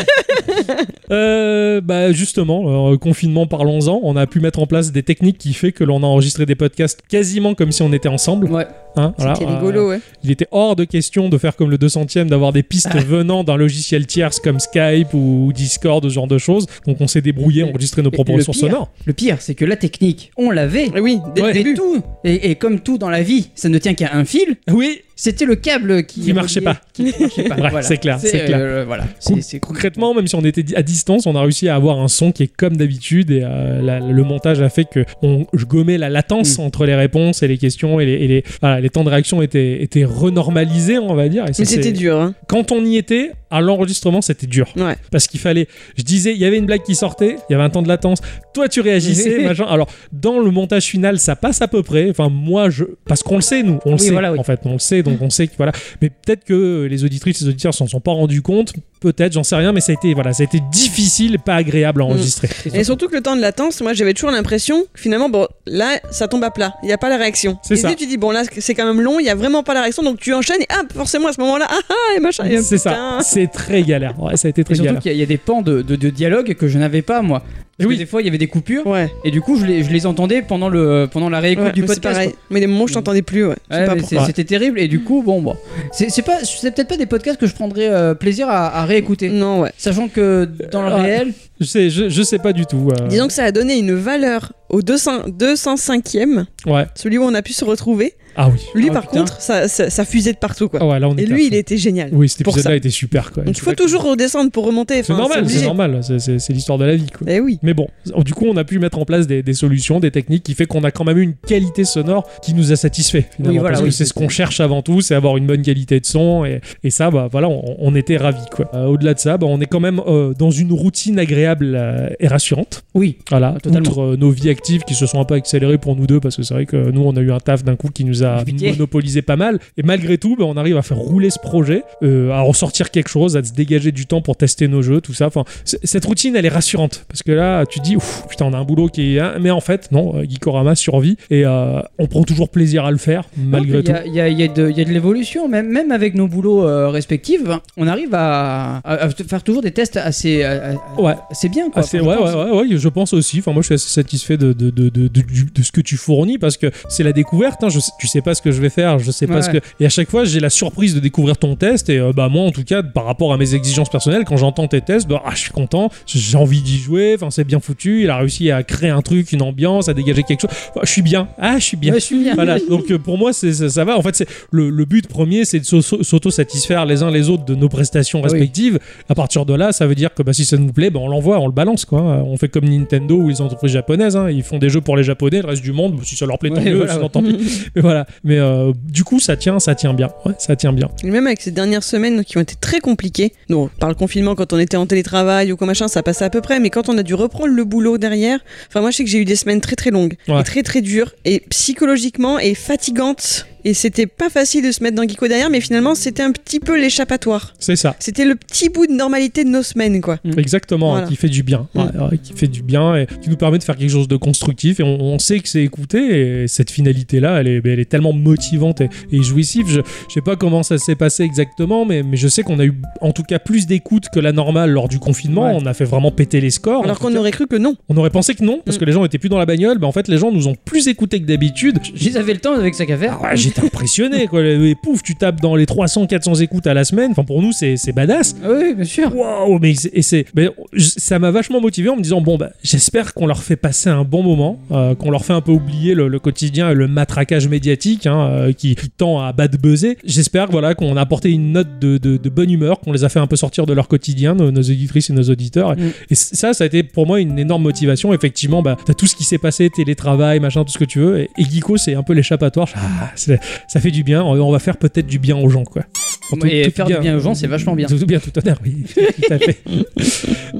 [SPEAKER 1] Euh, bah justement, euh, confinement, parlons-en. On a pu mettre en place des techniques qui fait que l'on a enregistré des podcasts quasiment comme si on était ensemble.
[SPEAKER 2] Ouais.
[SPEAKER 1] Hein, voilà,
[SPEAKER 3] C'était
[SPEAKER 1] euh,
[SPEAKER 3] rigolo, ouais.
[SPEAKER 1] il était hors de question de faire comme le 200e, d'avoir des pistes venant d'un logiciel tierce comme Skype ou Discord, ce genre de choses. Donc on s'est débrouillé, enregistré
[SPEAKER 2] Et
[SPEAKER 1] nos propositions
[SPEAKER 2] le pire-
[SPEAKER 1] sonores.
[SPEAKER 2] Le pire, c'est que la technique, on l'avait.
[SPEAKER 3] Eh Oui, dès
[SPEAKER 2] Ouais.
[SPEAKER 3] le début.
[SPEAKER 2] tout. Et, et comme tout dans la vie, ça ne tient qu'à un fil.
[SPEAKER 1] Oui,
[SPEAKER 2] C'était le câble qui,
[SPEAKER 1] Qui marchait
[SPEAKER 2] reliait-
[SPEAKER 1] pas.
[SPEAKER 2] Qui marchait pas.
[SPEAKER 1] Ouais,
[SPEAKER 2] voilà.
[SPEAKER 1] c'est clair, c'est clair.
[SPEAKER 2] euh, voilà.
[SPEAKER 1] Con-
[SPEAKER 2] C'est- c'est-
[SPEAKER 1] concrètement, même si on était di- à distance, on a réussi à avoir un son qui est comme d'habitude et euh, la- le montage a fait que on, je gommais la latence entre les réponses et les questions et les, et les- voilà, les temps de réaction étaient, étaient renormalisés, on va dire. Et ça,
[SPEAKER 3] Mais
[SPEAKER 1] c'est-
[SPEAKER 3] c'était dur, hein.
[SPEAKER 1] Quand on y était, à l'enregistrement, c'était dur.
[SPEAKER 3] Ouais.
[SPEAKER 1] Parce qu'il fallait. Je disais, il y avait une blague qui sortait, il y avait un temps de latence. Toi, tu réagissais, machin. Alors, dans le montage final, ça passe à peu près. Enfin, moi, je. Parce qu'on le sait, nous. On le
[SPEAKER 2] Oui,
[SPEAKER 1] sait,
[SPEAKER 2] voilà, oui.
[SPEAKER 1] en fait. On le sait, donc on sait que. Voilà. Mais peut-être que les auditrices et les auditeurs s'en sont pas rendus compte. Peut-être, j'en sais rien, mais ça a été, voilà, ça a été difficile, pas agréable à enregistrer.
[SPEAKER 3] Mm. Et surtout que le temps de latence, moi j'avais toujours l'impression que finalement, bon, là ça tombe à plat, il n'y a pas la réaction.
[SPEAKER 1] C'est
[SPEAKER 3] Et
[SPEAKER 1] ça.
[SPEAKER 3] puis, tu dis, bon là c'est quand même long, il n'y a vraiment pas la réaction, donc tu enchaînes et ah, forcément à ce moment-là, ah ah, et machin. et
[SPEAKER 1] C'est ça.
[SPEAKER 3] putain.
[SPEAKER 1] C'est très galère. Ouais, ça a été
[SPEAKER 2] Et
[SPEAKER 1] très
[SPEAKER 2] surtout
[SPEAKER 1] galère.
[SPEAKER 2] qu'il y a- il y, a des pans de, de- de dialogue que je n'avais pas moi. Parce
[SPEAKER 1] Oui.
[SPEAKER 2] que des fois, il y avait des coupures
[SPEAKER 3] Ouais,
[SPEAKER 2] et du coup, je les, je les entendais pendant, le, pendant la réécoute
[SPEAKER 3] ouais,
[SPEAKER 2] du
[SPEAKER 3] mais c'est
[SPEAKER 2] podcast.
[SPEAKER 3] pareil.
[SPEAKER 2] quoi.
[SPEAKER 3] Mais des moments où je t'entendais plus, ouais. Je sais
[SPEAKER 2] Ouais,
[SPEAKER 3] pas
[SPEAKER 2] mais
[SPEAKER 3] pourquoi.
[SPEAKER 2] c'est- C'était terrible et du coup, bon, bon. c'est c'est pas, c'est peut-être pas des podcasts que je prendrais euh, plaisir à, à réécouter.
[SPEAKER 3] Non, ouais.
[SPEAKER 2] Sachant que dans le
[SPEAKER 1] Ouais.
[SPEAKER 2] réel,
[SPEAKER 1] Je sais, je, je sais pas du tout. euh,
[SPEAKER 3] Disons que ça a donné une valeur au 200, 205e,
[SPEAKER 1] Ouais.
[SPEAKER 3] celui où on a pu se retrouver.
[SPEAKER 1] Ah oui.
[SPEAKER 3] Lui,
[SPEAKER 2] Ah,
[SPEAKER 3] par
[SPEAKER 2] putain.
[SPEAKER 3] contre, ça, ça, ça fusait de partout, quoi.
[SPEAKER 1] Ah ouais, là, on
[SPEAKER 3] Et
[SPEAKER 1] était à
[SPEAKER 3] lui,
[SPEAKER 1] fond.
[SPEAKER 3] il était génial.
[SPEAKER 1] Oui, cet
[SPEAKER 3] pour ça.
[SPEAKER 1] épisode-là était super, quoi.
[SPEAKER 3] Donc il faut toujours redescendre pour remonter.
[SPEAKER 1] C'est
[SPEAKER 3] enfin,
[SPEAKER 1] normal,
[SPEAKER 3] obligé.
[SPEAKER 1] c'est normal. C'est- C'est c'est l'histoire de la vie, quoi.
[SPEAKER 3] Eh oui.
[SPEAKER 1] Mais bon, du coup, on a pu mettre en place des, des solutions, des techniques qui fait qu'on a quand même eu une qualité sonore qui nous a satisfait. Finalement,
[SPEAKER 2] Oui, voilà,
[SPEAKER 1] parce que
[SPEAKER 2] oui,
[SPEAKER 1] c'est
[SPEAKER 2] c'est-
[SPEAKER 1] ce qu'on cherche avant tout, c'est avoir une bonne qualité de son. Et, et ça, bah, voilà, on, on était ravis. Quoi. Euh, Au-delà de ça, bah, on est quand même euh, dans une routine agréable euh, et rassurante.
[SPEAKER 2] oui,
[SPEAKER 1] Voilà,
[SPEAKER 2] Ah, totalement.
[SPEAKER 1] outre euh, nos vies actives qui se sont un peu accélérées pour nous deux, parce que c'est vrai que nous, on a eu un taf d'un coup qui nous a
[SPEAKER 2] Pitié.
[SPEAKER 1] monopolisé pas mal. Et malgré tout, bah, on arrive à faire rouler ce projet, euh, à en sortir quelque chose, à se dégager du temps pour tester nos jeux, tout ça. Enfin, c- cette routine, elle est rassurante. Parce que là, tu te dis, ouf, putain, on a un boulot qui est. hein, Mais en fait, non, euh, Gikorama survit. Et euh, on prend toujours plaisir à le faire, malgré
[SPEAKER 2] Il y
[SPEAKER 1] tout.
[SPEAKER 2] a- il y, a- il y a de, il y a de l'évolution, même, même avec nos boulots euh, respectifs, hein, on arrive à, à- à f- faire toujours des tests assez, à- à-
[SPEAKER 1] Ouais.
[SPEAKER 2] assez bien. Quoi,
[SPEAKER 1] Ah, c'est-
[SPEAKER 2] je
[SPEAKER 1] ouais,
[SPEAKER 2] pense.
[SPEAKER 1] ouais, ouais, ouais, je pense aussi. Enfin, moi, je suis assez satisfait de, de, de, de, de- du- de ce que tu fournis parce que c'est la découverte. Hein. Je, sais- tu sais pas ce que je vais faire, je sais pas
[SPEAKER 2] Ouais,
[SPEAKER 1] ce que.
[SPEAKER 2] ouais.
[SPEAKER 1] Et à chaque fois, j'ai la surprise de découvrir ton test. Et euh, bah, moi, en tout cas, par rapport à mes exigences personnelles, quand j'entends tes tests, bah, ah, je suis content, j'ai envie d'y jouer. Enfin, c'est bien foutu. Il a réussi à créer un truc, une ambiance, à dégager quelque chose. Enfin, je suis bien. Ah, je suis bien.
[SPEAKER 2] Ouais, je suis bien.
[SPEAKER 1] Voilà, donc euh, pour moi, c'est- ça, ça va. En fait, c'est le, le but premier, c'est de s'au- s'auto-satisfaire les uns les autres de nos prestations
[SPEAKER 2] Ah oui.
[SPEAKER 1] respectives. À partir de là, ça veut dire que bah, si ça nous plaît, bah, on l'envoie, on le balance. Quoi. Euh, On fait comme Nintendo ou les entreprises japonaises. hein. Ils font des jeux pour les Japonais, le reste du monde, bah, si ça leur plaît, tant
[SPEAKER 2] Ouais,
[SPEAKER 1] mieux,
[SPEAKER 2] voilà,
[SPEAKER 1] sinon
[SPEAKER 2] ouais.
[SPEAKER 1] tant pis. Mais voilà. Mais euh, du coup, ça tient, ça tient bien. Ouais, ça tient bien.
[SPEAKER 3] Et même avec ces dernières semaines qui ont été très compliquées, donc par le confinement, quand on était en télétravail ou quoi machin, ça passait à peu près, mais quand on a dû reprendre le boulot derrière, enfin moi je sais que j'ai eu des semaines très très longues,
[SPEAKER 1] Ouais.
[SPEAKER 3] et très très dures, et psychologiquement et fatigantes, et c'était pas facile de se mettre dans Geeko derrière, mais finalement c'était un petit peu l'échappatoire.
[SPEAKER 1] C'est ça.
[SPEAKER 3] C'était le petit bout de normalité de nos semaines, quoi.
[SPEAKER 1] Exactement,
[SPEAKER 3] Mmh. Voilà. Mmh.
[SPEAKER 1] hein, qui fait du bien, Ouais, ouais, qui fait du bien et qui nous permet de faire quelque chose de constructif. Et on, on sait que c'est écouté. Et cette finalité là, elle est, elle est tellement motivante et, et jouissive. Je, je sais pas comment ça s'est passé exactement, mais, mais je sais qu'on a eu en tout cas plus d'écoute que la normale lors du confinement.
[SPEAKER 2] Ouais.
[SPEAKER 1] On a fait vraiment péter les scores.
[SPEAKER 3] Alors
[SPEAKER 1] En tout
[SPEAKER 3] qu'on Mmh.
[SPEAKER 1] cas,
[SPEAKER 3] aurait cru que non.
[SPEAKER 1] on aurait pensé que non, parce que les gens étaient plus dans la bagnole. Mais en fait, les gens nous ont plus écoutés que d'habitude.
[SPEAKER 2] J'avais le temps avec ça qu'à faire.
[SPEAKER 1] Ah ouais, j'étais impressionné quoi. Et pouf, tu tapes dans les 300-400 écoutes à la semaine. Enfin, pour nous, c'est c'est badass.
[SPEAKER 2] Ah Oui, bien sûr.
[SPEAKER 1] Waouh, mais c'est- et c'est, mais je- ça m'a vachement motivé en me disant bon bah j'espère qu'on leur fait passer un bon moment, euh, qu'on leur fait un peu oublier le, le quotidien et le matraquage médiatique hein, euh, qui, qui tend à bad buzzer. J'espère voilà qu'on a apporté une note de, de- de bonne humeur, qu'on les a fait un peu sortir de leur quotidien, nos, nos auditrices et nos auditeurs. Et-
[SPEAKER 2] Mm.
[SPEAKER 1] Et c- ça, ça a été pour moi une énorme motivation. Effectivement, bah t'as tout ce qui s'est passé, télétravail, machin, tout ce que tu veux. Et, et Geeko c'est un peu l'échappatoire. Ah, c'est- ça fait du bien. On, on va faire peut-être du bien aux gens quoi. Tout-
[SPEAKER 2] Et
[SPEAKER 1] tout
[SPEAKER 2] faire du bien aux gens, c'est vachement bien.
[SPEAKER 1] tout, tout bien, tout honneur, oui. tout à fait.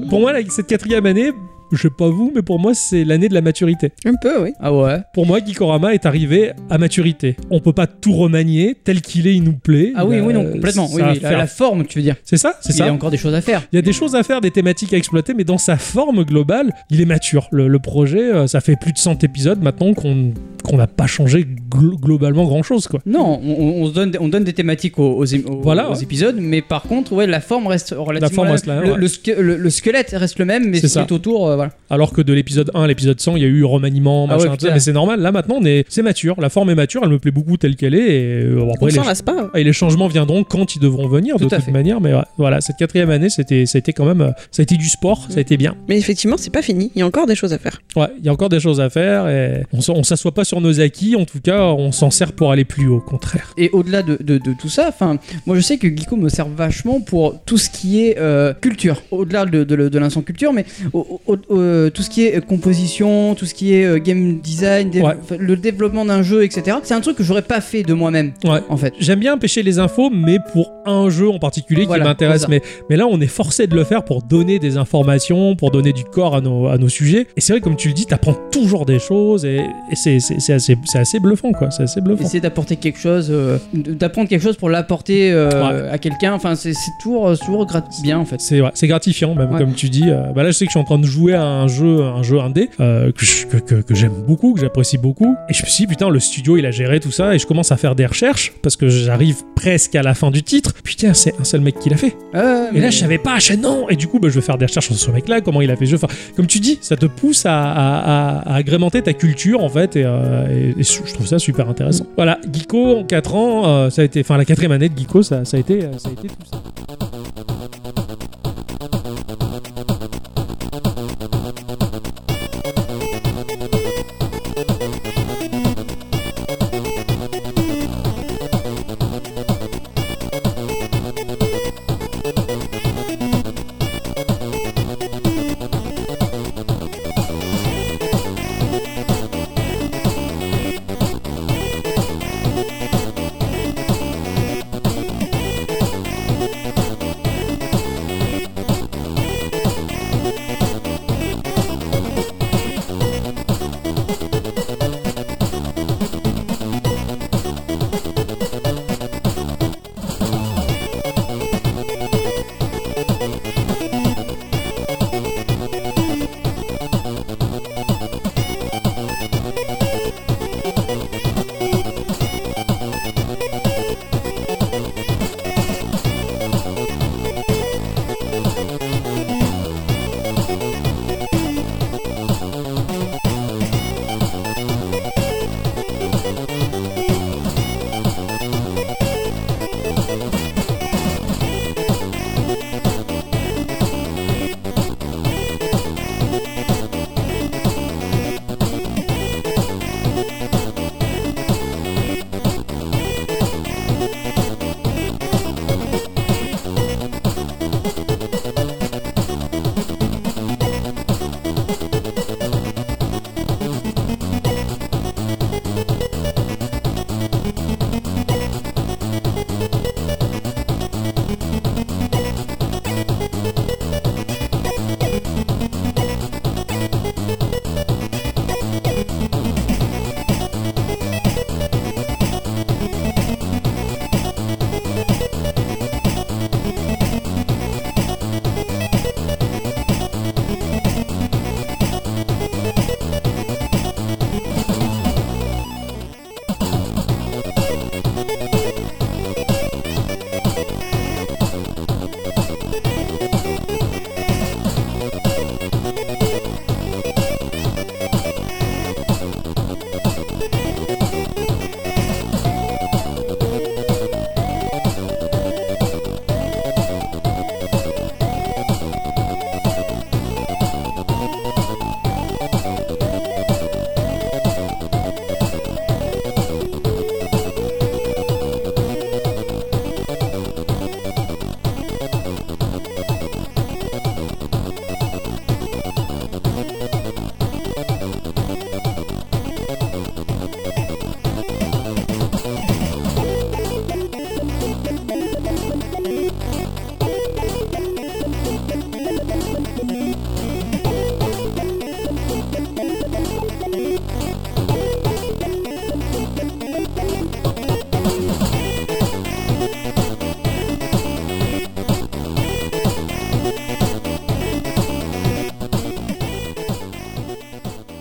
[SPEAKER 1] Pour moi, là, cette quatrième année, je sais pas vous, mais pour moi, c'est l'année de la maturité.
[SPEAKER 3] Un peu, oui.
[SPEAKER 2] Ah ouais
[SPEAKER 1] Pour moi, Gikorama est arrivé à maturité. On peut pas tout remanier, tel qu'il est, il nous plaît.
[SPEAKER 2] Ah
[SPEAKER 1] Il
[SPEAKER 2] oui,
[SPEAKER 1] a-
[SPEAKER 2] oui, non, complètement. Oui,
[SPEAKER 1] bah, ça
[SPEAKER 2] oui,
[SPEAKER 1] à
[SPEAKER 2] la,
[SPEAKER 1] faire.
[SPEAKER 2] la forme, tu veux dire.
[SPEAKER 1] C'est ça, c'est
[SPEAKER 2] Il y
[SPEAKER 1] ça.
[SPEAKER 2] a encore des choses à faire.
[SPEAKER 1] Il y a des choses à faire, des thématiques à exploiter, mais dans sa forme globale, il est mature. Le, le projet, euh, ça fait plus de 100 épisodes maintenant qu'on qu'on n'a pas changé glo- globalement grand-chose, quoi.
[SPEAKER 2] Non, on, on- on se donne, on donne des thématiques aux, aux, aux-
[SPEAKER 1] Voilà,
[SPEAKER 2] aux
[SPEAKER 1] ouais.
[SPEAKER 2] épisodes, mais par contre, ouais, la forme reste relativement
[SPEAKER 1] forme reste la même,
[SPEAKER 2] Le,
[SPEAKER 1] ouais.
[SPEAKER 2] le ske- le- le squelette reste le même, mais ce
[SPEAKER 1] C'est
[SPEAKER 2] qui
[SPEAKER 1] ça.
[SPEAKER 2] est autour, euh, voilà.
[SPEAKER 1] Alors que de l'épisode 1 à l'épisode 100, il y a eu remaniement,
[SPEAKER 2] Ah
[SPEAKER 1] machin,
[SPEAKER 2] ouais,
[SPEAKER 1] tout ça,
[SPEAKER 2] putain.
[SPEAKER 1] mais c'est normal. Là, maintenant, on est- c'est mature. La forme est mature, elle me plaît beaucoup telle qu'elle est. Et, euh, bon,
[SPEAKER 3] On
[SPEAKER 1] après, les,
[SPEAKER 3] s'en lasse pas.
[SPEAKER 1] et les changements viendront quand ils devront venir,
[SPEAKER 2] Tout
[SPEAKER 1] de
[SPEAKER 2] à
[SPEAKER 1] toute
[SPEAKER 2] fait.
[SPEAKER 1] manière. Mais ouais, voilà, cette quatrième année, c'était, ça a été quand même, euh, ça a été du sport,
[SPEAKER 2] Mm.
[SPEAKER 1] ça a été bien.
[SPEAKER 3] Mais effectivement, c'est pas fini. Il y a encore des choses à faire.
[SPEAKER 1] Ouais, il y a encore des choses à faire. Et on, s'en- on s'assoit pas sur nos acquis. En tout cas, on s'en sert pour aller plus haut, au contraire.
[SPEAKER 2] Et au-delà de, de- de tout ça, enfin, moi je sais que Geeko me sert vachement pour tout ce qui est euh, culture, au-delà de, de, de l'instant culture, mais au- au- au- euh, tout ce qui est euh, composition, tout ce qui est euh, game design, dé-
[SPEAKER 1] Ouais.
[SPEAKER 2] enfin, le développement d'un jeu, etc. C'est un truc que j'aurais pas fait de moi-même,
[SPEAKER 1] Ouais.
[SPEAKER 2] en fait.
[SPEAKER 1] J'aime bien pêcher les infos, mais pour un jeu en particulier
[SPEAKER 2] Voilà,
[SPEAKER 1] qui m'intéresse.
[SPEAKER 2] c'est ça.
[SPEAKER 1] Mais, mais là, on est forcé de le faire pour donner des informations, pour donner du corps à nos, à nos sujets. Et c'est vrai, comme tu le dis, t'apprends toujours des choses et, et c'est c'est- c'est assez, c'est assez bluffant, quoi. C'est assez bluffant.
[SPEAKER 2] Essayer d'apporter quelque chose, euh, d'apprendre quelque chose pour l'apporter euh, à quelqu'un, enfin, c'est c'est toujours, euh, toujours grat- bien, en fait.
[SPEAKER 1] C'est ouais, c'est gratifiant, même
[SPEAKER 2] Ouais.
[SPEAKER 1] comme tu dis. Euh, bah là, je sais que je suis en train de jouer à un jeu, un jeu indé euh, que, je- que, que- que j'aime beaucoup, que j'apprécie beaucoup. Et je me suis dit, putain, le studio, il a géré tout ça. Et je commence à faire des recherches parce que j'arrive presque à la fin du titre. Putain, c'est un seul mec qui l'a fait.
[SPEAKER 2] Euh,
[SPEAKER 1] Et là,
[SPEAKER 2] mais-
[SPEAKER 1] je savais pas, je fais, non Et du coup, bah, je vais faire des recherches sur ce mec-là, comment il a fait le jeu. Enfin, comme tu dis, ça te pousse à, à- à- à agrémenter ta culture, en fait, et, euh, et- et je trouve ça super intéressant. Voilà, Geeko, en 4 ans, euh, ça a été, enfin, la quatrième année de Geeko, ça, ça a été, euh, ça a été tout ça.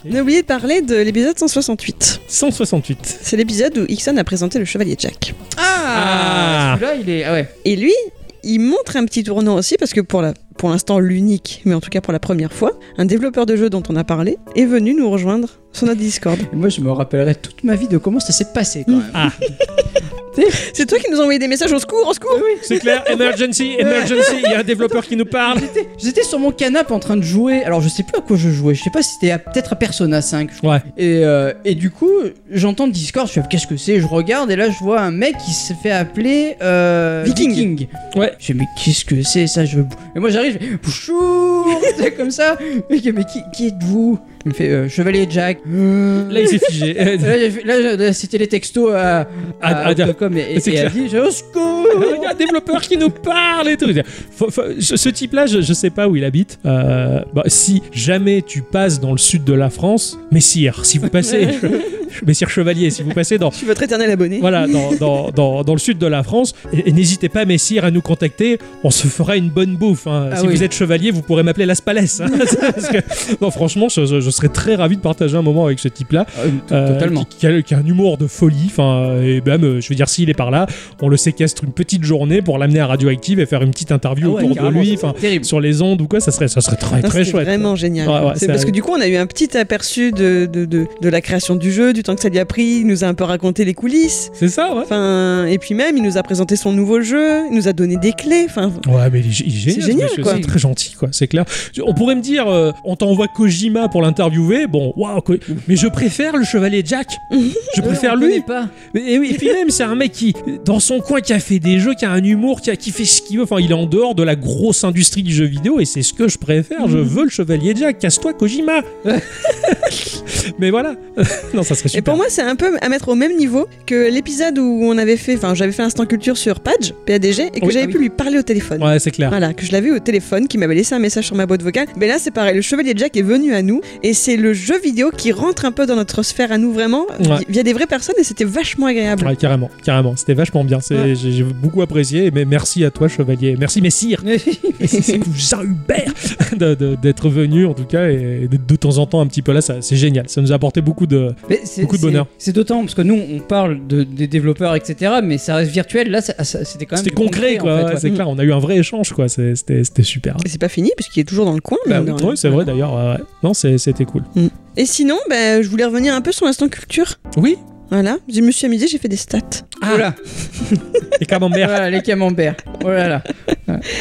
[SPEAKER 3] On a oublié de parler de l'épisode 168.
[SPEAKER 1] 168.
[SPEAKER 3] C'est l'épisode où Ixon a présenté le Chevalier Jack.
[SPEAKER 2] Ah, Celui-là, il est. Ah ouais.
[SPEAKER 3] Et lui, il montre un petit tournant aussi, parce que pour la- pour l'instant l'unique, mais en tout cas pour la première fois, un développeur de jeu dont on a parlé est venu nous rejoindre sur notre Discord.
[SPEAKER 2] Et moi, je me rappellerai toute ma vie de comment ça s'est passé quand même.
[SPEAKER 3] C'est toi qui nous as envoyé des messages au secours, au secours
[SPEAKER 1] C'est clair, emergency, emergency, il y a un développeur qui nous parle.
[SPEAKER 2] J'étais- J'étais sur mon canapé en train de jouer. Alors, je sais plus à quoi je jouais. Je sais pas si c'était à- peut-être à Persona 5. je crois.
[SPEAKER 1] Ouais.
[SPEAKER 2] Et, euh, et du coup, j'entends Discord. Je fais qu'est-ce que c'est Je regarde et là, je vois un mec qui se fait appeler euh,
[SPEAKER 3] Viking.
[SPEAKER 1] Ouais.
[SPEAKER 2] Je fais mais qu'est-ce que c'est ça Je et moi j'arrive. je fais, Bonjour. C'est comme ça. Et je dis, mais qui, qui êtes-vous Il me fait euh, Chevalier Jack. Euh.
[SPEAKER 1] Là, il s'est figé.
[SPEAKER 2] Là, j'ai fait- là, j'ai- là, c'était les textos à, à,
[SPEAKER 1] À- à dire-
[SPEAKER 2] Octocom et,
[SPEAKER 1] Ah, C'est
[SPEAKER 2] et à
[SPEAKER 1] clair.
[SPEAKER 2] Vie, j'ai au
[SPEAKER 1] Il y
[SPEAKER 2] secours
[SPEAKER 1] a un développeur qui nous parle et tout. Faut- faut- ce ce type-là, je, je sais pas où il habite. Euh, bah, si jamais tu passes dans le sud de la France, messire, si vous passez, messire chevalier, si vous passez dans
[SPEAKER 3] Je suis votre éternel abonné.
[SPEAKER 1] voilà, dans, dans, dans, dans le sud de la France. Et, et n'hésitez pas, messire, à nous contacter. On se fera une bonne bouffe. hein.
[SPEAKER 2] Ah
[SPEAKER 1] si
[SPEAKER 2] oui.
[SPEAKER 1] vous êtes chevalier, vous pourrez m'appeler Las Palais. hein. Parce que- non, franchement, je, je- je serais très ravi de partager un moment avec ce type-là. euh,
[SPEAKER 2] Totalement.
[SPEAKER 1] Qui, qui a, qui a un humour de folie. Enfin, et même, euh, je veux dire, s'il est par là, on le séquestre une petite journée pour l'amener à Radioactive et faire une petite interview
[SPEAKER 2] Ah ouais,
[SPEAKER 1] autour de
[SPEAKER 2] carrément,
[SPEAKER 1] lui.
[SPEAKER 2] c'est
[SPEAKER 1] Enfin,
[SPEAKER 2] terrible.
[SPEAKER 1] sur les ondes ou quoi, ça serait, ça serait très,
[SPEAKER 3] Non,
[SPEAKER 1] très
[SPEAKER 3] c'était
[SPEAKER 1] chouette.
[SPEAKER 3] vraiment génial.
[SPEAKER 1] Ouais, ouais,
[SPEAKER 3] c'est
[SPEAKER 1] c'est
[SPEAKER 3] parce
[SPEAKER 1] un-
[SPEAKER 3] que du coup, on a eu un petit aperçu de, de, de, de la création du jeu, du temps que ça lui a pris. Il nous a un peu raconté les coulisses.
[SPEAKER 1] C'est ça, ouais.
[SPEAKER 3] Enfin, et puis même, il nous a présenté son nouveau jeu. Il nous a donné des clés. Enfin,
[SPEAKER 1] Ouais, mais il est gé- il est génial,
[SPEAKER 3] C'est
[SPEAKER 1] ce
[SPEAKER 3] génial,
[SPEAKER 1] monsieur,
[SPEAKER 3] quoi.
[SPEAKER 1] C'est très gentil, quoi. C'est clair. On pourrait me dire, euh, on t'envoie Kojima pour l'interviewer. Bon, waouh, Ko- mais je préfère le chevalier Jack. Je préfère
[SPEAKER 2] On
[SPEAKER 1] lui.
[SPEAKER 2] connaît pas.
[SPEAKER 1] Et, oui, et puis même, c'est un mec qui, dans son coin, qui a fait des jeux, qui a un humour, qui, a- qui fait ce qu'il veut. Enfin, il est en dehors de la grosse industrie du jeu vidéo et c'est ce que je préfère.
[SPEAKER 3] Mhm.
[SPEAKER 1] Je veux le chevalier Jack. Casse-toi, Kojima. mais voilà. non, ça serait super.
[SPEAKER 3] Et pour moi, c'est un peu à mettre au même niveau que l'épisode où on avait fait, enfin, j'avais fait un stand culture sur Page, PADG, et que
[SPEAKER 1] Oui,
[SPEAKER 3] j'avais
[SPEAKER 1] ah
[SPEAKER 3] pu lui parler au téléphone.
[SPEAKER 1] Ouais, c'est clair.
[SPEAKER 3] Voilà, que je l'avais eu au téléphone, qui m'avait laissé un message sur ma boîte vocale. Mais là, c'est pareil, le Chevalier Jack est venu à nous, et c'est le jeu vidéo qui rentre un peu dans notre sphère à nous vraiment,
[SPEAKER 1] Ouais.
[SPEAKER 3] vi- via des vraies personnes, et c'était vachement agréable.
[SPEAKER 1] Ouais, carrément, carrément. C'était vachement bien. C'est- J'ai j'ai beaucoup apprécié. Mais merci à toi, chevalier. Merci, messire. Et c'est c'est cousin Hubert de- de- d'être venu en tout cas et d'être de temps en temps un petit peu là, ça- c'est génial. Ça nous a apporté beaucoup de.
[SPEAKER 2] Mais c'est-
[SPEAKER 1] Beaucoup de
[SPEAKER 2] c'est-
[SPEAKER 1] bonheur.
[SPEAKER 2] C'est d'autant parce que nous, on parle de, des développeurs, etc. Mais ça reste virtuel. Là, ça- ah, ça- c'était quand même.
[SPEAKER 1] C'était
[SPEAKER 2] du
[SPEAKER 1] concret quoi,
[SPEAKER 2] en fait,
[SPEAKER 1] ouais,
[SPEAKER 2] ouais.
[SPEAKER 1] c'est clair. On a eu un vrai échange quoi, C'est- c'était c'était super.
[SPEAKER 3] Et c'est pas fini, puisqu'il est toujours dans le coin.
[SPEAKER 1] Bah
[SPEAKER 3] mine de
[SPEAKER 1] oui,
[SPEAKER 3] rien.
[SPEAKER 1] ouais, c'est vrai d'ailleurs. ouais, ouais. Non, c'est- c'était cool.
[SPEAKER 3] Et sinon, ben, je voulais revenir un peu sur l'instant culture.
[SPEAKER 1] Oui.
[SPEAKER 3] Voilà, je me suis amusée, j'ai fait des stats.
[SPEAKER 2] Oula,
[SPEAKER 1] Et camembert.
[SPEAKER 2] voilà, les camemberts. Oh là là.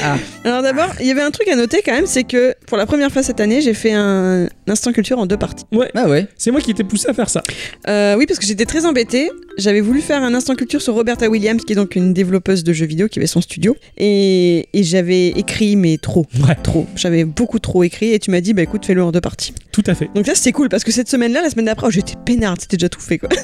[SPEAKER 2] Ah,
[SPEAKER 3] Alors d'abord, il y avait un truc à noter quand même, c'est que pour la première fois cette année, j'ai fait un instant culture en deux parties.
[SPEAKER 2] bah ouais.
[SPEAKER 1] C'est moi qui t'ai poussé à faire ça.
[SPEAKER 3] Euh, oui, parce que j'étais très embêtée. J'avais voulu faire un instant culture sur Roberta Williams, qui est donc une développeuse de jeux vidéo qui avait son studio. Et, et j'avais écrit, mais trop,
[SPEAKER 1] Ouais,
[SPEAKER 3] trop. J'avais beaucoup trop écrit. Et tu m'as dit, bah écoute, fais-le en deux parties.
[SPEAKER 1] tout à fait.
[SPEAKER 3] Donc là, c'était cool, parce que cette semaine-là, la semaine d'après, oh, j'étais peinarde, c'était déjà tout fait, quoi.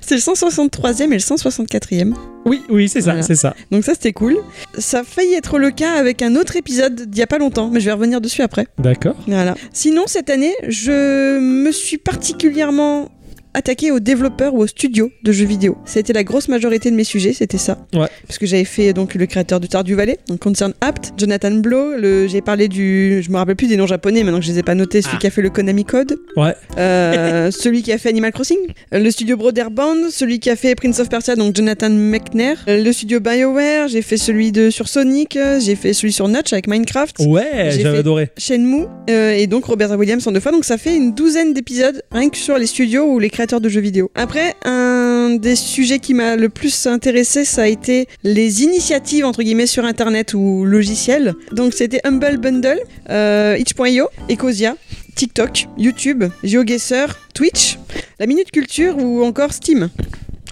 [SPEAKER 3] C'était le 163e et le 164e.
[SPEAKER 1] Oui, oui, c'est ça,
[SPEAKER 3] Voilà.
[SPEAKER 1] c'est ça.
[SPEAKER 3] Donc ça, c'était cool. Ça a failli être le cas avec un autre épisode d'il y a pas longtemps, mais je vais revenir dessus après.
[SPEAKER 1] D'accord.
[SPEAKER 3] Voilà. Sinon, cette année, je me suis particulièrement attaquée aux développeurs ou aux studios de jeux vidéo. Ça a été la grosse majorité de mes sujets, c'était ça.
[SPEAKER 1] Ouais.
[SPEAKER 3] Parce que j'avais fait donc le créateur du Tard du Valais, donc Concern Apt, Jonathan Blow, le... j'ai parlé du... Je me rappelle plus des noms japonais maintenant que je les ai pas notés, celui
[SPEAKER 1] Ah.
[SPEAKER 3] qui a fait le Konami Code.
[SPEAKER 1] Ouais.
[SPEAKER 3] Euh, celui qui a fait Animal Crossing. Euh, Le studio Broderband, celui qui a fait Prince of Persia, donc Jonathan Mechner. Euh, Le studio BioWare, j'ai fait celui de... sur Sonic, euh, j'ai fait celui sur Notch avec Minecraft.
[SPEAKER 1] Ouais,
[SPEAKER 3] J'ai
[SPEAKER 1] j'avais
[SPEAKER 3] fait-
[SPEAKER 1] adoré.
[SPEAKER 3] Shenmue euh, et donc Robert Williams en deux fois. Donc ça fait une douzaine d'épisodes rien que sur les studios ou les créateurs de jeux vidéo. Après, un des sujets qui m'a le plus intéressé, ça a été les initiatives entre guillemets sur internet ou logiciels. Donc c'était Humble Bundle, euh, itch.io, Ecosia, TikTok, YouTube, GeoGuessr, Twitch, la Minute Culture ou encore Steam.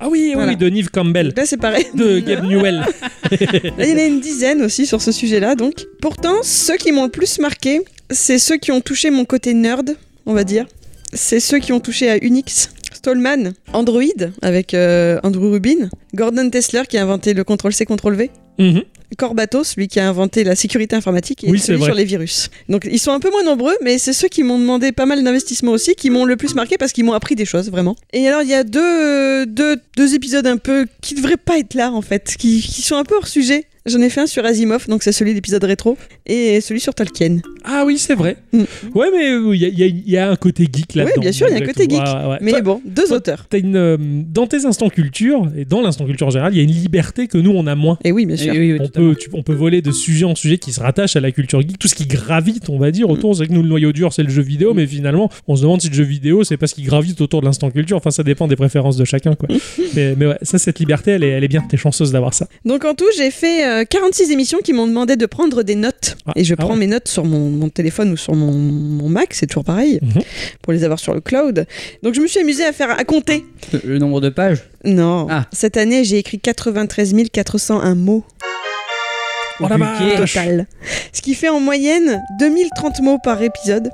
[SPEAKER 1] Ah oui, oui,
[SPEAKER 3] Voilà. Mm.
[SPEAKER 1] oui, de Nive Campbell,
[SPEAKER 3] Là c'est pareil.
[SPEAKER 1] de Gabe Newell.
[SPEAKER 3] Là, il y en a une dizaine aussi sur ce sujet-là, donc. Pourtant, ceux qui m'ont le plus marqué, c'est ceux qui ont touché mon côté nerd, on va dire. C'est ceux qui ont touché à Unix, Stallman, Android, avec euh, Andrew Rubin, Gordon Tesler qui a inventé le CTRL-C, CTRL-V,
[SPEAKER 1] Mhm.
[SPEAKER 3] Corbato, celui qui a inventé la sécurité informatique, et
[SPEAKER 1] Oui, c'est
[SPEAKER 3] celui
[SPEAKER 1] vrai.
[SPEAKER 3] sur les virus. Donc, ils sont un peu moins nombreux, mais c'est ceux qui m'ont demandé pas mal d'investissements aussi, qui m'ont le plus marqué parce qu'ils m'ont appris des choses, vraiment. Et alors, il y a deux, deux, deux épisodes un peu qui devraient pas être là, en fait, qui, qui sont un peu hors sujet. J'en ai fait un sur Asimov, donc c'est celui de l'épisode rétro, et celui sur Tolkien.
[SPEAKER 1] Ah oui, c'est vrai.
[SPEAKER 3] Mm.
[SPEAKER 1] Ouais, mais euh, il y, a- il y a- il y a un côté geek là-dedans.
[SPEAKER 3] Oui, bien sûr, il y a un
[SPEAKER 1] malgré
[SPEAKER 3] côté
[SPEAKER 1] tout.
[SPEAKER 3] geek.
[SPEAKER 1] Ouais, ouais.
[SPEAKER 3] Mais
[SPEAKER 1] Ah, Toi,
[SPEAKER 3] bon, deux
[SPEAKER 1] toi-
[SPEAKER 3] auteurs.
[SPEAKER 1] t'as une, euh, dans tes instants culture, et dans l'instant culture en général, il y a une liberté que nous, on a moins.
[SPEAKER 3] Et oui, bien
[SPEAKER 2] Et
[SPEAKER 3] sûr.
[SPEAKER 2] oui, oui,
[SPEAKER 1] On
[SPEAKER 2] tout à
[SPEAKER 1] peut, tu- on peut voler de sujet en sujet qui se rattache à la culture geek, tout ce qui gravite, on va dire,
[SPEAKER 3] Mm.
[SPEAKER 1] autour. C'est vrai que nous, le noyau dur, c'est le jeu vidéo, mais finalement, on se demande si le jeu vidéo, c'est pas ce qui gravite autour de l'instant culture. Enfin, ça dépend des préférences de chacun, quoi. mais, mais ouais, ça, cette liberté, elle est, elle est bien. T'es chanceuse d'avoir ça.
[SPEAKER 3] Donc en tout, j'ai fait euh, 46 émissions qui m'ont demandé de prendre des notes.
[SPEAKER 1] Ah,
[SPEAKER 3] et je
[SPEAKER 1] ah
[SPEAKER 3] prends
[SPEAKER 1] ouais.
[SPEAKER 3] mes notes sur mon, mon téléphone ou sur mon, mon Mac, c'est toujours pareil,
[SPEAKER 1] Mhm.
[SPEAKER 3] pour les avoir sur le cloud. Donc je me suis amusée à faire à compter.
[SPEAKER 2] fait. Le nombre de pages.
[SPEAKER 3] Non,
[SPEAKER 2] Ah.
[SPEAKER 3] cette année, j'ai écrit 93 401 mots
[SPEAKER 1] Oh la
[SPEAKER 2] Compliqué.
[SPEAKER 1] vache.
[SPEAKER 3] total. Ce qui fait en moyenne 2030 mots par épisode.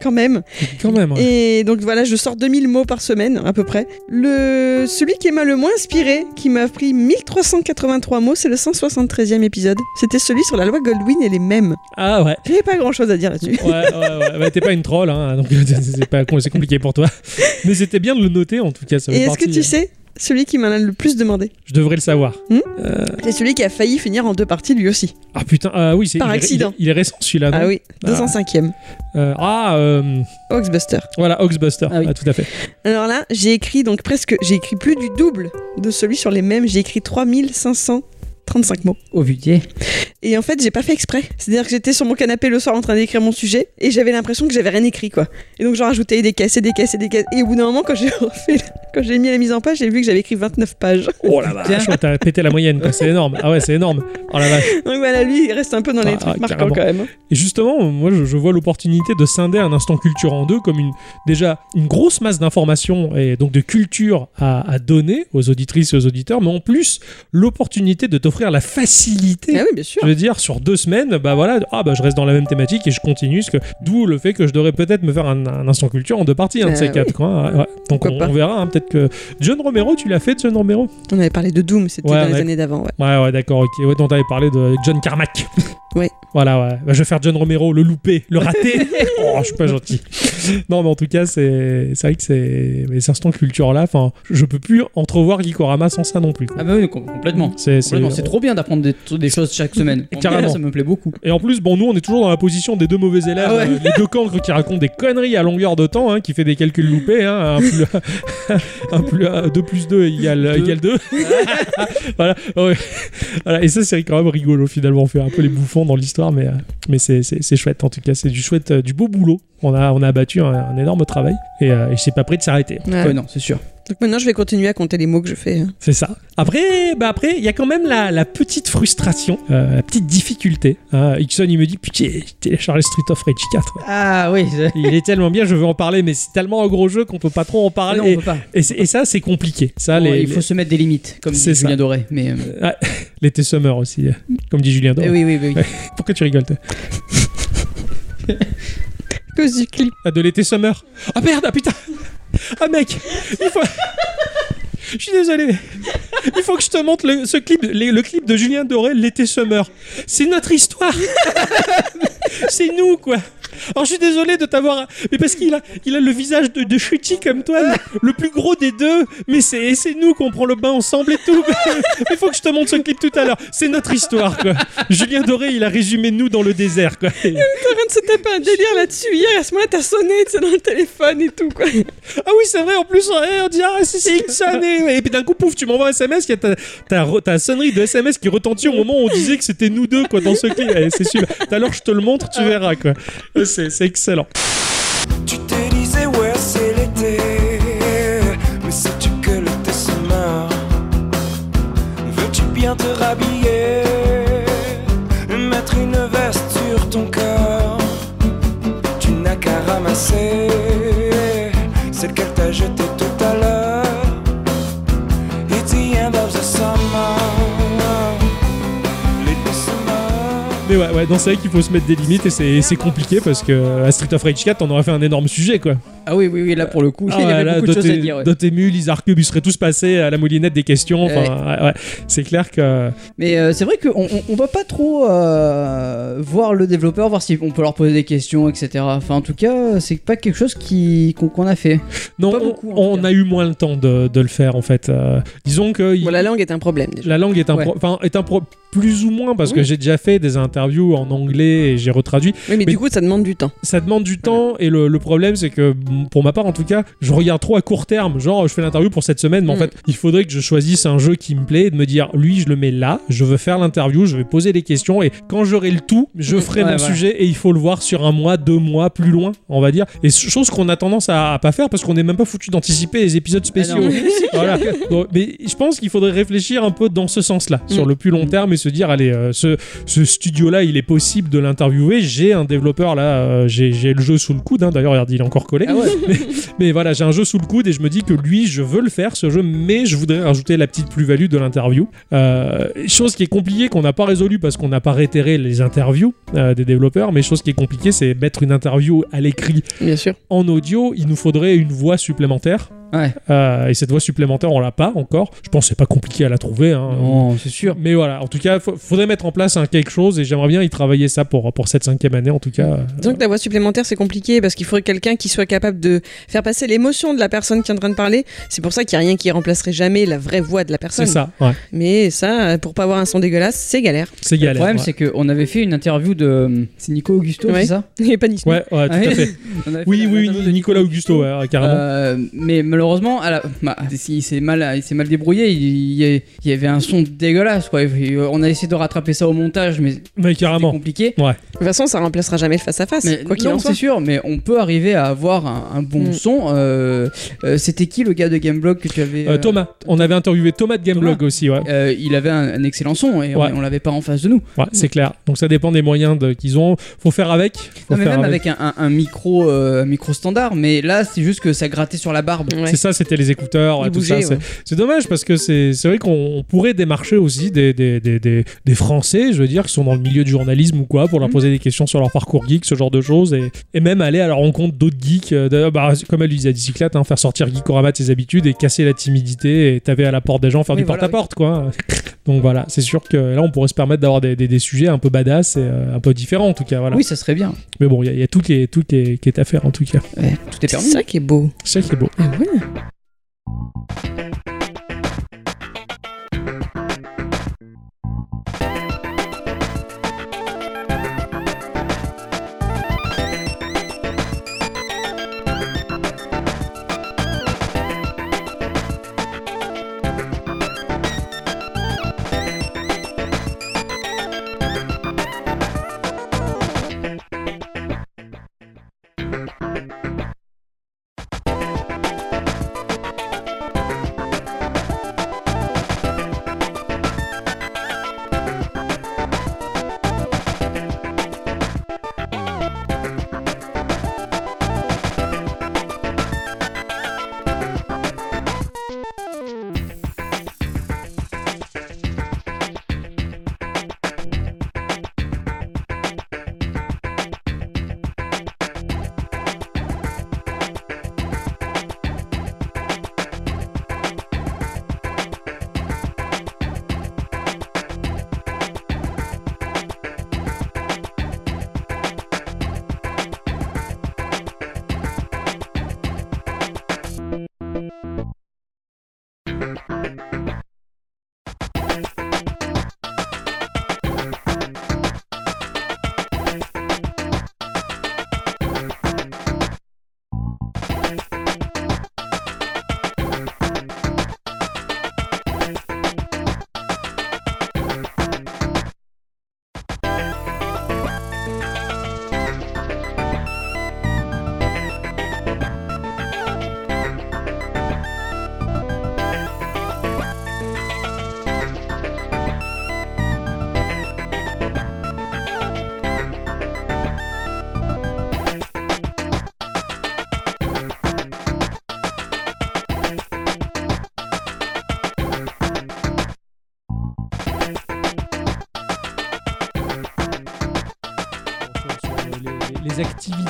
[SPEAKER 3] Quand même.
[SPEAKER 1] Quand même. ouais.
[SPEAKER 3] Et donc voilà, je sors 2000 mots par semaine à peu près. Le celui qui m'a le moins inspiré, qui m'a pris 1383 mots, c'est le 173e épisode. C'était celui sur la loi Goldwyn et les mêmes.
[SPEAKER 1] Ah ouais.
[SPEAKER 3] J'avais pas grand-chose à dire là-dessus.
[SPEAKER 1] Ouais, ouais, ouais. Bah, t'es pas une troll, hein, donc c'est- c'est pas con- c'est compliqué pour toi. Mais c'était bien de le noter en tout cas. Ça fait
[SPEAKER 3] Et est-ce que
[SPEAKER 1] partie,
[SPEAKER 3] tu
[SPEAKER 1] euh,
[SPEAKER 3] sais celui qui m'en a le plus demandé
[SPEAKER 1] Je devrais le savoir. Euh.
[SPEAKER 3] C'est celui qui a failli finir en deux parties lui aussi.
[SPEAKER 1] Ah putain, ah oui, c'est
[SPEAKER 3] Par
[SPEAKER 1] il est-
[SPEAKER 3] accident.
[SPEAKER 1] Il, est- il est récent celui-là. non
[SPEAKER 3] Ah oui, 205e.
[SPEAKER 1] Euh, ah euh,
[SPEAKER 3] Oxbuster.
[SPEAKER 1] voilà, Oxbuster.
[SPEAKER 2] Ah oui.
[SPEAKER 1] Ah, tout à fait.
[SPEAKER 3] Alors là, j'ai écrit donc presque, j'ai écrit plus du double de celui sur les mêmes. J'ai écrit 3535 mots.
[SPEAKER 2] Oh putain.
[SPEAKER 3] Et en fait, j'ai pas fait exprès. C'est-à-dire que j'étais sur mon canapé le soir en train d'écrire mon sujet et j'avais l'impression que j'avais rien écrit, quoi. Et donc, j'en rajoutais des caisses et des caisses et des caisses. Et au bout d'un moment, quand j'ai refait, quand j'ai mis la mise en page, j'ai vu que j'avais écrit 29 pages.
[SPEAKER 1] Oh la vache, ouais, t'as pété la moyenne, quoi, c'est énorme. Ah ouais, c'est énorme. Oh la vache.
[SPEAKER 3] Donc voilà, lui, il reste un peu dans les
[SPEAKER 1] Ah,
[SPEAKER 3] trucs
[SPEAKER 1] ah,
[SPEAKER 3] marquants
[SPEAKER 1] carrément.
[SPEAKER 3] quand même. hein.
[SPEAKER 1] Et justement, moi je, je vois l'opportunité de scinder un instant culture en deux comme une déjà une grosse masse d'informations et donc de culture à, à donner aux auditrices et aux auditeurs, mais en plus l'opportunité de t'offrir la facilité
[SPEAKER 3] Ah oui, bien sûr.
[SPEAKER 1] Je veux dire, sur deux semaines, bah voilà, ah bah je reste dans la même thématique et je continue. ce que- D'où le fait que je devrais peut-être me faire un, un instant culture en deux parties, un de
[SPEAKER 3] Bah
[SPEAKER 1] ces
[SPEAKER 3] oui.
[SPEAKER 1] quatre. quoi. Ouais, ouais. Donc
[SPEAKER 3] Pourquoi
[SPEAKER 1] on,
[SPEAKER 3] pas.
[SPEAKER 1] on verra, hein, peut-être que. John Romero, tu l'as fait, John Romero
[SPEAKER 3] On avait parlé de Doom, c'était
[SPEAKER 1] Ouais,
[SPEAKER 3] dans les
[SPEAKER 1] ouais.
[SPEAKER 3] années d'avant, ouais.
[SPEAKER 1] Ouais, ouais, d'accord, ok. Ouais, dont t'avais parlé de John Carmack.
[SPEAKER 3] Ouais.
[SPEAKER 1] Voilà, ouais. Bah, je vais faire John Romero, le loupé, le raté. oh, je suis pas gentil. Non, mais en tout cas, c'est c'est vrai que c'est. Mais ces instants culture-là, enfin, je peux plus entrevoir Gikorama sans ça non plus. quoi.
[SPEAKER 2] Ah bah oui, com- complètement.
[SPEAKER 1] C'est c'est-
[SPEAKER 2] Complètement, C'est trop bien d'apprendre des, des choses chaque semaine. En
[SPEAKER 1] Carrément.
[SPEAKER 2] vrai, Ça me plaît beaucoup.
[SPEAKER 1] Et en plus, bon, nous, on est toujours dans la position des deux mauvais élèves,
[SPEAKER 2] Ah ouais.
[SPEAKER 1] euh, les deux cancres qui racontent des conneries à longueur de temps, hein, qui fait des calculs loupés. Hein, un plus, un plus, 2 plus 2 égale,
[SPEAKER 2] Deux.
[SPEAKER 1] égale 2. voilà, ouais. Voilà, Et ça, c'est quand même rigolo, finalement. On fait un peu les bouffons dans l'histoire, mais, euh, mais c'est, c'est- c'est chouette, en tout cas. C'est du chouette, euh, du beau boulot. On a, on a abattu un, un énorme travail et, euh, et c'est pas prêt de s'arrêter.
[SPEAKER 3] Ouais.
[SPEAKER 2] Ouais, non, c'est sûr.
[SPEAKER 3] Donc maintenant, je vais continuer à compter les mots que je fais. hein.
[SPEAKER 1] C'est ça. Après, bah après, il y a quand même la, la petite frustration, euh, la petite difficulté. hein. Ixon, il me dit Putain, j'ai téléchargé Street of Rage 4.
[SPEAKER 2] Ah oui. c'est-
[SPEAKER 1] Il est tellement bien, je veux en parler, mais c'est tellement un gros jeu qu'on peut pas trop en parler.
[SPEAKER 2] non,
[SPEAKER 1] et,
[SPEAKER 2] on peut pas.
[SPEAKER 1] et c'est- et ça, c'est compliqué. Ça, les,
[SPEAKER 2] Ouais, il faut se mettre des limites, comme
[SPEAKER 1] C'est
[SPEAKER 2] dit
[SPEAKER 1] ça.
[SPEAKER 2] Julien Doré. Mais euh,
[SPEAKER 1] les- ah, l'été summer aussi, euh, comme dit Julien Doré.
[SPEAKER 2] eh oui, oui, oui. oui.
[SPEAKER 1] Pourquoi tu rigoles toi
[SPEAKER 3] Que du clip.
[SPEAKER 1] Ah, De l'été summer. Ah merde, ah putain Ah mec Il faut. Je suis désolé. Il faut que je te montre le, ce clip, les- le clip de Julien Doré, l'été summer. C'est notre histoire. C'est nous, quoi. Alors je suis désolé de t'avoir, mais parce qu'il a, il a le visage de, de Chuty comme toi, le, le plus gros des deux. Mais c'est, c'est nous qu'on prend le bain ensemble et tout. Il faut que je te montre ce clip tout à l'heure. C'est notre histoire, quoi. Julien Doré, il a résumé nous dans le désert, quoi. Et-
[SPEAKER 3] T'es en train de se taper un délire là-dessus. Hier, à ce moment-là, t'as sonné, c'est dans le téléphone et tout, quoi.
[SPEAKER 1] Ah oui, c'est vrai, en plus, ouais, on dit Ah, c'est Simpson Et et puis d'un coup, pouf, tu m'envoies un SMS, il y a ta, ta re- ta sonnerie de SMS qui retentit au moment où on disait que c'était nous deux, quoi, dans ce clip. Allez, c'est sûr. Tout à l'heure, je te le montre, tu verras, quoi. C'est c'est excellent.
[SPEAKER 5] Tu te disais ouais c'est l'été Mais sais-tu que l'été se meurt Veux-tu bien te rhabiller Mettre une veste sur ton corps Tu n'as qu'à ramasser Celle qu'elle t'a jetée tout à l'heure It's the end of the summer L'été se meurt
[SPEAKER 1] Mais ouais, ouais, non, c'est vrai qu'il faut se mettre des limites et c'est c'est compliqué parce que à Street of Rage 4, on aurait fait un énorme sujet, quoi.
[SPEAKER 2] Ah oui, oui, oui, là pour le coup,
[SPEAKER 1] Ah
[SPEAKER 2] il y
[SPEAKER 1] ouais,
[SPEAKER 2] avait
[SPEAKER 1] là,
[SPEAKER 2] beaucoup de choses à
[SPEAKER 1] Doté-
[SPEAKER 2] dire. ouais.
[SPEAKER 1] Dotemu, Lizard Cube, ils seraient tous passés à la moulinette des questions. Enfin, ouais, ouais. C'est clair que.
[SPEAKER 2] Mais euh, c'est vrai qu'on on, on va pas trop euh, voir le développeur, voir si on peut leur poser des questions, etc. Enfin, en tout cas, c'est pas quelque chose qui qu'on qu'on a fait.
[SPEAKER 1] Non,
[SPEAKER 2] Pas
[SPEAKER 1] on,
[SPEAKER 2] beaucoup, en
[SPEAKER 1] on a eu moins le temps de, de le faire en fait. Euh, disons que il-
[SPEAKER 3] Bon, la langue est un problème déjà.
[SPEAKER 1] la langue est un,
[SPEAKER 2] Ouais.
[SPEAKER 1] pro- enfin, est un pro- plus ou moins parce que
[SPEAKER 3] Oui.
[SPEAKER 1] j'ai déjà fait des interviews en anglais et j'ai retraduit.
[SPEAKER 3] Oui, mais,
[SPEAKER 1] Mais-
[SPEAKER 3] du coup, ça demande du temps.
[SPEAKER 1] Ça demande du temps et le, le problème c'est que pour ma part en tout cas, je regarde trop à court terme. Genre, je fais l'interview pour cette semaine, mais en
[SPEAKER 3] Mm.
[SPEAKER 1] fait, il faudrait que je choisisse un jeu qui me plaît et de me dire lui, je le mets là, je veux faire l'interview, je vais poser les questions et quand j'aurai le tout, je ferai
[SPEAKER 2] Ouais,
[SPEAKER 1] mon
[SPEAKER 2] voilà.
[SPEAKER 1] sujet et il faut le voir sur un mois, deux mois plus loin, on va dire. Et chose qu'on a tendance à, à pas faire parce qu'on n'est même pas foutu d'anticiper les épisodes spéciaux.
[SPEAKER 2] Ah non.
[SPEAKER 1] Voilà. Donc, mais je pense qu'il faudrait réfléchir un peu dans ce sens-là, sur
[SPEAKER 2] Mm.
[SPEAKER 1] le plus long terme, et se dire, allez, euh, ce, ce studio-là, il est possible de l'interviewer. J'ai un développeur là, euh, j'ai j'ai le jeu sous le coude. hein. D'ailleurs, regarde, il est encore collé.
[SPEAKER 2] Ah ouais.
[SPEAKER 1] Mais voilà, j'ai un jeu sous le coude et je me dis que lui, je veux le faire ce jeu, mais je voudrais rajouter la petite plus-value de l'interview. Euh, chose qui est compliquée, qu'on n'a pas résolue parce qu'on n'a pas réitéré les interviews euh, des développeurs, mais chose qui est compliquée, c'est mettre une interview à l'écrit
[SPEAKER 3] Bien sûr.
[SPEAKER 1] en audio, il nous faudrait une voix supplémentaire.
[SPEAKER 2] Ouais.
[SPEAKER 1] Euh, et cette voix supplémentaire, on l'a pas encore. Je pense que c'est pas compliqué à la trouver. hein.
[SPEAKER 2] Non, c'est sûr.
[SPEAKER 1] Mais voilà, en tout cas, il faudrait mettre en place un quelque chose et j'aimerais bien y travailler ça pour, pour cette cinquième année, en tout cas.
[SPEAKER 2] Mmh.
[SPEAKER 3] Disons que la voix supplémentaire, c'est compliqué parce qu'il faudrait quelqu'un qui soit capable de faire passer l'émotion de la personne qui est en train de parler. C'est pour ça qu'il n'y a rien qui remplacerait jamais la vraie voix de la
[SPEAKER 1] C'est
[SPEAKER 3] personne.
[SPEAKER 1] ça, ouais.
[SPEAKER 3] Mais ça, pour pas avoir un son dégueulasse, c'est galère.
[SPEAKER 1] C'est
[SPEAKER 2] Le
[SPEAKER 1] galère.
[SPEAKER 2] problème,
[SPEAKER 1] ouais.
[SPEAKER 2] c'est qu'on avait fait une interview de. C'est Nico Augusto,
[SPEAKER 3] Ouais.
[SPEAKER 2] c'est ça
[SPEAKER 3] Et pas ni
[SPEAKER 1] Ouais, ouais, tout à
[SPEAKER 2] Ouais.
[SPEAKER 1] fait.
[SPEAKER 2] On avait fait
[SPEAKER 1] Oui,
[SPEAKER 2] une
[SPEAKER 1] oui,
[SPEAKER 2] interview
[SPEAKER 1] Ni-
[SPEAKER 2] de
[SPEAKER 1] Nicolas Augusto, ouais, carrément.
[SPEAKER 2] Euh, mais malheureusement, à la- bah, il s'est mal, il s'est mal débrouillé. Il, il y a- il y avait un son dégueulasse. Quoi. Il- on a essayé de rattraper ça au montage, mais c'était
[SPEAKER 1] Mais carrément.
[SPEAKER 2] compliqué.
[SPEAKER 3] De toute façon, ça remplacera jamais le face-à-face.
[SPEAKER 2] Mais
[SPEAKER 3] Quoi qu'il
[SPEAKER 2] non,
[SPEAKER 3] en soit.
[SPEAKER 2] c'est sûr, mais on peut arriver à avoir un, un bon
[SPEAKER 3] Mm.
[SPEAKER 2] son. Euh, euh, C'était qui le gars de Gameblog que tu avais
[SPEAKER 1] Euh,
[SPEAKER 2] euh,
[SPEAKER 1] Thomas, on avait interviewé Thomas de Gameblog aussi, ouais.
[SPEAKER 2] euh, Il avait un, un excellent son et on-
[SPEAKER 1] Ouais.
[SPEAKER 2] on, l'avait pas en face de nous.
[SPEAKER 1] Ouais, c'est clair. Donc ça dépend des moyens de- qu'ils ont. Faut faire avec. Faut
[SPEAKER 2] Non, mais
[SPEAKER 1] faire
[SPEAKER 2] même avec, un, un- un micro, euh, un micro standard, mais là c'est juste que ça grattait sur la barbe.
[SPEAKER 3] Ouais.
[SPEAKER 1] C'est ça, c'était les écouteurs,
[SPEAKER 3] Il
[SPEAKER 1] et tout
[SPEAKER 3] bougeait,
[SPEAKER 1] ça. c'est-
[SPEAKER 3] ouais.
[SPEAKER 1] C'est dommage parce que c'est c'est vrai qu'on on pourrait démarcher aussi des, des, des, des, des Français, je veux dire, qui sont dans le milieu du journalisme ou quoi,
[SPEAKER 3] Mhm.
[SPEAKER 1] pour leur poser des questions sur leur parcours geek, ce genre de choses, et, et même aller à la rencontre d'autres geeks. euh, d'ailleurs, bah, comme elle disait à Dicyclate, hein, faire sortir Geekorama de ses habitudes et casser la timidité et taper à la porte des gens, faire
[SPEAKER 2] Oui,
[SPEAKER 1] du
[SPEAKER 2] voilà,
[SPEAKER 1] porte-à-porte, quoi. Donc voilà, c'est sûr que là, on pourrait se permettre d'avoir des, des, des sujets un peu badass et euh, un peu différents, en tout cas. Voilà.
[SPEAKER 2] Oui, ça serait bien.
[SPEAKER 1] Mais bon, il y a, il y a tout, qui est, tout qui, est, qui est à faire, en tout cas.
[SPEAKER 2] Ouais, tout est
[SPEAKER 3] C'est
[SPEAKER 2] permis.
[SPEAKER 3] ça qui est beau.
[SPEAKER 1] C'est ça qui est beau.
[SPEAKER 3] Ah ouais.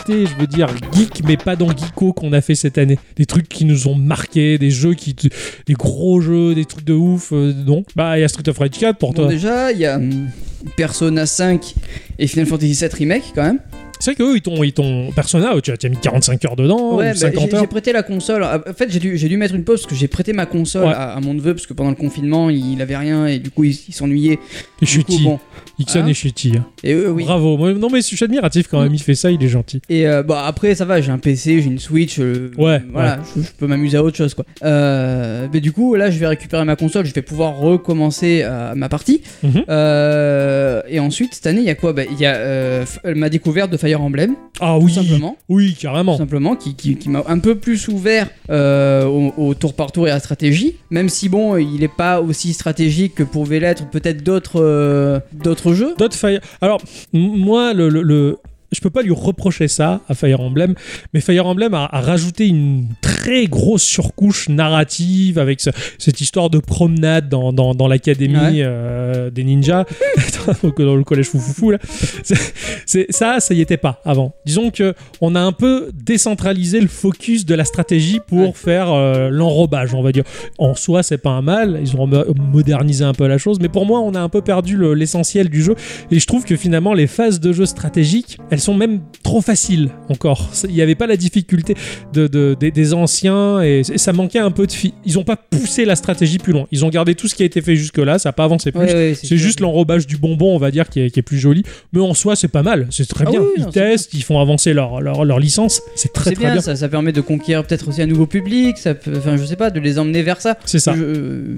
[SPEAKER 1] côté, je veux dire, geek, mais pas dans geeko qu'on a fait cette année. Des trucs qui nous ont marqué, des jeux qui. te- des gros jeux, des trucs de ouf, euh, non. Bah, il y a Street of Rage 4 pour
[SPEAKER 2] Bon,
[SPEAKER 1] toi.
[SPEAKER 2] déjà, il y a hum, Persona 5 et Final Fantasy 7 Remake quand même.
[SPEAKER 1] C'est vrai qu'eux, ils t'ont. Ils t'ont Persona, oh, tu as, tu as mis 45 heures dedans,
[SPEAKER 2] Ouais,
[SPEAKER 1] Oh, ou
[SPEAKER 2] bah,
[SPEAKER 1] 50
[SPEAKER 2] j'ai-
[SPEAKER 1] heures.
[SPEAKER 2] j'ai prêté la console. Ah, En fait, j'ai dû, j'ai dû mettre une pause parce que j'ai prêté ma console
[SPEAKER 1] Ouais.
[SPEAKER 2] à, à mon neveu parce que pendant le confinement, il avait rien et du coup, il, il s'ennuyait.
[SPEAKER 1] Et
[SPEAKER 2] Du coup,
[SPEAKER 1] Shitty.
[SPEAKER 2] bon.
[SPEAKER 1] Ixon
[SPEAKER 2] Hein
[SPEAKER 1] est Shitty. hein.
[SPEAKER 2] Et euh, oui.
[SPEAKER 1] Bravo. Moi, Non, mais je suis admiratif quand même, il fait ça, il est gentil.
[SPEAKER 2] Et euh, bah après ça va, j'ai un PC, j'ai une Switch, euh,
[SPEAKER 1] Ouais,
[SPEAKER 2] voilà, Je, je peux m'amuser à autre chose quoi. Euh, mais du coup là je vais récupérer ma console, je vais pouvoir recommencer euh, ma partie.
[SPEAKER 1] Mhm.
[SPEAKER 2] Euh, et ensuite cette année il y a quoi Bah, Il y a euh, f- ma découverte de Fire Emblem,
[SPEAKER 1] Ah
[SPEAKER 2] tout
[SPEAKER 1] oui,
[SPEAKER 2] simplement,
[SPEAKER 1] oui,
[SPEAKER 2] tout
[SPEAKER 1] carrément.
[SPEAKER 2] simplement qui, qui- qui m'a un peu plus ouvert euh, au, au tour par tour et à la stratégie. Même si bon il n'est pas aussi stratégique que pouvaient l'être peut-être d'autres euh, d'autres jeux.
[SPEAKER 1] D'autres Fire. Alors, m- moi, le, le- le- je peux pas lui reprocher ça à Fire Emblem, mais Fire Emblem a, a rajouté une très grosse surcouche narrative avec ce- cette histoire de promenade dans, dans- dans l'académie
[SPEAKER 2] Ouais.
[SPEAKER 1] euh, des ninjas, dans le- dans le collège foufoufou. Là. C'est- c'est- ça, ça y était pas avant. Disons que on a un peu décentralisé le focus de la stratégie pour
[SPEAKER 2] Ouais.
[SPEAKER 1] faire euh, l'enrobage, on va dire. En soi, c'est pas un mal. Ils ont mo- modernisé un peu la chose, mais pour moi, on a un peu perdu le- l'essentiel du jeu. Et je trouve que finalement, les phases de jeu stratégiques, elles sont même trop faciles encore. C'est- Il n'y avait pas la difficulté de, de- des- des anciens et, et ça manquait un peu de. Fi Ils ont pas poussé la stratégie plus loin. Ils ont gardé tout ce qui a été fait jusque-là. Ça n'a pas avancé plus.
[SPEAKER 2] Ouais, ouais,
[SPEAKER 1] C'est juste l'enrobage du bonbon, on va dire, qui est, qui est plus joli. Mais en soi, c'est pas mal. C'est très
[SPEAKER 2] Ah
[SPEAKER 1] bien.
[SPEAKER 2] oui, oui,
[SPEAKER 1] ils
[SPEAKER 2] non, c'est
[SPEAKER 1] testent, ils font avancer leur, leur, leur licence. C'est très
[SPEAKER 2] C'est
[SPEAKER 1] très bien.
[SPEAKER 2] bien, Ça, ça permet de conquérir peut-être aussi un nouveau public, ça peut, enfin je sais pas, de les emmener vers ça.
[SPEAKER 1] C'est ça.
[SPEAKER 2] Je- euh,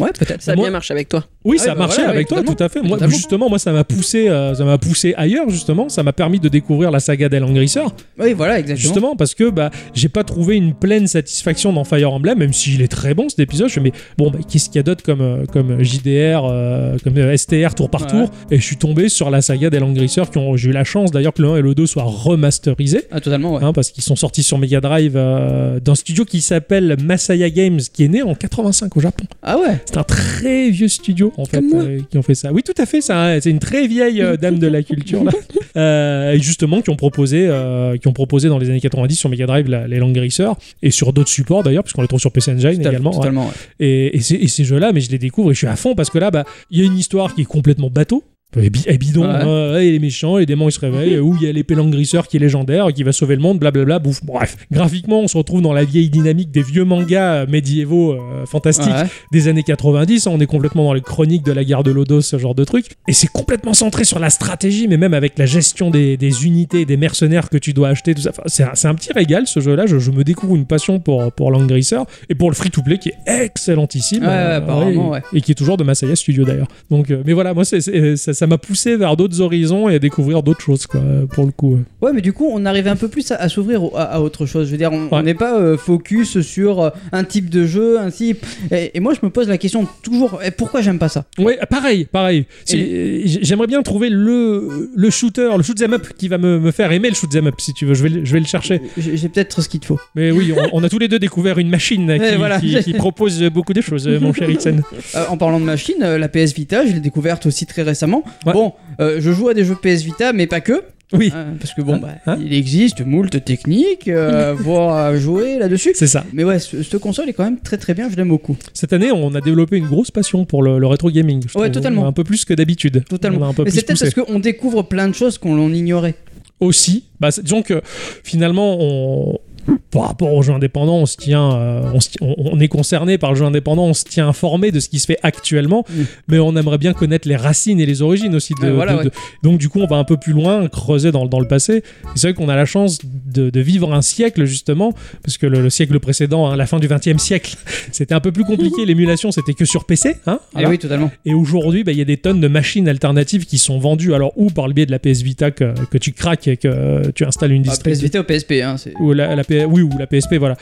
[SPEAKER 2] Ouais, peut-être.
[SPEAKER 7] Ça a
[SPEAKER 1] Moi-
[SPEAKER 7] bien marché avec toi.
[SPEAKER 1] Oui,
[SPEAKER 2] Ah
[SPEAKER 1] ça
[SPEAKER 2] oui,
[SPEAKER 1] a
[SPEAKER 2] bah
[SPEAKER 1] marché
[SPEAKER 2] voilà,
[SPEAKER 1] avec
[SPEAKER 2] oui,
[SPEAKER 1] toi, tout à fait. Moi,
[SPEAKER 2] Totalement.
[SPEAKER 1] justement, moi, ça m'a poussé, euh, ça m'a poussé ailleurs, justement. Ça m'a permis de découvrir la saga des Langrisseurs,
[SPEAKER 2] Oui, voilà, exactement.
[SPEAKER 1] justement, parce que bah, j'ai pas trouvé une pleine satisfaction dans Fire Emblem, même s'il est très bon cet épisode. Je me dis, mais bon, bah, qu'est-ce qu'il y a d'autre comme, euh, comme JDR, euh, comme euh, STR tour par
[SPEAKER 2] Ouais.
[SPEAKER 1] tour Et je suis tombé sur la saga des Langrisseurs, qui ont, j'ai eu la chance d'ailleurs que le 1 et le 2 soient remasterisés.
[SPEAKER 2] Ah, totalement, ouais.
[SPEAKER 1] hein, parce qu'ils sont sortis sur Mega Drive euh, d'un studio qui s'appelle Masaya Games, qui est né en 85 au Japon.
[SPEAKER 2] Ah ouais.
[SPEAKER 1] C'est un très vieux studio en fait
[SPEAKER 7] Comme moi.
[SPEAKER 1] euh, qui ont fait ça. Oui, tout à fait, ça, hein, c'est une très vieille euh, dame de la culture là. Euh, et justement qui ont proposé euh, qui ont proposé dans les années 90 sur Mega Drive la- les langues grisseurs et sur d'autres supports d'ailleurs puisqu'on les trouve sur PC Engine également. ouais.
[SPEAKER 2] Totalement, ouais.
[SPEAKER 1] Et, et ces, et ces jeux-là, mais je les découvre et je suis à fond parce que là, bah, il y a une histoire qui est complètement bateau. Euh, Et, bi- et bidon,
[SPEAKER 2] Ouais.
[SPEAKER 1] hein, ouais, il est méchant, les démons ils se réveillent, ou il y a l'épée langrisseur qui est légendaire, qui va sauver le monde, blablabla, bouffe. Bref, graphiquement, on se retrouve dans la vieille dynamique des vieux mangas euh, médiévaux euh, fantastiques
[SPEAKER 2] Ouais.
[SPEAKER 1] des années 90, on est complètement dans les chroniques de la guerre de Lodos, ce genre de truc. Et c'est complètement centré sur la stratégie, mais même avec la gestion des, des unités, des mercenaires que tu dois acheter, tout ça. Enfin, c'est, un, c'est un petit régal ce jeu-là. Je, je me découvre une passion pour, pour Langrisseur et pour le free-to-play qui est excellentissime.
[SPEAKER 2] Ouais, ouais, apparemment,
[SPEAKER 1] et-
[SPEAKER 2] ouais.
[SPEAKER 1] Et qui est toujours de Masaya Studio d'ailleurs. Donc, euh, mais voilà, moi, c'est- c'est- ça, ça m'a poussé vers d'autres horizons et à découvrir d'autres choses, quoi, pour le coup.
[SPEAKER 2] Ouais, mais du coup, on arrivait un peu plus à, à s'ouvrir au- à, à autre chose. Je veux dire, on on n'est pas euh, focus sur euh, un type de jeu, un type. Et, et moi, je me pose la question toujours eh, pourquoi j'aime pas ça
[SPEAKER 1] Ouais, euh, pareil, pareil. C'est-
[SPEAKER 2] Et
[SPEAKER 1] j- J'aimerais bien trouver le, le shooter, le shoot'em up qui va me, me faire aimer le shoot'em up si tu veux. Je vais, le- je vais le chercher.
[SPEAKER 2] J'ai j'ai peut-être ce qu'il te faut.
[SPEAKER 1] Mais oui, on, on a tous les deux découvert une machine qui,
[SPEAKER 2] Ouais, Eh, voilà.
[SPEAKER 1] qui- qui propose beaucoup de choses, mon cher Itzen.
[SPEAKER 2] Euh, en parlant de machine, euh, la PS Vita, je l'ai découverte aussi très récemment.
[SPEAKER 1] Ouais.
[SPEAKER 2] Bon, euh, je joue à des jeux PS Vita, mais pas que.
[SPEAKER 1] Oui.
[SPEAKER 2] Euh, parce que bon, bah,
[SPEAKER 1] Hein
[SPEAKER 2] il existe moult techniques euh, voire à jouer là-dessus.
[SPEAKER 1] C'est ça.
[SPEAKER 2] Mais ouais, ce- cette console est quand même très très bien, je l'aime beaucoup.
[SPEAKER 1] Cette année, on a développé une grosse passion pour le, le rétro gaming. je
[SPEAKER 2] Ouais,
[SPEAKER 1] trouve.
[SPEAKER 2] totalement.
[SPEAKER 1] Un peu plus que d'habitude.
[SPEAKER 2] Totalement.
[SPEAKER 1] On a un peu
[SPEAKER 2] Mais
[SPEAKER 1] plus
[SPEAKER 2] c'est peut-être
[SPEAKER 1] poussé.
[SPEAKER 2] parce qu'on découvre plein de choses qu'on l'on ignorait.
[SPEAKER 1] aussi. Bah, c'est- disons que finalement, on, par rapport aux jeux indépendants, on se tient, euh, on, se ti- on- on est concerné par le jeu indépendant, on se tient informé de ce qui se fait actuellement,
[SPEAKER 2] Mm.
[SPEAKER 1] mais on aimerait bien connaître les racines et les origines aussi. De,
[SPEAKER 2] Ouais, voilà,
[SPEAKER 1] de-
[SPEAKER 2] ouais.
[SPEAKER 1] de- Donc du coup, on va un peu plus loin, creuser dans, dans le passé. Et C'est vrai qu'on a la chance de, de vivre un siècle justement, parce que le, le siècle précédent, hein, la fin du 20e siècle, c'était un peu plus compliqué. L'émulation, c'était que sur PC. Hein,
[SPEAKER 2] Eh
[SPEAKER 1] voilà.
[SPEAKER 2] oui, totalement.
[SPEAKER 1] Et aujourd'hui, bah, il y a des tonnes de machines alternatives qui sont vendues, alors ou par le biais de la PS Vita que, que tu craques et que euh, tu installes une
[SPEAKER 2] Ah,
[SPEAKER 1] distribution.
[SPEAKER 2] PS Vita au PSP, hein, c'est-
[SPEAKER 1] Ou la, la P- oui, ou la PSP, voilà.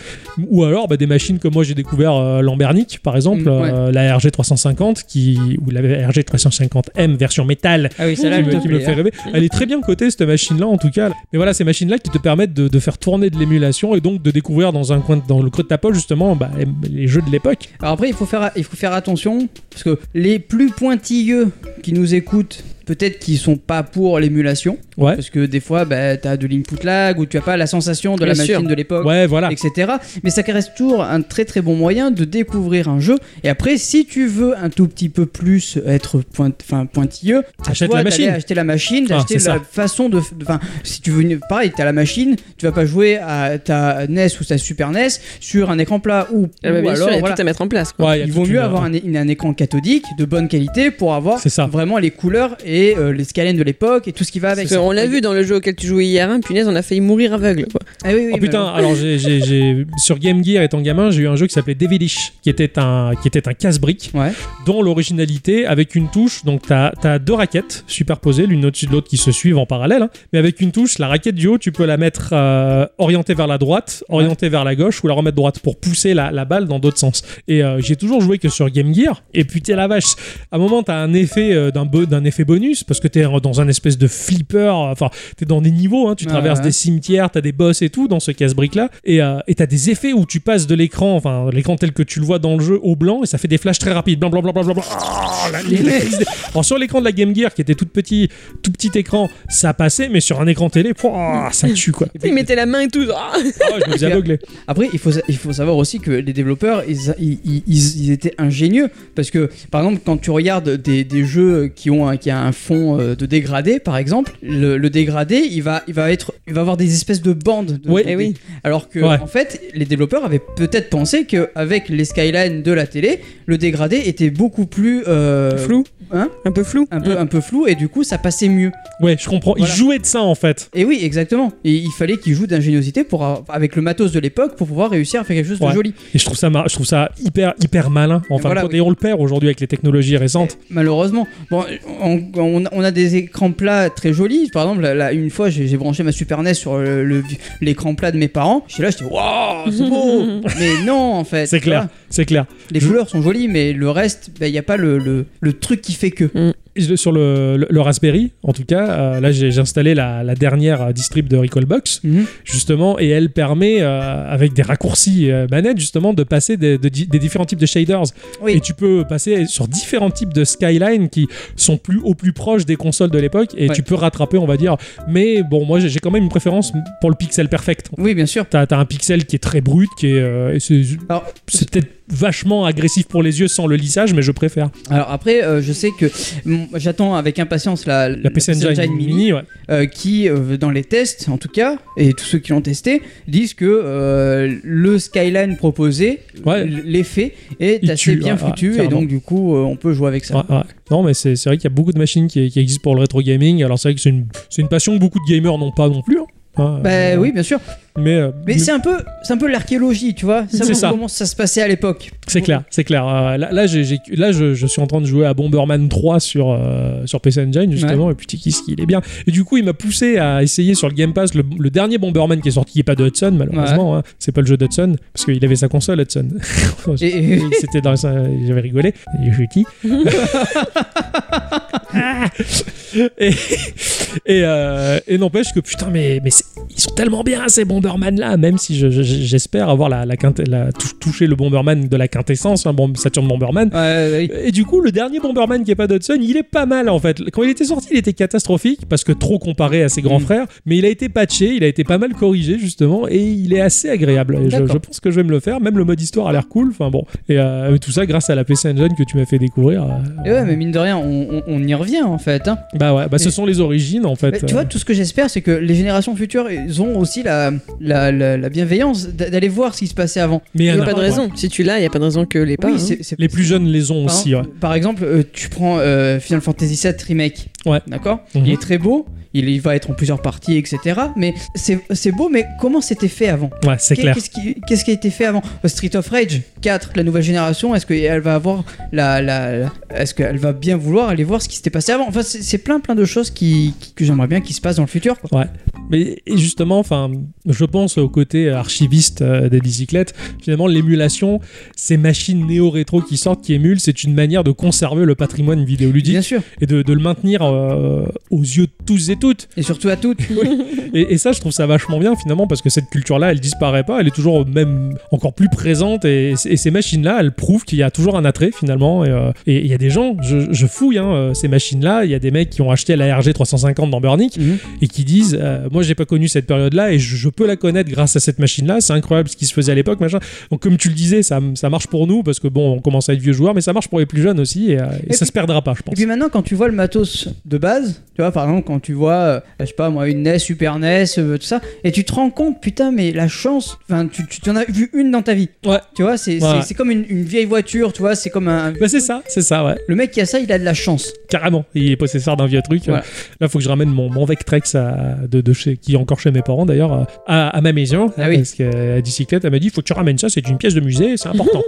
[SPEAKER 1] Ou alors bah, des machines comme moi j'ai découvert euh, Lambernic, par exemple,
[SPEAKER 2] Mm, ouais.
[SPEAKER 1] euh, la RG350, qui, ou la RG350M version métal,
[SPEAKER 2] Ah oui,
[SPEAKER 1] qui,
[SPEAKER 2] celle-là, elle
[SPEAKER 1] me-
[SPEAKER 2] te
[SPEAKER 1] qui me
[SPEAKER 2] plaît,
[SPEAKER 1] fait
[SPEAKER 2] hein.
[SPEAKER 1] rêver. Elle est très bien cotée, cette machine-là, en tout cas. Mais voilà, ces machines-là qui te permettent de, de faire tourner de l'émulation et donc de découvrir dans, un coin, de- dans le creux de ta poche, justement, bah, les- les jeux de l'époque.
[SPEAKER 2] Alors après, il faut, faire, il faut faire attention, parce que les plus pointilleux qui nous écoutent peut-être qu'ils sont pas pour l'émulation.
[SPEAKER 1] Ouais.
[SPEAKER 2] Parce que des fois, bah, t'as de l'input lag ou tu as pas la sensation de la
[SPEAKER 1] Bien
[SPEAKER 2] machine
[SPEAKER 1] sûr.
[SPEAKER 2] de l'époque,
[SPEAKER 1] Ouais, voilà.
[SPEAKER 2] etc. Mais ça reste toujours un très très bon moyen de découvrir un jeu. Et après, si tu veux un tout petit peu plus être point, enfin, pointilleux, à
[SPEAKER 1] Achète
[SPEAKER 2] toi
[SPEAKER 1] la
[SPEAKER 2] d'aller
[SPEAKER 1] machine.
[SPEAKER 2] acheter la machine,
[SPEAKER 1] Ah,
[SPEAKER 2] d'acheter
[SPEAKER 1] c'est
[SPEAKER 2] la
[SPEAKER 1] ça.
[SPEAKER 2] façon de. de- Enfin, si tu veux. une- Pareil, t'as la machine, tu vas pas jouer à ta NES ou ta Super NES sur un écran plat ou.
[SPEAKER 7] Ah bah,
[SPEAKER 2] ou
[SPEAKER 7] bien sûr,
[SPEAKER 2] alors,
[SPEAKER 7] il y a
[SPEAKER 2] voilà.
[SPEAKER 7] tout à mettre en place. Quoi.
[SPEAKER 1] Ouais, Ah, il y a
[SPEAKER 2] Il vaut
[SPEAKER 1] toute
[SPEAKER 2] mieux
[SPEAKER 1] une-
[SPEAKER 2] avoir un, é- un écran cathodique de bonne qualité pour avoir
[SPEAKER 1] C'est ça.
[SPEAKER 2] vraiment les couleurs et euh, les scalènes de l'époque et tout ce qui va avec.
[SPEAKER 7] Parce qu'on l'a
[SPEAKER 2] Et-
[SPEAKER 7] vu dans le jeu auquel tu jouais hier, hein, punaise, on a failli mourir aveugle. quoi.
[SPEAKER 2] Ah oui, oui,
[SPEAKER 1] Oh
[SPEAKER 2] mais
[SPEAKER 1] putain,
[SPEAKER 2] bon.
[SPEAKER 1] alors j'ai, j'ai- j'ai- sur Game Gear étant gamin, j'ai eu un jeu qui s'appelait Devilish, qui était un, qui était un casse-brique,
[SPEAKER 2] Ouais.
[SPEAKER 1] dont l'originalité avec une touche. Donc t'as, t'as deux raquettes superposées, l'une au-dessus de l'autre qui se suivent en parallèle, hein. mais avec une touche, la raquette du haut, tu peux la mettre euh, orientée vers la droite, orientée vers la gauche ou la remettre droite pour pousser la, la balle dans d'autres sens. Et euh, j'ai toujours joué que sur Game Gear, et putain la vache, à un moment, t'as un effet euh, d'un, bo- d'un effet bonus parce que t'es dans un espèce de flipper. Enfin, t'es dans des niveaux. hein, tu
[SPEAKER 2] Ouais,
[SPEAKER 1] traverses
[SPEAKER 2] ouais.
[SPEAKER 1] des cimetières, t'as des boss et tout dans ce casse-brique là. Et euh, et t'as des effets où tu passes de l'écran, enfin l'écran tel que tu le vois dans le jeu, au blanc et ça fait des flashs très rapides. Blanc, blanc, blanc, blanc, blanc. blanc. Oh, la- la- la crise des- Alors sur l'écran de la Game Gear qui était tout petit, tout petit écran, ça passait, mais sur un écran télé, pouah, ça tue quoi.
[SPEAKER 7] Il mettait la main et tout. Ah
[SPEAKER 1] Ah ouais, je me faisais aveugler.
[SPEAKER 2] Après, il faut, sa- il faut savoir aussi que les développeurs, ils, ils- ils- ils- ils étaient ingénieux. Parce que, par exemple, quand tu regardes des, des jeux qui ont un, qui a un fond euh, de dégradé, par exemple, le, le dégradé, il va, il, va être, il va avoir des espèces de bandes. de-
[SPEAKER 1] Oui.
[SPEAKER 2] de-
[SPEAKER 1] Eh oui.
[SPEAKER 2] Alors que,
[SPEAKER 1] Ouais.
[SPEAKER 2] en fait, les développeurs avaient peut-être pensé qu'avec les skylines de la télé, le dégradé était beaucoup plus. euh,
[SPEAKER 7] Flou.
[SPEAKER 2] hein,
[SPEAKER 7] Un peu flou.
[SPEAKER 2] un, peu, un peu flou, et du coup, ça passait mieux.
[SPEAKER 1] Ouais, je comprends.
[SPEAKER 2] Voilà.
[SPEAKER 1] Ils jouaient de ça en fait.
[SPEAKER 2] Et oui, exactement. Et il fallait qu'ils jouent d'ingéniosité pour, a- avec le matos de l'époque pour pouvoir réussir à faire quelque chose
[SPEAKER 1] Ouais.
[SPEAKER 2] de joli.
[SPEAKER 1] Et je trouve ça, mar- je trouve ça hyper, hyper malin. Enfin,
[SPEAKER 2] Voilà,
[SPEAKER 1] compte,
[SPEAKER 2] oui.
[SPEAKER 1] et on le perd aujourd'hui avec les technologies récentes.
[SPEAKER 2] Malheureusement. Bon, on, on- on a des écrans plats très jolis. Par exemple, là, une fois, j'ai j'ai branché ma Super NES sur le- le- l'écran plat de mes parents. J'étais là, j'étais waouh, c'est beau. mais non, en fait.
[SPEAKER 1] C'est
[SPEAKER 2] tu vois.
[SPEAKER 1] clair, c'est clair.
[SPEAKER 2] Les
[SPEAKER 1] Je-
[SPEAKER 2] couleurs sont jolies, mais le reste, ben, il n'y a pas le, le- le truc qui fait que.
[SPEAKER 1] Je- sur le, le- le Raspberry, en tout cas, euh, là j'ai j'ai installé la, la dernière euh, distrib de Recallbox,
[SPEAKER 2] Mhm.
[SPEAKER 1] justement, et elle permet, euh, avec des raccourcis euh, manettes, justement, de passer des, de di- des différents types de shaders.
[SPEAKER 2] Oui.
[SPEAKER 1] Et tu peux passer sur différents types de skyline qui sont plus au plus proche des consoles de l'époque, et
[SPEAKER 2] Ouais.
[SPEAKER 1] tu peux rattraper, on va dire. Mais bon, moi j'ai j'ai quand même une préférence pour le pixel perfect.
[SPEAKER 2] Oui, bien sûr.
[SPEAKER 1] T'as t'as un pixel qui est très brut, qui est, euh, et c'est
[SPEAKER 2] Alors,
[SPEAKER 1] c'est peut-être vachement agressif pour les yeux sans le lissage, mais je préfère.
[SPEAKER 2] alors après, euh, je sais que mm, j'attends avec impatience la,
[SPEAKER 1] La PC Engine, Mini, ouais.
[SPEAKER 2] euh, qui, euh, dans les tests en tout cas, et tous ceux qui l'ont testé, disent que euh, le skyline proposé,
[SPEAKER 1] Ouais.
[SPEAKER 2] l- l'effet, est
[SPEAKER 1] Il
[SPEAKER 2] assez
[SPEAKER 1] tue,
[SPEAKER 2] bien
[SPEAKER 1] ouais, ouais,
[SPEAKER 2] foutu, et
[SPEAKER 1] clairement.
[SPEAKER 2] donc du coup, euh, on peut jouer avec ça.
[SPEAKER 1] Ouais, ouais. Non, mais c'est c'est vrai qu'il y a beaucoup de machines qui, qui existent pour le rétro gaming. Alors, c'est vrai que c'est une, c'est une passion que beaucoup de gamers n'ont pas non plus. hein. Hein,
[SPEAKER 2] Bah
[SPEAKER 1] euh,
[SPEAKER 2] oui, bien sûr.
[SPEAKER 1] Mais, euh,
[SPEAKER 2] Mais,
[SPEAKER 1] mais
[SPEAKER 2] c'est un peu, c'est un peu l'archéologie, tu vois.
[SPEAKER 1] C'est
[SPEAKER 2] Savoir
[SPEAKER 1] ça.
[SPEAKER 2] comment ça se passait à l'époque.
[SPEAKER 1] c'est clair, c'est clair. Euh, là, là, j'ai- j'ai- là, je, je suis en train de jouer à Bomberman 3 sur, euh, sur PC Engine, justement. Et putain, qu'est-ce qu'il est bien. Et du coup, il m'a poussé à essayer sur le Game Pass le, le dernier Bomberman qui est sorti, qui n'est pas de Hudson, malheureusement. hein. C'est pas le jeu d'Hudson, parce qu'il avait sa console, Hudson.
[SPEAKER 2] Et- et-
[SPEAKER 1] Oui, c'était dans ça, j'avais rigolé. Et je dis. Ah et et, euh, et n'empêche que putain, mais, mais c'est- ils sont tellement bien ces Bomberman là, même si je- je- j'espère avoir la, la, quinte- la tou- touché le Bomberman de la quintessence, hein, bon, Saturn Bomberman.
[SPEAKER 2] Ouais, ouais,
[SPEAKER 1] Et du coup, le dernier Bomberman qui est pas Dodson, il est pas mal en fait. Quand il était sorti, il était catastrophique parce que trop comparé à ses grands
[SPEAKER 2] Mm.
[SPEAKER 1] frères, mais il a été patché, il a été pas mal corrigé justement et il est assez agréable. Et Je,
[SPEAKER 2] D'accord.
[SPEAKER 1] je pense que je vais me le faire, même le mode histoire a l'air cool. Enfin bon, et euh, mais tout ça grâce à la PC Engine que tu m'as fait découvrir. euh,
[SPEAKER 2] Et ouais, mais mine de rien, on, on- on y revient en fait. hein.
[SPEAKER 1] Bah ouais, bah ce
[SPEAKER 2] Et-
[SPEAKER 1] sont les origines en fait. euh,
[SPEAKER 2] Mais tu vois, tout ce que j'espère, c'est que les générations futures, ils ont aussi la, la, la- la bienveillance d'a- d'aller voir ce qui se passait avant.
[SPEAKER 1] mais
[SPEAKER 7] Il
[SPEAKER 1] il y
[SPEAKER 7] n'y
[SPEAKER 1] en
[SPEAKER 7] a pas de raison. Si tu l'as, il n'y a pas de raison que les pas.
[SPEAKER 2] Oui,
[SPEAKER 7] hein.
[SPEAKER 2] c'est- c'est-
[SPEAKER 1] Les plus jeunes les ont
[SPEAKER 2] Par,
[SPEAKER 1] aussi. Ouais.
[SPEAKER 2] Hein par exemple, euh, tu prends euh, Final Fantasy VII Remake.
[SPEAKER 1] Ouais.
[SPEAKER 2] D'accord
[SPEAKER 1] Mhm.
[SPEAKER 2] Il est très beau, il, il va être en plusieurs parties, etc. Mais c'est c'est beau, mais comment c'était fait avant
[SPEAKER 1] Ouais, c'est
[SPEAKER 2] Qu'est-
[SPEAKER 1] clair.
[SPEAKER 2] Qu'est-ce qui, qu'est-ce qui a été fait avant Street of Rage 4, la nouvelle génération, est-ce qu'elle va avoir la. la, la- est-ce qu'elle va bien vouloir aller voir ce qui s'était passé avant Enfin, c'est c'est plein, plein de choses qui, qui- que j'aimerais bien qui se passent dans le futur. quoi.
[SPEAKER 1] Mais et justement, enfin, je pense au côté archiviste euh, des bicyclettes. Finalement, l'émulation, ces machines néo-rétro qui sortent, qui émulent, c'est une manière de conserver le patrimoine vidéoludique
[SPEAKER 2] Bien sûr.
[SPEAKER 1] et de, de le maintenir euh, euh, aux yeux de tous et toutes.
[SPEAKER 2] Et surtout à toutes.
[SPEAKER 1] Et, et ça, je trouve ça vachement bien finalement parce que cette culture-là, elle disparaît pas, elle est toujours même encore plus présente et, et ces machines-là, elles prouvent qu'il y a toujours un attrait finalement. Et euh, et il y a des gens, je, je fouille hein, euh, ces machines-là, il y a des mecs qui ont acheté la RG 350 dans Burnick
[SPEAKER 2] Mhm.
[SPEAKER 1] et qui disent, euh, moi j'ai pas connu cette période-là et je, je peux la connaître grâce à cette machine-là, c'est incroyable ce qui se faisait à l'époque, machin. Donc comme tu le disais, ça, ça marche pour nous parce que bon, on commence à être vieux joueurs, mais ça marche pour les plus jeunes aussi et, euh, et
[SPEAKER 2] Et
[SPEAKER 1] ça
[SPEAKER 2] puis-
[SPEAKER 1] se perdra pas, je
[SPEAKER 2] Et
[SPEAKER 1] pense.
[SPEAKER 2] puis maintenant, quand tu vois le matos de base, tu vois, par exemple, quand tu vois, euh, je sais pas moi, une NES, Super NES, euh, tout ça, et tu te rends compte, putain, mais la chance, enfin, tu, tu en as vu une dans ta vie.
[SPEAKER 1] Ouais.
[SPEAKER 2] Tu vois, c'est
[SPEAKER 1] Ouais,
[SPEAKER 2] c'est-
[SPEAKER 1] ouais.
[SPEAKER 2] c'est comme une, une vieille voiture, tu vois, c'est comme un.
[SPEAKER 1] Bah c'est ça, c'est ça, ouais.
[SPEAKER 2] Le mec qui a ça, il a de la chance.
[SPEAKER 1] Carrément, il est possesseur d'un vieux truc.
[SPEAKER 2] Voilà.
[SPEAKER 1] Là, faut que je ramène mon, mon Vectrex à- de, de chez, qui est encore chez mes parents d'ailleurs, euh, à, à ma maison.
[SPEAKER 2] Ah oui.
[SPEAKER 1] Parce que euh, la bicyclette, elle m'a dit faut que tu ramènes ça, c'est une pièce de musée, c'est important.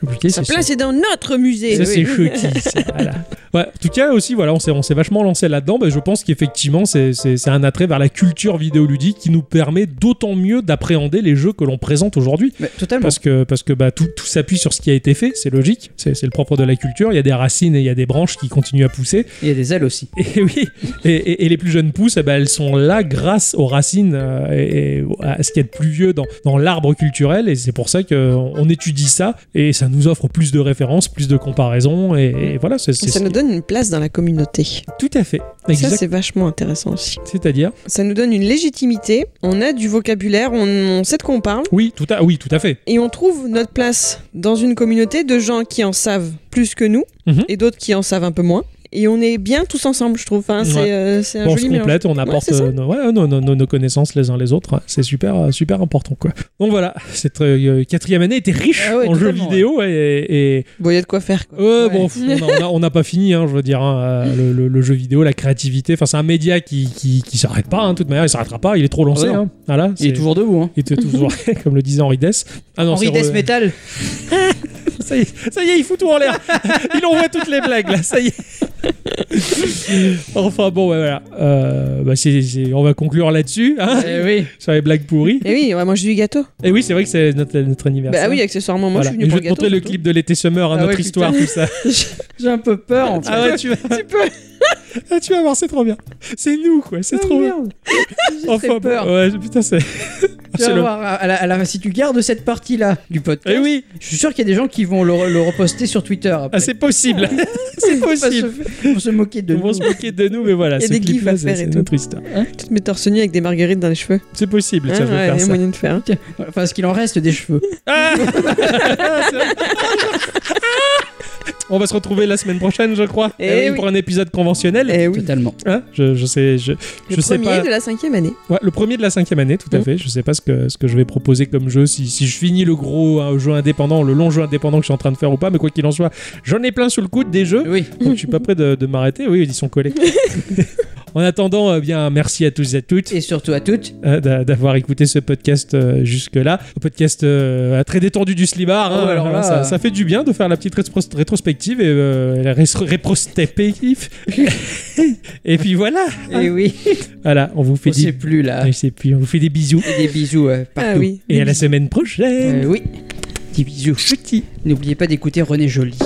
[SPEAKER 1] Compliqué,
[SPEAKER 7] Sa place est dans notre musée.
[SPEAKER 1] Ça, c'est
[SPEAKER 7] Oui.
[SPEAKER 1] choqué. ça, voilà. Ouais, en tout cas, aussi, voilà, on s'est, on s'est vachement lancé là-dedans. Bah, je pense qu'effectivement, c'est, c'est- c'est un attrait vers la culture vidéoludique qui nous permet d'autant mieux d'appréhender les jeux que l'on présente aujourd'hui.
[SPEAKER 2] Mais totalement.
[SPEAKER 1] Parce que, parce que bah, tout, tout s'appuie sur ce qui a été fait, c'est logique, c'est, c'est le propre de la culture. Il y a des racines et il y a des branches qui continuent à pousser.
[SPEAKER 2] Il y a des ailes aussi.
[SPEAKER 1] Et oui, et, et- et les plus jeunes pousses, eh ben, elles sont là grâce aux racines euh, et, et à ce qu'il y a de plus vieux dans, dans l'arbre culturel. Et c'est pour ça qu'on on étudie ça et ça nous offre plus de références, plus de comparaisons. Et, et voilà, c'est c'est-
[SPEAKER 7] Ça nous donne une place dans la communauté.
[SPEAKER 1] tout à fait.
[SPEAKER 7] Ça,
[SPEAKER 1] Exact.
[SPEAKER 7] c'est vachement intéressant aussi.
[SPEAKER 1] C'est-à-dire
[SPEAKER 7] Ça nous donne une légitimité, on a du vocabulaire, on, on sait de quoi on parle,
[SPEAKER 1] oui tout, à, oui, tout à fait.
[SPEAKER 7] et on trouve notre place dans une communauté de gens qui en savent plus que nous,
[SPEAKER 1] Mhm.
[SPEAKER 7] et d'autres qui en savent un peu moins. Et on est bien tous ensemble, je trouve. Enfin,
[SPEAKER 1] Ouais.
[SPEAKER 7] c'est, euh, c'est un
[SPEAKER 1] on se
[SPEAKER 7] joli mélange.
[SPEAKER 1] complète, on
[SPEAKER 7] Ouais,
[SPEAKER 1] apporte
[SPEAKER 7] c'est ça.
[SPEAKER 1] euh, nos, ouais, nos- nos- nos- nos connaissances les uns les autres. C'est super, euh, super important. Quoi. Donc voilà, cette euh, quatrième année était riche
[SPEAKER 2] Ah ouais,
[SPEAKER 1] en jeux
[SPEAKER 2] totalement,
[SPEAKER 1] vidéo et, et-
[SPEAKER 7] Bon, il y a de quoi faire. Quoi.
[SPEAKER 1] Euh,
[SPEAKER 2] Ouais.
[SPEAKER 1] bon, pff, on a- on a- on n'a pas fini, hein, je veux dire, hein, euh, le, le- le jeu vidéo, la créativité, enfin c'est un média qui, qui, qui s'arrête pas, hein, de toute manière, il s'arrêtera pas, il est trop lancé.
[SPEAKER 2] Ah non.
[SPEAKER 1] hein. Voilà,
[SPEAKER 2] Il est
[SPEAKER 1] c'est-
[SPEAKER 2] toujours debout, hein.
[SPEAKER 1] il était toujours, comme le disait Henri Dess. Ah non,
[SPEAKER 2] Henri
[SPEAKER 1] c'est re-
[SPEAKER 2] Death Metal.
[SPEAKER 1] Ça y, est, ça y est, il fout tout en l'air. il envoie toutes les blagues là, ça y est. enfin bon, ouais, voilà. Euh, bah, c'est- c'est- on va conclure là-dessus, hein,
[SPEAKER 2] Eh oui.
[SPEAKER 1] sur les blagues pourries.
[SPEAKER 7] Et Eh oui, ouais, moi j'ai du gâteau.
[SPEAKER 1] Et oui, c'est vrai que c'est notre, notre
[SPEAKER 7] Bah
[SPEAKER 1] anniversaire.
[SPEAKER 7] ah oui, accessoirement, moi
[SPEAKER 1] Voilà.
[SPEAKER 7] je suis
[SPEAKER 1] Et
[SPEAKER 7] venu
[SPEAKER 1] je
[SPEAKER 7] pour le
[SPEAKER 1] vais te
[SPEAKER 7] gâteau.
[SPEAKER 1] montrer le clip de l'été summer, hein,
[SPEAKER 2] Ah
[SPEAKER 1] notre
[SPEAKER 2] ouais,
[SPEAKER 1] histoire,
[SPEAKER 2] putain.
[SPEAKER 1] tout ça.
[SPEAKER 2] J'ai un peu peur en fait.
[SPEAKER 1] Ah ouais, tu vas,
[SPEAKER 7] Tu peux.
[SPEAKER 1] Ah, tu vas voir, c'est trop bien. C'est nous, quoi. C'est
[SPEAKER 2] Ah,
[SPEAKER 1] trop bien.
[SPEAKER 2] merde. J'ai très
[SPEAKER 1] Enfin,
[SPEAKER 2] peur.
[SPEAKER 1] ouais, putain, c'est. Ah,
[SPEAKER 2] Tu vas
[SPEAKER 1] c'est le-
[SPEAKER 2] voir, à la- à la- si tu gardes cette partie-là du podcast,
[SPEAKER 1] Eh oui,
[SPEAKER 2] je suis sûr qu'il y a des gens qui vont le, le reposter sur Twitter. Après.
[SPEAKER 1] ah, c'est possible. c'est
[SPEAKER 2] Pour pas
[SPEAKER 1] possible.
[SPEAKER 2] se- Pour se moquer de
[SPEAKER 1] Ils vont
[SPEAKER 2] nous.
[SPEAKER 1] se moquer de nous, mais voilà,
[SPEAKER 7] Il y a
[SPEAKER 1] ce
[SPEAKER 7] des gifs
[SPEAKER 1] clip-là,
[SPEAKER 7] à
[SPEAKER 1] c'est
[SPEAKER 7] faire et
[SPEAKER 1] c'est
[SPEAKER 7] tout.
[SPEAKER 1] notre histoire.
[SPEAKER 7] Tu te mets torse nu avec des marguerites dans les cheveux.
[SPEAKER 1] C'est possible,
[SPEAKER 7] Hein,
[SPEAKER 1] tiens, je vais
[SPEAKER 7] ouais,
[SPEAKER 1] faire
[SPEAKER 7] il y a
[SPEAKER 1] ça.
[SPEAKER 7] moyen de faire.
[SPEAKER 2] Tiens, Enfin, ce qu'il en reste des cheveux.
[SPEAKER 1] Ah C'est vrai. Ah On va se retrouver la semaine prochaine, je crois,
[SPEAKER 7] Eh
[SPEAKER 1] euh,
[SPEAKER 7] oui.
[SPEAKER 1] pour un épisode conventionnel.
[SPEAKER 7] Eh oui.
[SPEAKER 2] Totalement.
[SPEAKER 1] Hein je, je sais, je,
[SPEAKER 7] Le
[SPEAKER 1] je sais
[SPEAKER 7] premier
[SPEAKER 1] pas.
[SPEAKER 7] de la cinquième année.
[SPEAKER 1] Ouais, le premier de la cinquième année, tout à
[SPEAKER 7] Mhm.
[SPEAKER 1] fait. Je sais pas ce que, ce que je vais proposer comme jeu, si, si je finis le gros hein, jeu indépendant, le long jeu indépendant que je suis en train de faire ou pas, mais quoi qu'il en soit, j'en ai plein sous le coude des jeux.
[SPEAKER 2] Oui.
[SPEAKER 1] Donc je suis pas prêt de, de m'arrêter. Oui, ils sont collés. en attendant, eh bien, merci à tous et à toutes
[SPEAKER 2] Et surtout à toutes.
[SPEAKER 1] euh, d'a- d'avoir écouté ce podcast euh, jusque-là. Un podcast euh, très détendu du slibard. hein.
[SPEAKER 2] Oh, alors là,
[SPEAKER 1] ça,
[SPEAKER 2] euh.
[SPEAKER 1] ça fait du bien de faire la petite rétros- rétrospective et euh, la ré- rétrospective. et puis voilà.
[SPEAKER 7] Ah.
[SPEAKER 2] Et oui.
[SPEAKER 1] Voilà, on vous fait
[SPEAKER 2] On sait
[SPEAKER 1] des...
[SPEAKER 2] plus là.
[SPEAKER 1] Et puis on vous fait des bisous.
[SPEAKER 2] Et des bisous euh, partout.
[SPEAKER 7] Ah oui.
[SPEAKER 1] Et à la semaine prochaine.
[SPEAKER 2] Euh, oui. Des bisous. N'oubliez pas d'écouter René Joly.